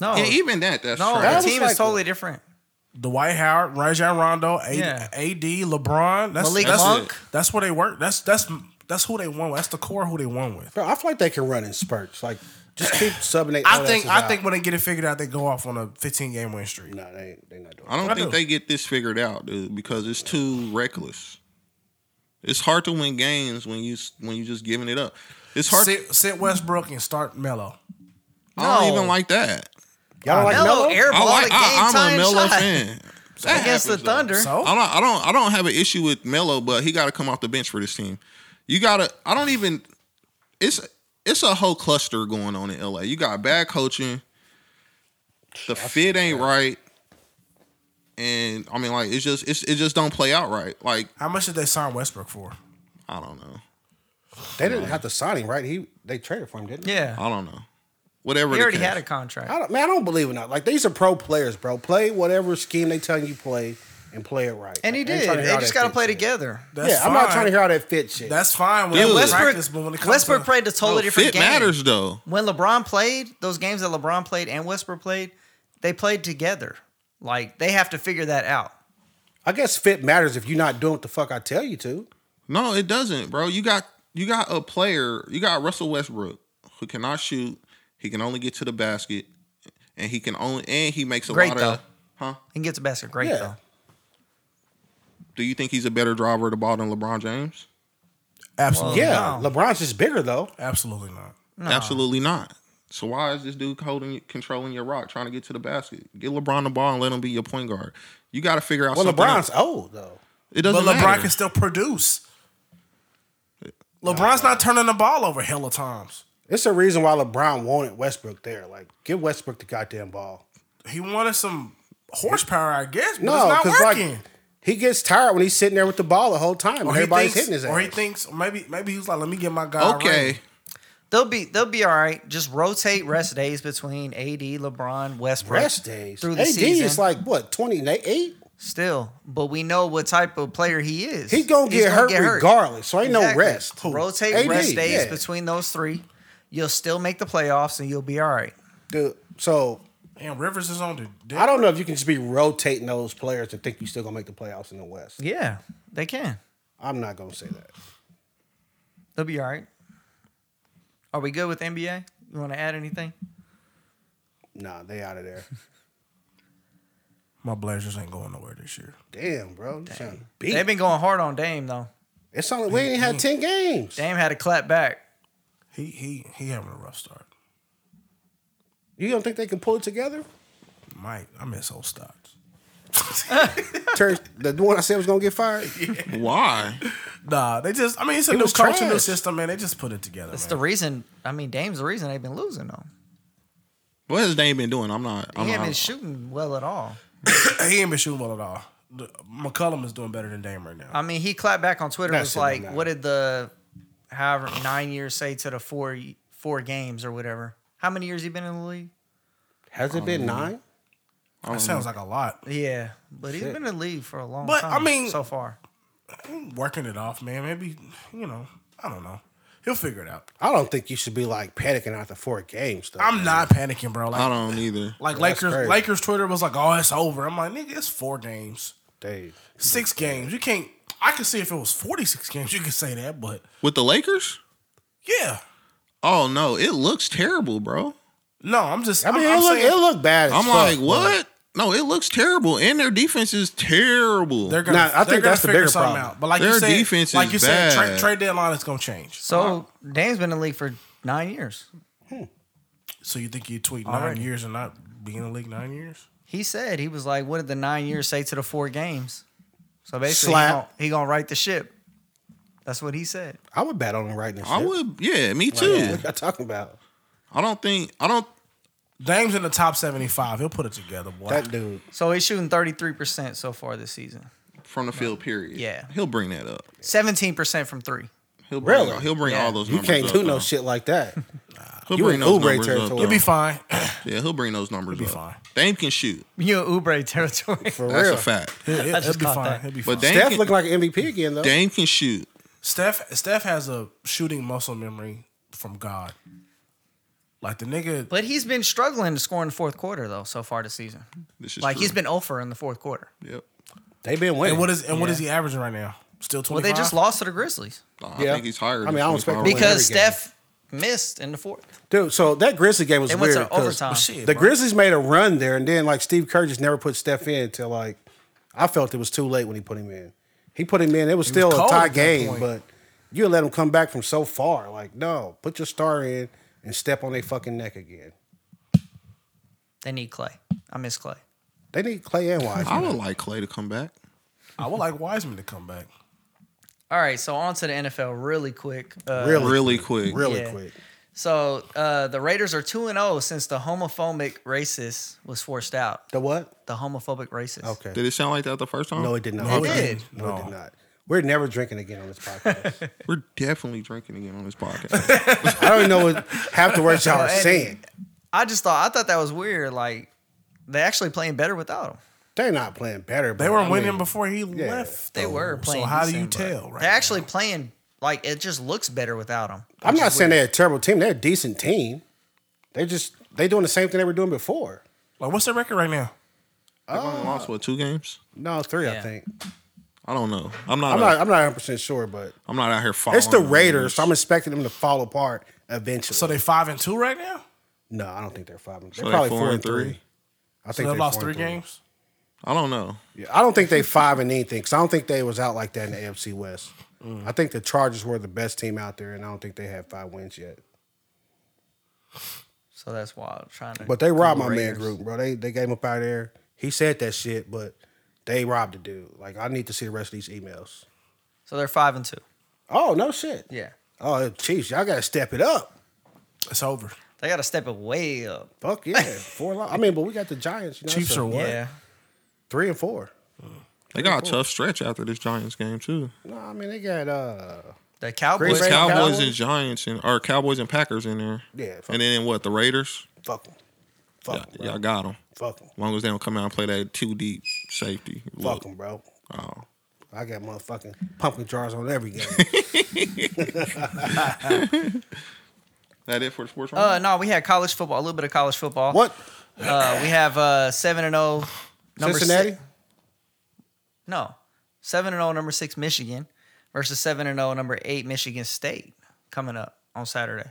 no, and even that. That's no, trash. was the team like is totally different. Dwight Howard, Rajon Rondo, AD, Yeah. AD LeBron. That's, Malik that's, Monk. That's where they work. That's that's that's who they won with. That's the core who they won with. Bro, I feel like they can run in spurts. Like, just [clears throat] keep subbing. they I old think asses I think out. when they get it figured out, they go off on a 15 game win streak. No, they ain't- they not doing. I it. don't I think do. they get this figured out, dude, because it's too reckless. It's hard to win games when you s- when you just giving it up. It's hard. Sit, sit Westbrook and start Melo. I don't No. even like that. Y'all don't like Melo? Melo airball Oh, I like. a game I, I'm a time Melo shot fan. That against the happens, though. Thunder. So I don't, I don't I don't have an issue with Melo, but he got to come off the bench for this team. You got to I don't even it's it's a whole cluster going on in LA. You got bad coaching. The fit ain't right. And I mean like it's just it's, it just don't play out right. Like how much did they sign Westbrook for? I don't know. They didn't have to sign him, right? He they traded for him, didn't they? Yeah, I don't know. Whatever he the already case. had a contract. I don't, man, I don't believe in that. Like these are pro players, bro. Play whatever scheme they tell you play and play it right. And he Like, I ain't did. trying to They hear all just that got to fit play shit. together. That's yeah, I'm not fine. trying to hear all that fit shit. That's fine when Dude. they Westbrook- practice, but when it comes Westbrook to, played a totally No, different fit game. matters though. When LeBron played, those games that LeBron played and Westbrook played, they played together. Like they have to figure that out. I guess fit matters if you're not doing what the fuck I tell you to. No, it doesn't, bro. You got you got a player. You got Russell Westbrook who cannot shoot. He can only get to the basket, and he can only and he makes a Great, lot of. though. Huh? And gets a basket great Yeah. though. Do you think he's a better driver of the ball than LeBron James? absolutely, Yeah, no. LeBron's just bigger though. absolutely not. Absolutely not. So why is this dude holding controlling your rock, trying to get to the basket? Get LeBron the ball and let him be your point guard. You got to figure out. Well, something LeBron's else. old though. It But doesn't LeBron matter. can still produce. LeBron's not turning the ball over hella times. It's the reason why LeBron wanted Westbrook there. Like, give Westbrook the goddamn ball. He wanted some horsepower, I guess, but No, it's because not like working. he gets tired when he's sitting there with the ball the whole time. and or he everybody's thinks, hitting his ass. or he thinks maybe maybe he was like, let me get my guy. okay. Ray. They'll be they'll be all right. Just rotate rest days between AD, LeBron, Westbrook. Rest days. through the AD season. is like what twenty eight. still, but we know what type of player he is. He's gonna He's get hurt regardless. So ain't Exactly. no rest. Rotate AD, rest days yeah. between those three. You'll still make the playoffs and you'll be all right. Dude, so And Rivers is on the. Dick. I don't know if you can just be rotating those players and think you're still gonna make the playoffs in the West. Yeah, they can. I'm not gonna say that. They'll be all right. Are we good with NBA? You want to add anything? Nah, they out [laughs] of there. My Blazers ain't going nowhere this year. Damn, bro. You sound beat. They've been going hard on Dame though. it's only we ain't Mm-hmm. had ten games. Dame had to clap back. He he he having a rough start. You don't think they can pull [laughs] it together? Mike, I miss old stocks. Terry, the one I said was gonna get fired. Why? Nah, they just. I mean, it's a It new was culture, new trash. system, man. They just put it together. That's the man. reason. I mean, Dame's the reason they've been losing though. What has Dame been doing? I'm not. He I'm ain't not. been shooting well at all. he ain't been shooting well at all. The- McCollum is doing better than Dame right now. I mean, he clapped back on Twitter. That was shit don't like, matter. "What did the however nine years say to the four four games or whatever? How many years he been in the league? Has it Um, been nine? that sounds like a lot. Yeah, but he's been in the league for a long But, time. I mean- so far, working it off, man. Maybe you know, I don't know. He'll figure it out. I don't think you should be like panicking after four games. Though. I'm not panicking, bro. I Like, don't either. like That's Lakers, crazy. Lakers Twitter was like, "Oh, it's over." I'm like, "Nigga, it's four games, Dave. six games. You can't." I could see if it was 46 games, you could say that, but With the Lakers? yeah, Oh no, it looks terrible, bro. no, I'm just. I mean, am it look saying, it look bad. As I'm fuck, like, but- what? No, it looks terrible, and their defense is terrible. They're gonna. Nah, I I think think that's the figure bigger something problem. out. But like you Their said, defense like is you said, tra- bad. trade deadline is gonna change. So Dame's been in the league for nine years. So you think you tweet nine Alrighty. years and not be in the league nine years? He said he was like, "What did the nine years say to the four games?" So basically, Slap. he gonna, he gonna right the ship. That's what he said. I would bet on him right now. I would, yeah, me too. What are you talking about? I don't think I don't. Dame's in the top seventy-five. He'll put it together, boy. That dude. So he's shooting thirty three percent so far this season. From the field, period. Yeah. he'll bring that up. Seventeen percent from three. [laughs] He'll bring, Really? He'll bring Yeah. all those. You numbers can't up, do no though. shit like that. He'll You bring in those Oubre numbers territory. up. It'll Though. be [laughs] fine. Yeah, he'll bring those numbers be up. fine. Dame can shoot. You in Ubre territory. For That's real. a fact. He'll, he'll- he'll just be caught fine. that. He'll be fine. But Dame Steph can, looking like an MVP again though. Dame can shoot. Steph Steph has a shooting muscle memory from God. Like the nigga, But he's been struggling to score in the fourth quarter though so far this season. This is Like true. he's been over in the fourth quarter. Yep. They been and winning. what is and what is he averaging right now? Still Well, twenty. they just lost to the Grizzlies Nah, I Yeah. think he's higher. I than mean, I don't expect 25. Win him because every game. Steph missed in the fourth. Dude, so that Grizzly game was They went weird. to 'cause overtime. shit, The bro. Grizzlies made a run there, and then like Steve Kerr just never put Steph in until like I felt it was too late when he put him in. He put him in. It was still a cold tie at that game, point. but you let him come back from so far. Like, no, put your star in and step on their fucking neck again. They need Clay. I miss Clay. They need Clay and I Wise. would like Clay to come back. I would like Wiseman to come back. All right, so on to the NFL really quick. Uh, Really, really, Really quick. really Yeah. quick. So uh, the Raiders are two and zero since the homophobic racist was forced out. The what? The homophobic racist. Okay. Did it sound like that the first time? no, it did not. it did. No, it did not. We're never drinking again on this podcast. We're definitely drinking again on this [laughs] podcast. I don't even know what half the words [laughs] y'all are Eddie. saying. I just thought I thought that was weird. Like they actually playing better without him. They're not playing better. They were winning before he left. They Oh, though. were playing. So how do you decent, but tell? Right. They're actually playing like it just looks better without him. I'm not saying they're a terrible team. They're a decent team. They just they doing the same thing they were doing before. like what's their record right now? They've only Uh, lost what two games? No, three, I Yeah. think. I don't know. I'm not. I'm a- not I'm not 100 percent sure, but I'm not out here following. it's the Raiders, Raiders. so I'm expecting them to fall apart eventually. So they five and two right now. no, I don't think they're five. and- They're they probably four, and three. I So think they they're lost four three and games. I don't know. Yeah, I don't think they five and anything because I don't think they was out like that in the AFC West. Mm. I think the Chargers were the best team out there, and I don't think they had five wins yet. So that's why I'm trying to. But they robbed my man Raiders. group, bro. They they gave him up out of there. He said that shit, but they robbed the dude. Like I need to see the rest of these emails. So they're five and two. Oh no shit. Yeah, Oh Chiefs, y'all gotta step it up. It's over. they got to step it way up. Fuck [laughs] yeah, four. Lo- I mean, but we got the Giants. You know, Chiefs so are what? Yeah, three and four. They got a tough stretch after this Giants game too. No, I mean they got uh the Cowboys. Green Bay Cowboys, Cowboys? and Giants and or Cowboys and Packers in there. Yeah, fuck. And then what? The Raiders. fuck them, fuck them, Y'all got them. fuck them, As long as they don't come out and play that two deep safety. fuck look. them, bro. Oh. I got motherfucking pumpkin jars on every game. [laughs] That it for the sports Uh, round? no, we had college football. A little bit of college football. what Uh, we have uh seven and zero. number Cincinnati? Six, no, seven and zero number six Michigan versus seven and zero number eight Michigan State coming up on Saturday.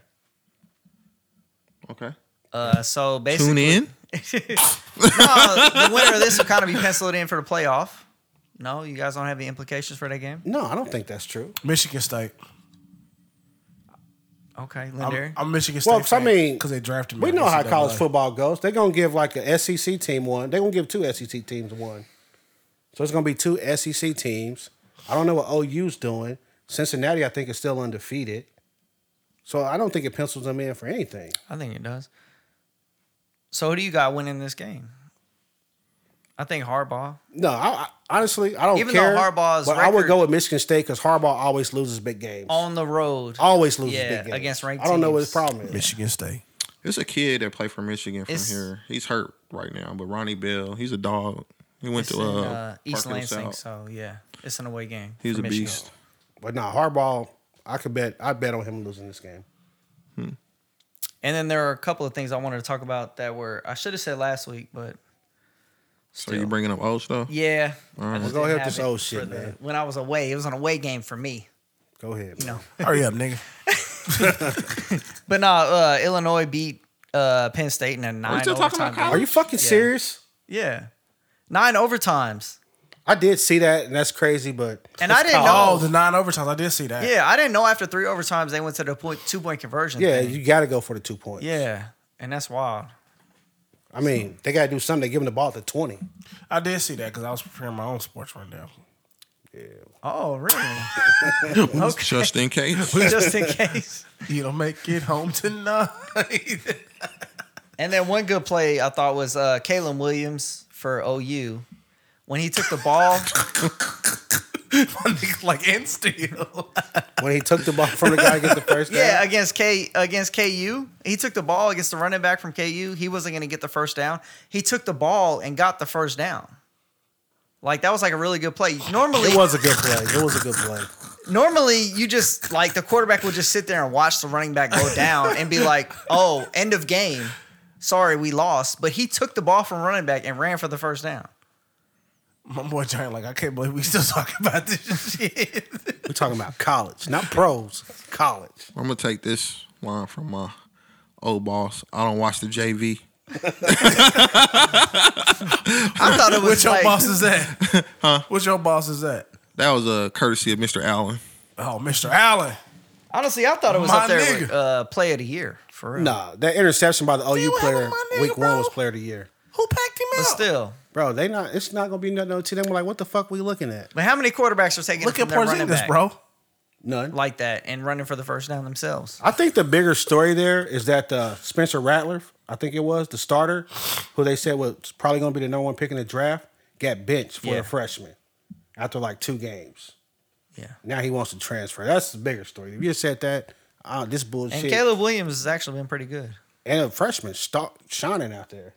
Okay. Uh, so basically, Tune in. [laughs] no, the winner of this will kind of be penciled in for the playoff. No, you guys don't have the implications for that game. No, I don't think that's true. Michigan State. Okay, I'm, Lindary. I'm Michigan State. Well, 'cause I mean, because they drafted. me We in know how NCAA. college football goes. They're gonna give like a SEC team one. They're gonna give two SEC teams one. So it's gonna be two SEC teams. I don't know what OU's doing. Cincinnati, I think, is still undefeated. So I don't think it pencils them in for anything. I think it does. So who do you got winning this game? I think Harbaugh. No, I, I honestly I don't Even though care. Harbaugh's but I would record- go with Michigan State because Harbaugh always loses big games. on the road. always loses Yeah, big games against ranked I don't know what teams. his problem is. Michigan State. It's a kid that played for Michigan from It's- here. He's hurt right now, but Ronnie Bell, he's a dog. He went It's to in, uh, uh, East Parkville Lansing, South. so yeah, it's an away game. He's for a Michigan. beast. But no, Harbaugh. I could bet. I bet on him losing this game. And then there are a couple of things I wanted to talk about that were I should have said last week, but So you bringing up old stuff? yeah. I Mm-hmm. Well, just go didn't ahead with have this it old for shit, the- man. When I was away, it was an away game for me. Go ahead. You know, Hurry up, nigga. but no, uh, Illinois beat uh, Penn State in a nine still talking overtime about game. college? Are you fucking serious? Yeah, nine overtimes. I did see that, and that's crazy. But And I didn't Oh, know. the nine overtimes. I did see that. yeah, I didn't know after three overtimes they went to the point two point conversion. yeah, thing. you got to go for the two points. yeah, and [laughs] that's wild. I mean, they got to do something. They give him the ball at the twenty. I did see that because I was preparing my own sports right now. Oh, really? Just in [laughs] case. Just in case. [laughs] You don't make it home tonight. And then one good play I thought was uh, Kalen Williams for OU when he took the ball. My nigga's [laughs] like in steel. When he took the ball from the guy, to get the first. down. Yeah, against K against KU, he took the ball against the running back from KU. He wasn't going to get the first down. He took the ball and got the first down. Like that was like a really good play. Normally, It was a good play. It was a good play. normally you just like the quarterback will just sit there and watch the running back [laughs] go down and be like, "Oh, end of game. Sorry, we lost." But he took the ball from running back and ran for the first down. My boy Giant, like, I can't believe we still [laughs] talking about this shit. We're talking about college, not pros. College. I'm gonna take this line from my old boss. I don't watch the JV. I [laughs] thought it was What your like, boss is at? huh? What your boss is at? That was a courtesy of Mr. Allen. Oh, Mr. Allen. honestly, I thought it was My up there with nigga. uh, play of the year for real. Nah, that interception by the OU what player happened to my nigga, week one bro? was player of the year. Who packed him but out? still. Bro, they not. It's not gonna be nothing to them. Like, what the fuck we looking at? But how many quarterbacks are taking Look it at from their running Porzingis, back bro. None. like that and running for the first down themselves? I think the bigger story there is that uh, Spencer Rattler, I think it was the starter, who they said was probably going to be the number one pick in the draft, got benched for Yeah. a freshman after like two games. Yeah. Now he wants to transfer. That's the bigger story. If you just said that, uh, this bullshit. And And, Caleb Williams has actually been [laughs] pretty good. a freshman start shining out there.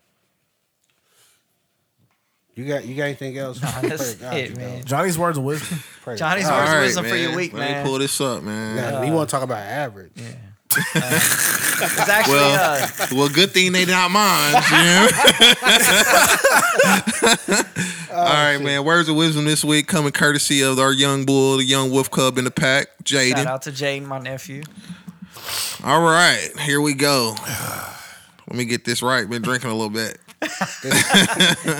You got you got anything else? [laughs] That's Pray to God it, you man. Johnny's words of wisdom. don't. Pray to Johnny's All words of right, wisdom for your week, Let man. me pull this up, man. God. you want to talk about average? Uh, [laughs] It's actually Well- uh, Well, good thing they not mine. [laughs] You know? Oh, All right, man. Words of wisdom this week coming courtesy of our young bull, the young wolf cub in the pack, shout Jaden. out to Jaden, [laughs] my nephew. All right, here we go. [sighs] Let me get this right. Been drinking a little bit.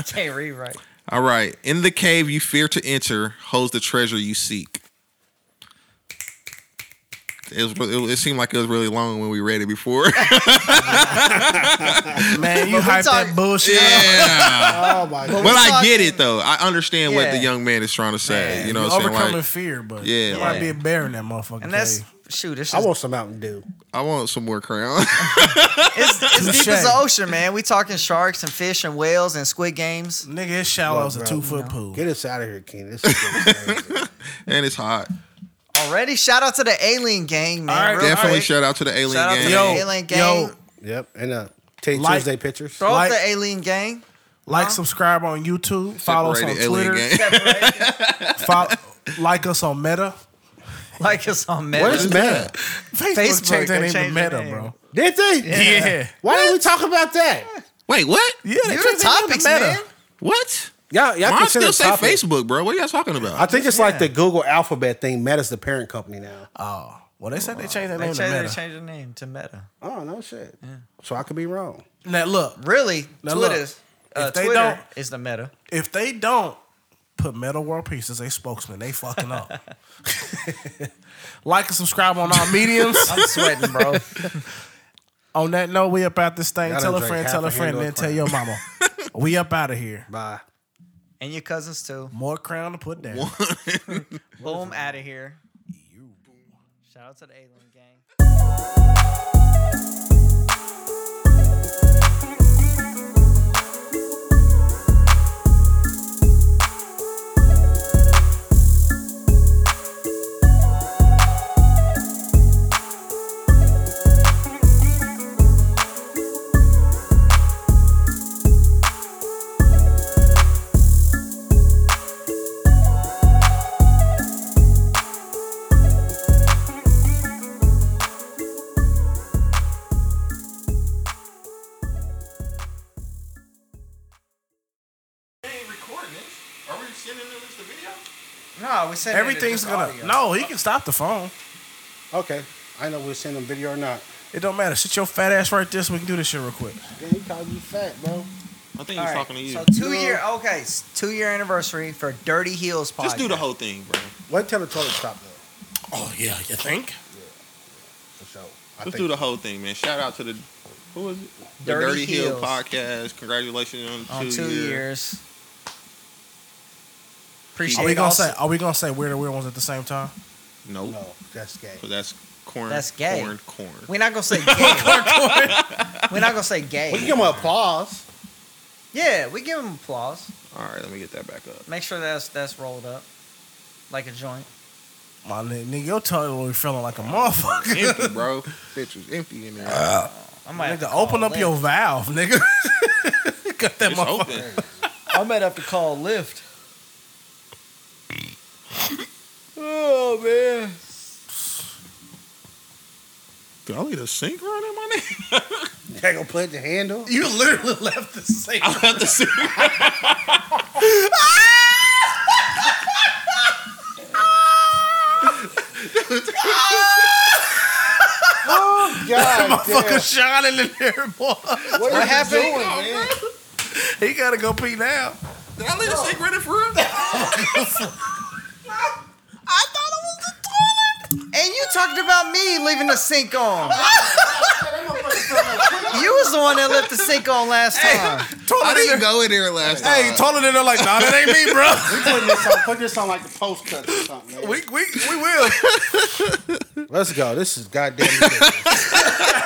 Can't rewrite. All right. In the cave you fear to enter holds the treasure you seek. It, was, it, it seemed like it was really long when we read it before. [laughs] Man, [laughs] But you we hype talk- that bullshit. yeah. Oh my god. But I talking- get it though. I understand what the Yeah. young man is trying to say. you know what I'm saying? overcoming Like, fear, but Yeah, yeah, might like- be a bear in that motherfucker. And that's shoot, it's I just, want some Mountain Dew. I want some more crown. [laughs] it's, [laughs] it's deep Touche. as the ocean, man. We talking sharks and fish and whales and squid games. nigga, it's shallow as a Bro, two foot pool. Get us out of here, King. This is getting crazy. and it's hot. Already, shout out to the alien gang, man. All right, Real yeah, Definitely quick. shout out to the alien Shout out to gang. the Yo, alien gang. yo. Yep, and uh, take Like- Tuesday pictures. Throw Like- up the [laughs] alien gang. Like, subscribe on YouTube, follow us on Separated alien Twitter, [laughs] gang. [laughs] follow, like us on Meta. Like us on What is Meta. meta? Facebook, Facebook, changed they their name to changed their Meta, name. bro. Did they? Yeah. Why didn't we talk about that? Wait, what? Yeah, they You're the changed their name to topics, Meta. man. What? Y'all, y'all Mine consider still say topic- Facebook, bro. What are y'all talking about? I think it's like the Google Alphabet thing. Meta's the parent company now. Oh, well, they said they changed their They name changed, to they Meta. changed the name to Meta. Oh no shit. So I could be wrong. Now look, Really, Now look, Twitter, uh, if they Twitter don't- is the Meta. if they don't put Metal World Peace as a spokesman, they [laughs] fucking up. [laughs] like and subscribe on our mediums. [laughs] I'm sweating, [laughs] bro. on that note, we up out this thing. Y'all Tell done a drank friend, half tell a a friend, handle then of tell your mama. [laughs] we up out of here. Bye. and your cousins too. More crown to put down. Boom, out of here. Shout out to the alien gang. No, we said it Everything's just gonna. audio. No, he can stop the phone. Okay. I know we're sending video or not. It don't matter. Sit your fat ass right there so we can do this shit real quick. Damn, he called you fat, bro. I think All he's right, talking to you. So two year okay, two year anniversary for Dirty Heels podcast. Just do the whole thing, bro. Wait till the toilet stop though. Oh yeah, you think? For sure. I Let's think- do the whole thing, man. Shout out to the who was it? The Dirty Dirty, Hill Heels. podcast. Congratulations on, on two, years. years. Are we Appreciate gonna all. say? Are we gonna say we're the weird ones at the same time? Nope. No, that's gay. But that's corn. That's gay. Corn. Corn. We're not gonna [laughs] say gay. We're not gonna say We can gay. give him [laughs] applause. Yeah, we give them applause. All right, let me get that back up. Make sure that's that's rolled up like a joint. My nigga, nigga your tongue will be feeling like a motherfucker. empty, bro. Bitch was empty in there. I might have to [laughs] Nigga, oh, call open up Lyft. your valve, nigga. [laughs] Got that it's motherfucker. open. I might have to call Lyft. oh man. Did I leave the sink running, my nigga? They gonna put the handle. You literally left the sink. I left the sink. Oh [laughs] [laughs] God, Motherfucker shining in there, boy. damn. What, are you happened? doing, man? He gotta go pee now. Did I leave the sink running for [laughs] real? I thought it was the toilet. And you talked about me leaving the sink on. you was the one that left the sink on last time. I Toilet didn't in there. go in there last time. Hey, toilet in there like, nah, that ain't me, bro. [laughs] We putting this on, put this on like the post cuts or something. Man. we, we, we will. Let's go. This is goddamn ridiculous.